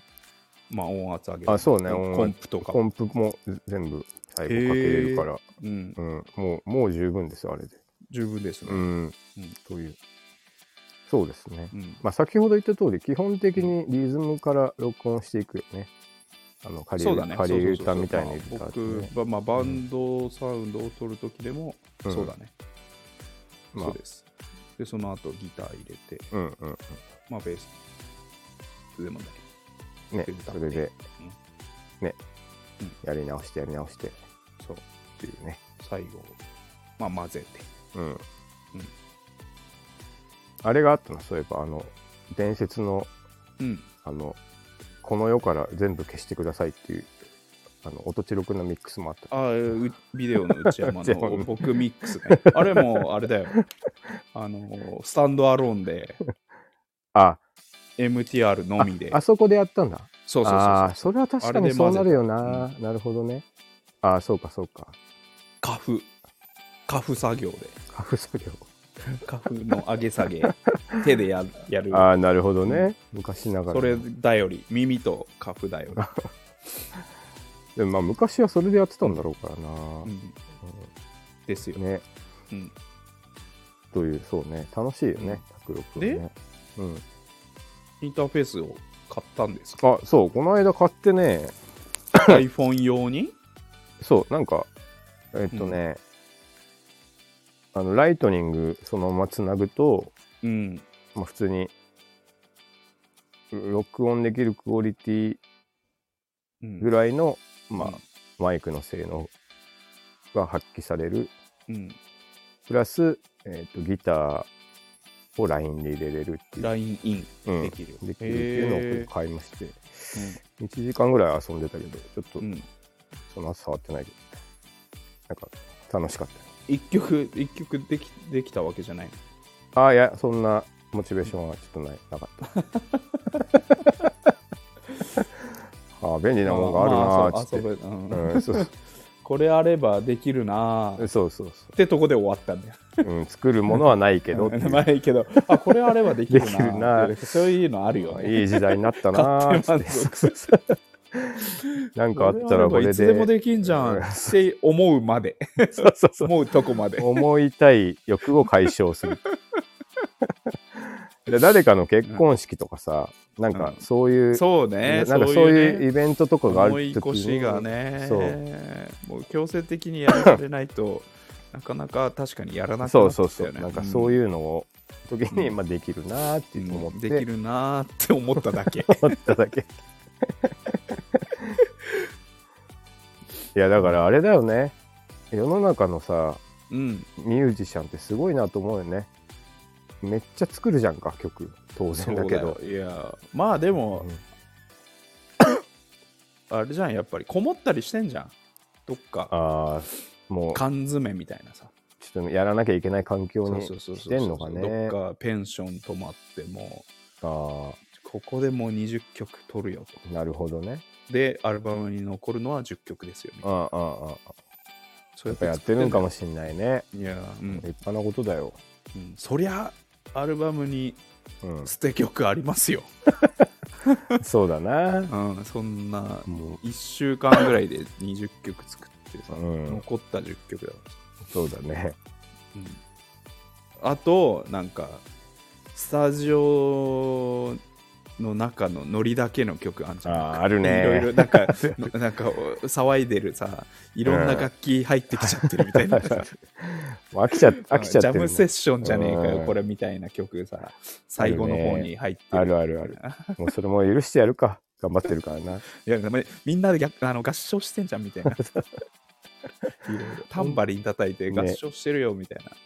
Speaker 1: まあ音圧上げる。
Speaker 2: あ、そうね。音圧
Speaker 1: コンプとか。
Speaker 2: コンプも全部最後かけれるから。
Speaker 1: うん、
Speaker 2: うん。もう、もう十分ですよ、あれで。
Speaker 1: 十分ですね。
Speaker 2: うん。という。そうですね。
Speaker 1: うん
Speaker 2: まあ、先ほど言った通り、基本的にリズムから録音していくよね。あの、カリ
Speaker 1: そうだね。
Speaker 2: カリ歌みたいな
Speaker 1: そうそう
Speaker 2: 歌
Speaker 1: そうまあ僕は、まあ、バンドサウンドを取るときでも、
Speaker 2: うん
Speaker 1: そうだね、
Speaker 2: ま
Speaker 1: そうです。で、その後ギター入れて、
Speaker 2: あ、うんうん。
Speaker 1: まあ、ベースでもない。
Speaker 2: ね
Speaker 1: で、歌っ
Speaker 2: そ
Speaker 1: て
Speaker 2: れで、ね
Speaker 1: うん、
Speaker 2: やり直してやり直してっ
Speaker 1: そう。
Speaker 2: ていうね。
Speaker 1: 最後、まあ、混ぜて。
Speaker 2: うん。あれがあったの、そういえば、あの、伝説の、
Speaker 1: うん。
Speaker 2: あの、この世から全部消してくださいっていう、あの、音ロクのミックスもあった。
Speaker 1: あうビデオの内
Speaker 2: <laughs>
Speaker 1: 山
Speaker 2: 内山
Speaker 1: の
Speaker 2: の
Speaker 1: 僕ミックスね。あれも、あれだよ。あの、スタンドアローンで、
Speaker 2: あ、
Speaker 1: MTR のみで。
Speaker 2: あそこでやったんだ。
Speaker 1: そうそうそう
Speaker 2: ああー、それは確か
Speaker 1: あれ
Speaker 2: に
Speaker 1: で
Speaker 2: そ
Speaker 1: 混
Speaker 2: う
Speaker 1: ぜた
Speaker 2: なるよな。なるほどね。ああ、そうか、そ
Speaker 1: <laughs>
Speaker 2: うか。
Speaker 1: カフ。カフ作業で。
Speaker 2: カフ作業。
Speaker 1: カフの上げ下げ。手でややる。
Speaker 2: ああ、なるほどね。昔ながら。
Speaker 1: それだより、耳とカフだより。
Speaker 2: でもまあ、昔はそれでやってたんだろうからな
Speaker 1: う。んですよ
Speaker 2: う。んね。
Speaker 1: うん
Speaker 2: という、そうね。楽しいよね、106はね。うん。
Speaker 1: インターフェースを買ったんですか
Speaker 2: あ、そう、この間買ってね、
Speaker 1: iPhone 用に
Speaker 2: そう、なんか、えっとね、あの、ライトニングそのままつなぐと、
Speaker 1: うん。
Speaker 2: まあ、普通に、録音できるクオリティ
Speaker 1: うん
Speaker 2: ぐらいの、ま
Speaker 1: うん
Speaker 2: あ、マイクの性能が発揮される。
Speaker 1: うん。
Speaker 2: プラス、えっと、ギターを LINE で入れれるっていう。
Speaker 1: ラインイン
Speaker 2: うん
Speaker 1: できる。
Speaker 2: できるっていうの
Speaker 1: へ
Speaker 2: を買いまして、1時間ぐらい遊んでたけど、ちょっと
Speaker 1: ーうん。
Speaker 2: その後触ってないけど、なんか楽しかったよ。
Speaker 1: 一曲、一曲できできたわけじゃない。
Speaker 2: ああ、いや、そんなモチベーションはちょっとない、なか
Speaker 1: <laughs>
Speaker 2: った。ああ、便利なもんがある
Speaker 1: ま
Speaker 2: な
Speaker 1: あ
Speaker 2: ーっつ
Speaker 1: そう
Speaker 2: っ
Speaker 1: 遊
Speaker 2: て。
Speaker 1: べうん
Speaker 2: うん、そうそう
Speaker 1: これあればできるなーっ
Speaker 2: そうそう
Speaker 1: てとこで終わったんだよ。
Speaker 2: そう、うん。作るものはないけどってい
Speaker 1: まあいいけど、あ、これあればできるなー
Speaker 2: できるなー
Speaker 1: ってそういうのあるよ
Speaker 2: う、
Speaker 1: ね。
Speaker 2: いい時代になったな
Speaker 1: 買
Speaker 2: ー
Speaker 1: っ
Speaker 2: って
Speaker 1: 満
Speaker 2: て。
Speaker 1: 足する。
Speaker 2: なんかあったらこれ
Speaker 1: いつでも
Speaker 2: で。
Speaker 1: できんじゃんって思うまで、
Speaker 2: <laughs> そうそうそう。
Speaker 1: 思うとこまで。
Speaker 2: 思いたい欲を解消
Speaker 1: <laughs>
Speaker 2: する。で誰かの結婚式とかさ、なんかそういう、
Speaker 1: そうね、
Speaker 2: なんかそう
Speaker 1: ね
Speaker 2: いうイベントとかがあ
Speaker 1: 思
Speaker 2: る
Speaker 1: い
Speaker 2: とき
Speaker 1: 越し
Speaker 2: に、
Speaker 1: がね
Speaker 2: そう
Speaker 1: もう強制的にやられないと <laughs> なかなか確かにやらなく
Speaker 2: そ
Speaker 1: な
Speaker 2: う
Speaker 1: っちゃ
Speaker 2: そ
Speaker 1: っ
Speaker 2: う
Speaker 1: た
Speaker 2: そ
Speaker 1: よ
Speaker 2: う、
Speaker 1: ね
Speaker 2: なんかそういうのを時に、まあ、できるなーって
Speaker 1: うん
Speaker 2: 思って、
Speaker 1: できるなーって思っただ
Speaker 2: <laughs>
Speaker 1: け
Speaker 2: 思った
Speaker 1: <laughs>
Speaker 2: だけいやだからあれだよね世の中のさ
Speaker 1: うん
Speaker 2: ミュージシャンってすごいなと思うよねめっちゃ作るじゃんか曲当
Speaker 1: そ
Speaker 2: 然
Speaker 1: う
Speaker 2: だ
Speaker 1: だ
Speaker 2: け
Speaker 1: けど
Speaker 2: ど
Speaker 1: いやまあでも
Speaker 2: うん、
Speaker 1: あれじゃんやっぱりこもったりしてんじゃんどっか
Speaker 2: ああもうちょ
Speaker 1: 缶詰みたいなさ
Speaker 2: っとやらなきゃいけない環境
Speaker 1: そう
Speaker 2: に
Speaker 1: そうそう
Speaker 2: し
Speaker 1: そ
Speaker 2: て
Speaker 1: うん
Speaker 2: のか
Speaker 1: どっ
Speaker 2: ね
Speaker 1: かペンション泊まっても
Speaker 2: あ
Speaker 1: ここでもう20曲取るよと
Speaker 2: あなるほどね
Speaker 1: でアルバムに残るのは10曲ですよみたい
Speaker 2: あ
Speaker 1: な
Speaker 2: あああああ
Speaker 1: そう
Speaker 2: や
Speaker 1: や
Speaker 2: っぱやってるんかも
Speaker 1: し
Speaker 2: しんないね
Speaker 1: れないいやうん
Speaker 2: 立派なことだよ、
Speaker 1: うんそりゃアルバムに
Speaker 2: うん、
Speaker 1: <laughs> 捨て曲ありますよ、
Speaker 2: そうだな
Speaker 1: うん、そんな
Speaker 2: もう
Speaker 1: 1週間ぐらいで20曲作ってさ、
Speaker 2: うん
Speaker 1: 残った10曲だからさ、
Speaker 2: そうだね。
Speaker 1: うんあとなんかスタジオの中のノリだけの曲あんじゃん
Speaker 2: あーある
Speaker 1: い
Speaker 2: ね
Speaker 1: ろいろなんか <laughs> のなんかお騒いでるさいろんな楽器入ってきちゃってるみた
Speaker 2: <laughs>
Speaker 1: いな、
Speaker 2: もう飽きちゃ飽きちゃっ
Speaker 1: ジ
Speaker 2: て
Speaker 1: ャ
Speaker 2: る、ね。
Speaker 1: ムセッションじゃねえかよ、
Speaker 2: うん
Speaker 1: これみたいな曲さ最後の方に入って
Speaker 2: あるあるある。もうそれも許してやるか。頑張ってるからな。
Speaker 1: <laughs> いやでもみんなで逆あの合唱してんじゃんみたいな。いろいろタンバリン叩いて合唱してるよみたいな
Speaker 2: あ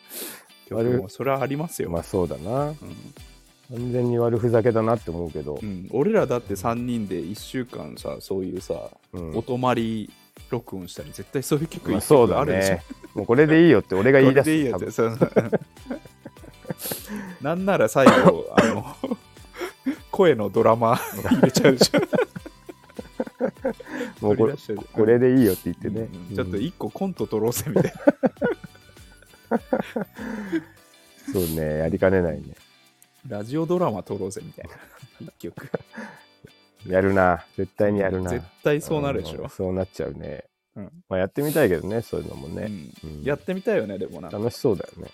Speaker 1: 曲
Speaker 2: れ
Speaker 1: もそれはありますよ。
Speaker 2: まあそうだな。
Speaker 1: うん
Speaker 2: 完全に悪ふざけだなって思うけど
Speaker 1: う。ん俺らだって3人で1週間さそういうさ、
Speaker 2: うん
Speaker 1: お泊まり録音したり、絶対そういう曲
Speaker 2: まあ、そう
Speaker 1: 曲
Speaker 2: だ
Speaker 1: あるでしょ
Speaker 2: ね。もうこれでいいよって俺が言い出
Speaker 1: これでいい
Speaker 2: す。
Speaker 1: や
Speaker 2: 多
Speaker 1: つ
Speaker 2: 分
Speaker 1: そうそう <laughs> なんなら最
Speaker 2: <laughs>
Speaker 1: 後、あの、声のドラマ入れちゃうでしょ。
Speaker 2: もうこ
Speaker 1: 取り
Speaker 2: れ
Speaker 1: 出しちゃう
Speaker 2: これでいいよって言ってね
Speaker 1: うん。
Speaker 2: うん
Speaker 1: ちょっと一個コント取ろうぜみたいな。
Speaker 2: そうね、やりかねないね。
Speaker 1: <laughs> ラジオドラマ撮ろうぜみたいな。一曲。
Speaker 2: やるな。絶対にやるな。
Speaker 1: 絶対そうなるでし
Speaker 2: うん
Speaker 1: ょ。
Speaker 2: そうなっちゃうね。
Speaker 1: うん
Speaker 2: まあ、やってみたいけどね、そういうのも
Speaker 1: う
Speaker 2: ね。
Speaker 1: ん
Speaker 2: うん
Speaker 1: やってみたいよね、でもな。
Speaker 2: 楽しそうだよね。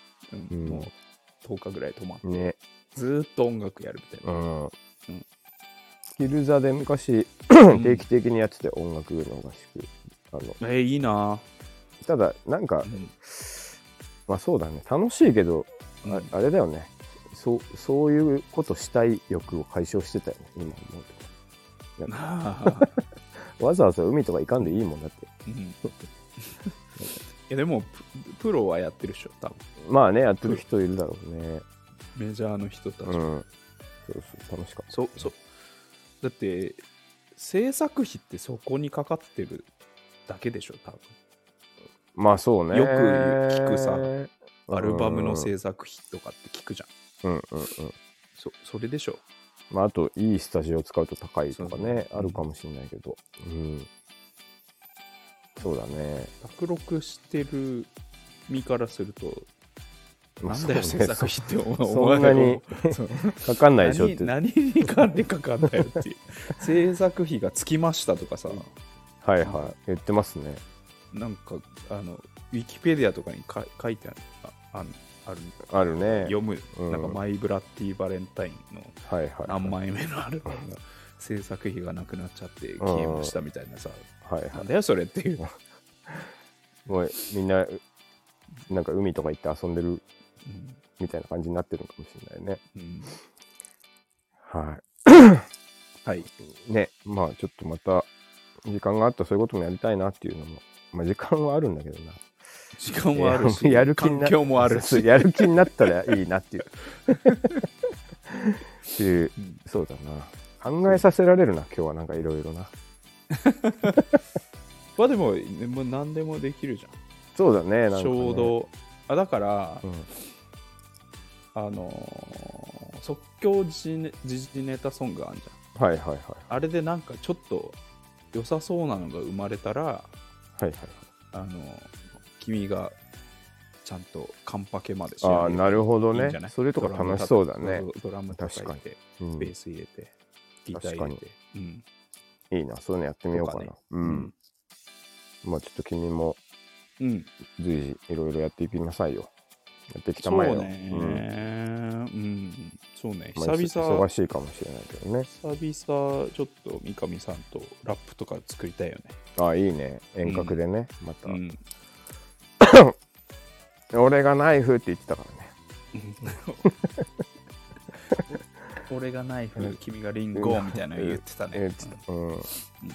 Speaker 1: うん
Speaker 2: うん
Speaker 1: もう10日ぐらい止まって。
Speaker 2: ね。
Speaker 1: ずーっと音楽やるみたいな。
Speaker 2: うん。
Speaker 1: ん
Speaker 2: スキル座で昔、
Speaker 1: ん
Speaker 2: 定期的にやってて音楽の合宿。あの
Speaker 1: えー、いいな
Speaker 2: ただ、なんか
Speaker 1: ぁ、
Speaker 2: まあそうだね。楽しいけど、
Speaker 1: うん
Speaker 2: ああれだよね。そうそういうことしたい欲を解消してたよね、今思う
Speaker 1: なあ。
Speaker 2: と。わざわざ海とか行かんでいいもんだって。
Speaker 1: うんいやでもププロはやってるでしょ多分
Speaker 2: まあね、やってる人いるだろうね。
Speaker 1: メジャーの人たち、
Speaker 2: うん。そうそう、楽しかった。
Speaker 1: そそだって制作費ってそこにかかってるだけでしょ多分
Speaker 2: まあそうね。
Speaker 1: よく聞くさ
Speaker 2: うん、
Speaker 1: アルバムの制作費とかって聞くじゃん
Speaker 2: うんうんうん。
Speaker 1: そそれでしょ
Speaker 2: まああと、いいスタジオ使うと高いとかね、
Speaker 1: そう
Speaker 2: あるかもしれないけど。うん。そうだね。
Speaker 1: 卓録してる身からすると
Speaker 2: ま
Speaker 1: な
Speaker 2: あ
Speaker 1: んだよ
Speaker 2: そ
Speaker 1: 制
Speaker 2: うね
Speaker 1: 作費って思
Speaker 2: そうそんなに
Speaker 1: そう
Speaker 2: かかんないでしょっ
Speaker 1: 何
Speaker 2: て。
Speaker 1: 何に管理かかんだよっていう制作費がつきましたとかさ
Speaker 2: はいはい。言ってますね。
Speaker 1: なんかあのウィキペディアとかにか書いてあるああのある
Speaker 2: あるね。
Speaker 1: 読む、
Speaker 2: うん
Speaker 1: なんか「マイ・ブラッディ・バレンタイン」の
Speaker 2: はいはい。
Speaker 1: 何枚目のアルバムが制作費がなくなっちゃって消えましたみたいなさ、
Speaker 2: はいはい <laughs>
Speaker 1: なんだよそれっていう、
Speaker 2: もうみんな、なんか海とか行って遊んでるみたいな感じになってるのかもしれないね。
Speaker 1: うんうん
Speaker 2: は
Speaker 1: はい
Speaker 2: い。ね、まあちょっとまた、時間があったらそういうこともやりたいなっていうのも、まあ時間はあるんだけどな。
Speaker 1: 時間もあるし
Speaker 2: いややる気に
Speaker 1: 環
Speaker 2: な
Speaker 1: 境もある
Speaker 2: そう
Speaker 1: し、
Speaker 2: やる気になったらいいなっていう。っていう
Speaker 1: うん
Speaker 2: そうだな。考えさせられるな、今日はなんかいろいろな。
Speaker 1: まあでもねもう何でもできるじ
Speaker 2: そうだね、
Speaker 1: ゃん
Speaker 2: なんかね、
Speaker 1: ちょうどあだから、
Speaker 2: うん。
Speaker 1: あのー即興時事ネ時事ネタソングあんじゃん
Speaker 2: はいはいはい。
Speaker 1: あれでなんかちょっと良さそうなのが生まれたら
Speaker 2: はいはい。
Speaker 1: あの君がちゃんとカンパケまで仕
Speaker 2: ああ、
Speaker 1: 上げ
Speaker 2: なるほど
Speaker 1: いい
Speaker 2: ね
Speaker 1: んじゃない
Speaker 2: それとか楽しそうだね。
Speaker 1: ドラム叩いてドラム叩
Speaker 2: 確
Speaker 1: いて
Speaker 2: うん
Speaker 1: ベース入れてギター入れてうん
Speaker 2: いいな、そういうのやってみようかな。
Speaker 1: とか
Speaker 2: う。
Speaker 1: うん
Speaker 2: まあちょっと君も
Speaker 1: うん
Speaker 2: 随時いろいろやっていきなさいよ。やってきた
Speaker 1: そう
Speaker 2: まえよ。
Speaker 1: ねうんそうね
Speaker 2: うん
Speaker 1: 久
Speaker 2: まあ
Speaker 1: 々
Speaker 2: 忙しいかもしれないけどね。
Speaker 1: 久々ちょっと三上さんとラップとか作りたいよね
Speaker 2: ああ、いいね。遠隔でね、また
Speaker 1: う。ん
Speaker 2: 俺がナイフって言ってたからね。
Speaker 1: <laughs> 俺がナイフ君がリンゴみたいなの言ってたね
Speaker 2: 言ってた。うん。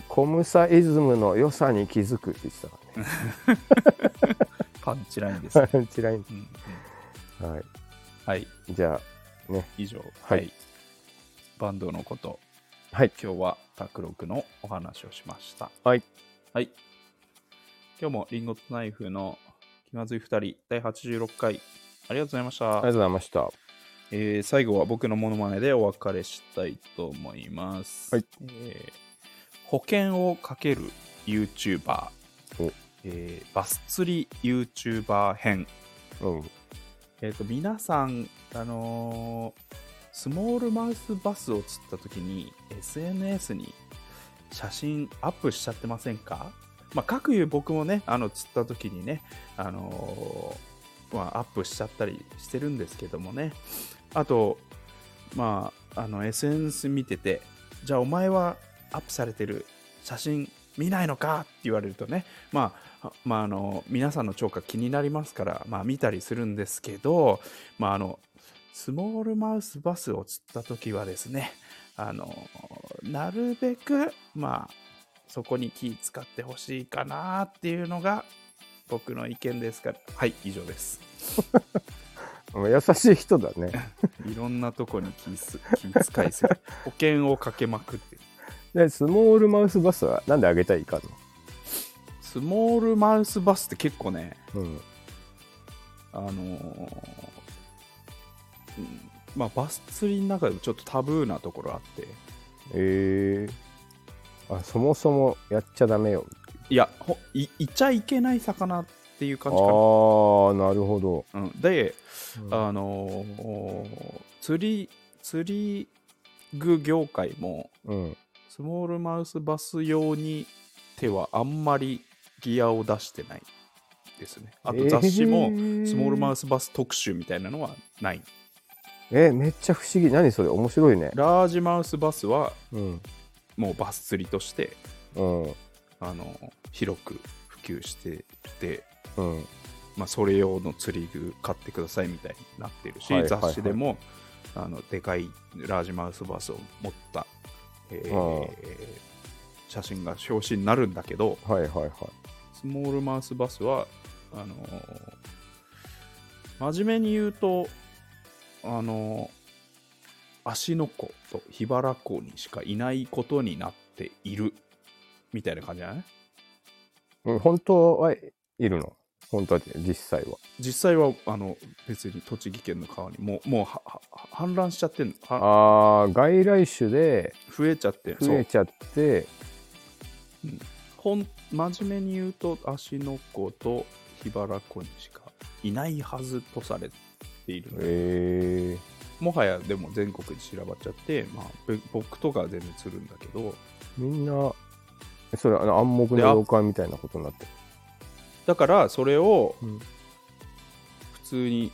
Speaker 2: コムサイズムの良さに気づくって言ってたからね。
Speaker 1: パンチラインですね <laughs>
Speaker 2: チライン
Speaker 1: うんうん
Speaker 2: は
Speaker 1: はい
Speaker 2: い。じゃあ、ね。
Speaker 1: 以上、
Speaker 2: はい
Speaker 1: バンドのこと
Speaker 2: はい。
Speaker 1: 今日は卓六のお話をしました
Speaker 2: はい。
Speaker 1: はい今日もリンゴとナイフの気まずい2人第86回ありがとうございまし
Speaker 2: ありがとう
Speaker 1: た、
Speaker 2: ございました。
Speaker 1: えー最後は僕のモノマネでお別れしたいと思います、
Speaker 2: はい
Speaker 1: えー保険をかける YouTuber
Speaker 2: お、
Speaker 1: えーバス釣り YouTuber 編
Speaker 2: うん。
Speaker 1: えっ、と、皆さん、あのースモールマウスバスを釣った時に SNS に写真アップしちゃってませんかまあ、各有僕もね、あの、釣った時にね、あのーまあ、アップしちゃったりしてるんですけどもね。あと、まあ、あの、SNS 見てて、じゃあお前はアップされてる写真見ないのかって言われるとね、まあ、あまあ、あの、皆さんの聴覚気になりますから、まあ、見たりするんですけど、まあ、あの、スモールマウスバスを釣った時はですね、あの、なるべく、まあ、そこに気使ってほしいかなっていうのが、僕の意見ですから、はい、以上です。
Speaker 2: 優しい人だ
Speaker 1: <laughs>
Speaker 2: ね。
Speaker 1: いろんなとこに気す気遣いする。保険をかけまくって。
Speaker 2: で、スモールマウスバスはなんであげたいかの
Speaker 1: スモールマウスバスって結構ね、
Speaker 2: うん。
Speaker 1: あのーうんまあ、バス釣りの中でもちょっとタブーなところあって、
Speaker 2: えー。あ、そもそもやっちゃダメよ。
Speaker 1: いや、ほいいちゃいけない魚っていう
Speaker 2: ああ
Speaker 1: 感じか
Speaker 2: ー、なるほど。
Speaker 1: な。うん、で、
Speaker 2: あ
Speaker 1: あのー釣り、釣り具業界も、
Speaker 2: うん。
Speaker 1: スモールマウスバス用に手はあんまりギアを出してないですね。あと雑誌も、スモールマウ
Speaker 2: ス。
Speaker 1: スバス特集みたいなのはない。
Speaker 2: え、めっちゃ不思議。何それ面白いね。
Speaker 1: ラージマウスバスは
Speaker 2: うん。
Speaker 1: もうバス釣りとして
Speaker 2: うん。
Speaker 1: あの広く普及してて、
Speaker 2: うん。
Speaker 1: まあ、それ用の釣り具買ってくださいみたいになってるし、
Speaker 2: はいはいはい
Speaker 1: 雑誌でもあのでかいラージマウスバスを持った、えー
Speaker 2: ああ
Speaker 1: 写真が表紙になるんだけど
Speaker 2: はいはいはい。
Speaker 1: スモールマウスバスはあの真面目に言うとあの芦ノ湖と桧原湖にしかいないことになっているみたいな感じじゃない
Speaker 2: うん、本当はいるの本当は実際は。
Speaker 1: 実際はあの別に栃木県の川にもうもうはは氾濫しちゃってんのは
Speaker 2: ああ、外来種で
Speaker 1: 増えちゃって
Speaker 2: 増
Speaker 1: そ
Speaker 2: え
Speaker 1: う
Speaker 2: ちゃって、
Speaker 1: ほん真面目に言うと芦ノ湖と桧原湖にしかいないはずとされているので
Speaker 2: え
Speaker 1: もはやでも全国に散らばっちゃって、まあ、べ僕とかは全然釣るんだけど
Speaker 2: ー、みんな、それあの暗黙の
Speaker 1: であ
Speaker 2: 妖怪みたいなことになって
Speaker 1: だからそれを
Speaker 2: る。
Speaker 1: 普通に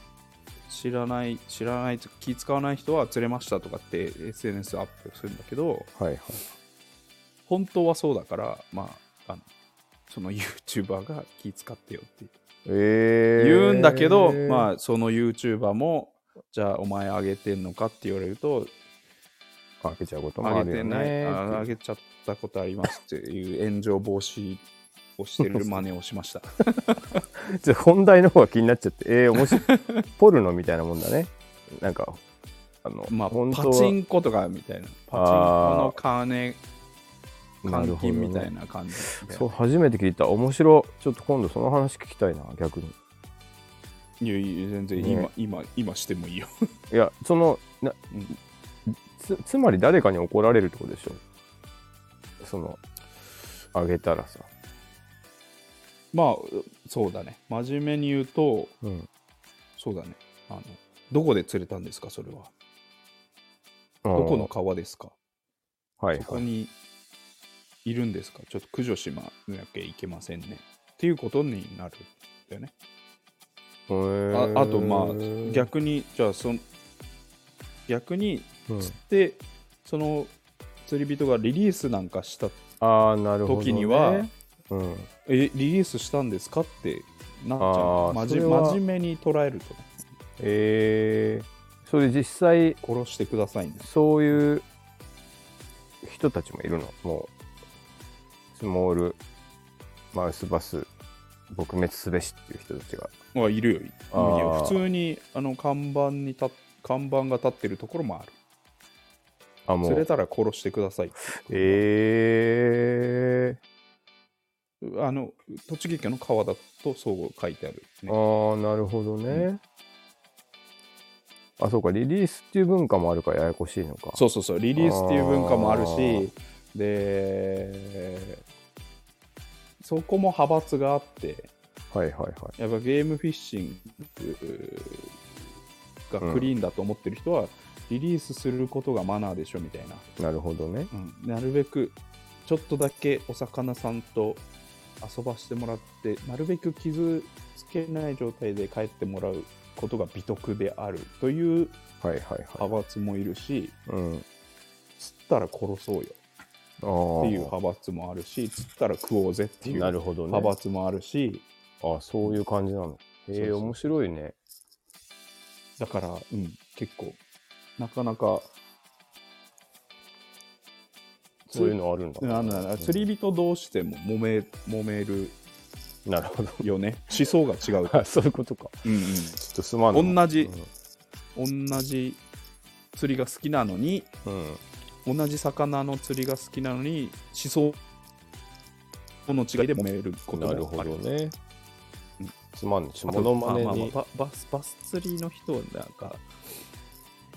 Speaker 1: 知らない知らない気使わない人は釣れましたとかって SNS アップするんだけど
Speaker 2: はいはい。
Speaker 1: 本当はそうだから、まあ、あのその YouTuber が気使ってよって
Speaker 2: えー、
Speaker 1: 言うんだけど、ま
Speaker 2: あ、
Speaker 1: あ、その YouTuber も、じゃあお前あげてんのかって言われると、
Speaker 2: 開けちゃうこともあ
Speaker 1: あ
Speaker 2: る
Speaker 1: げ
Speaker 2: よ
Speaker 1: てない、
Speaker 2: ね。
Speaker 1: ああげちゃったことありますっていう炎上防止をしてる真似をしま
Speaker 2: <laughs>
Speaker 1: した。
Speaker 2: ちょっと本題の方が気になっちゃって、えー、面白い。
Speaker 1: <laughs>
Speaker 2: ポルノみたいなもんだね。なんか、あの、
Speaker 1: まあ、
Speaker 2: 本当
Speaker 1: パ
Speaker 2: は
Speaker 1: チンコとかみたいな、パチンコの金、換
Speaker 2: なるほど
Speaker 1: 金
Speaker 2: ね
Speaker 1: みたいな感じで
Speaker 2: そう、初めて聞いた。面白い。ちょっと今度その話聞きたいな、逆に。
Speaker 1: いやいや全然今、
Speaker 2: ね
Speaker 1: 今、今してもいいよ。
Speaker 2: いや、その、な
Speaker 1: うん
Speaker 2: つつまり誰かに怒られるってことでしょその、あげたらさ。
Speaker 1: まあ、そうだね。真面目に言うと、
Speaker 2: うん。
Speaker 1: そうだね。あの、どこで釣れたんですか、それは。どこの川ですか
Speaker 2: はい
Speaker 1: そこ
Speaker 2: はい。
Speaker 1: にいるんですかちょっと駆除しなきゃいけませんね。っていうことになるんだよね。
Speaker 2: へー
Speaker 1: ああとまあ逆にじゃあその逆に
Speaker 2: うん
Speaker 1: 釣って、その釣り人がリリースなんかした
Speaker 2: ああ、なるほど、ね。
Speaker 1: 時には、
Speaker 2: うん。
Speaker 1: えリリースしたんですかってなっちゃ
Speaker 2: あ
Speaker 1: う
Speaker 2: ー
Speaker 1: 真
Speaker 2: それ
Speaker 1: 面
Speaker 2: は
Speaker 1: 真面目に捉えるとね
Speaker 2: えー、それ実際、
Speaker 1: 殺してくださいね。
Speaker 2: そういう人たちもいるのもう、スモール、マウスバス、撲滅すべしっていう人たちが。
Speaker 1: あいるよいる
Speaker 2: あー
Speaker 1: よ。普通にあの看板に立っ看板が立ってるところもある。
Speaker 2: あ、も
Speaker 1: 釣れ
Speaker 2: う。
Speaker 1: たら殺してくださいっていう
Speaker 2: え
Speaker 1: あの栃木県の川だとそう書いてある、
Speaker 2: ー、
Speaker 1: ね。
Speaker 2: ああ、なるほどね。あ、そうか、リリースっていう文化もあるからややこしいのか。
Speaker 1: そうそうそう、リリースっていう文化もある
Speaker 2: あ
Speaker 1: し
Speaker 2: ー、
Speaker 1: で、そこも派閥があって、
Speaker 2: はいはいはい。
Speaker 1: やっぱゲームフィッシングがクリーンだと思ってる人は、リリースすることがマナーでしょみたいな、
Speaker 2: なるほどね。
Speaker 1: うんなるべくちょっとだけお魚さんと遊ばしてもらって、なるべく傷つけない状態で帰ってもらうことが美徳であるという
Speaker 2: はいはいはい。
Speaker 1: 派閥もいるし、
Speaker 2: うん。
Speaker 1: 釣ったら殺そうよ
Speaker 2: あ
Speaker 1: っ
Speaker 2: ー
Speaker 1: ていう派閥もあるし、釣ったら食おうぜっていう
Speaker 2: な
Speaker 1: 派
Speaker 2: るほどね。
Speaker 1: 閥もあるし、
Speaker 2: あそういう感じなの。
Speaker 1: そ
Speaker 2: へ
Speaker 1: う
Speaker 2: え、
Speaker 1: そう
Speaker 2: 面白いね。
Speaker 1: だから、うん、結構、なかなか、つ
Speaker 2: そういうのあるんだ。
Speaker 1: あの釣り人同士でも揉め揉める
Speaker 2: なるほど。
Speaker 1: よね。思想が違うと。
Speaker 2: あそういうことか。
Speaker 1: うん
Speaker 2: ちょっとすまんない。
Speaker 1: 同じ
Speaker 2: うん
Speaker 1: うん、同じ釣りが好きなのに、
Speaker 2: うん。
Speaker 1: 同じ魚の釣りが好きなのに、思想この違いで揉めることも
Speaker 2: な
Speaker 1: あ
Speaker 2: る
Speaker 1: る
Speaker 2: ほどね
Speaker 1: うん。
Speaker 2: つまんね、ち
Speaker 1: あ
Speaker 2: モ
Speaker 1: と
Speaker 2: ノマネ
Speaker 1: まあまあ
Speaker 2: に。
Speaker 1: まあババスバス釣りの人はなんか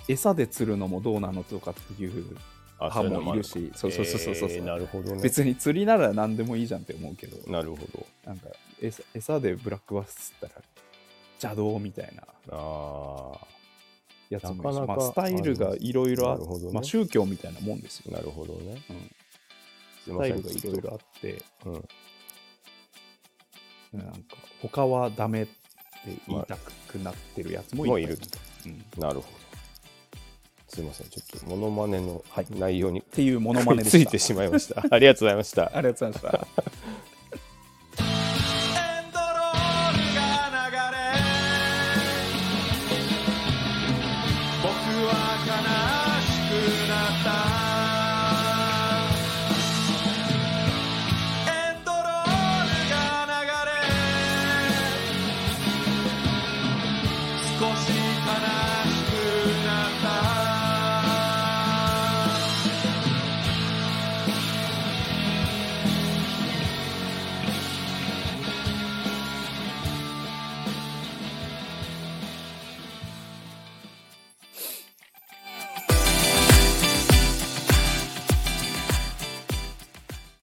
Speaker 1: 餌で釣るのもどうなのとかっていう
Speaker 2: あ
Speaker 1: 派
Speaker 2: そううの
Speaker 1: もいる
Speaker 2: あ
Speaker 1: し
Speaker 2: の
Speaker 1: そうそうそうそうそう
Speaker 2: えーなるほどね。
Speaker 1: 別に釣りなら何でもいいじゃんって思うけど
Speaker 2: なるほど。
Speaker 1: なんか餌餌でブラックバス釣ったら邪道みたいな
Speaker 2: あ
Speaker 1: やつもいるし
Speaker 2: なかなか
Speaker 1: まあ、スタイルがいろいろあっ
Speaker 2: なるほどね
Speaker 1: まあ、宗教みたいなもんです
Speaker 2: あ、
Speaker 1: よ
Speaker 2: なるほどね。
Speaker 1: うん
Speaker 2: す
Speaker 1: ス
Speaker 2: いま
Speaker 1: タイ
Speaker 2: せ
Speaker 1: ル
Speaker 2: ん
Speaker 1: がいろいろあって
Speaker 2: うん
Speaker 1: なんか他はダメって言いたくなってるやつもい
Speaker 2: もうい
Speaker 1: っぱ
Speaker 2: る
Speaker 1: いうんっ
Speaker 2: なるほど。すいません、ちょっとモノマネの
Speaker 1: はい
Speaker 2: 内容に
Speaker 1: ていうモノマネ
Speaker 2: 食い
Speaker 1: で
Speaker 2: <laughs> つ
Speaker 1: し
Speaker 2: い
Speaker 1: た
Speaker 2: てしまいました。ありがとうございました。
Speaker 1: ありがとうございました
Speaker 3: エンドロールが流れ僕は悲しくなった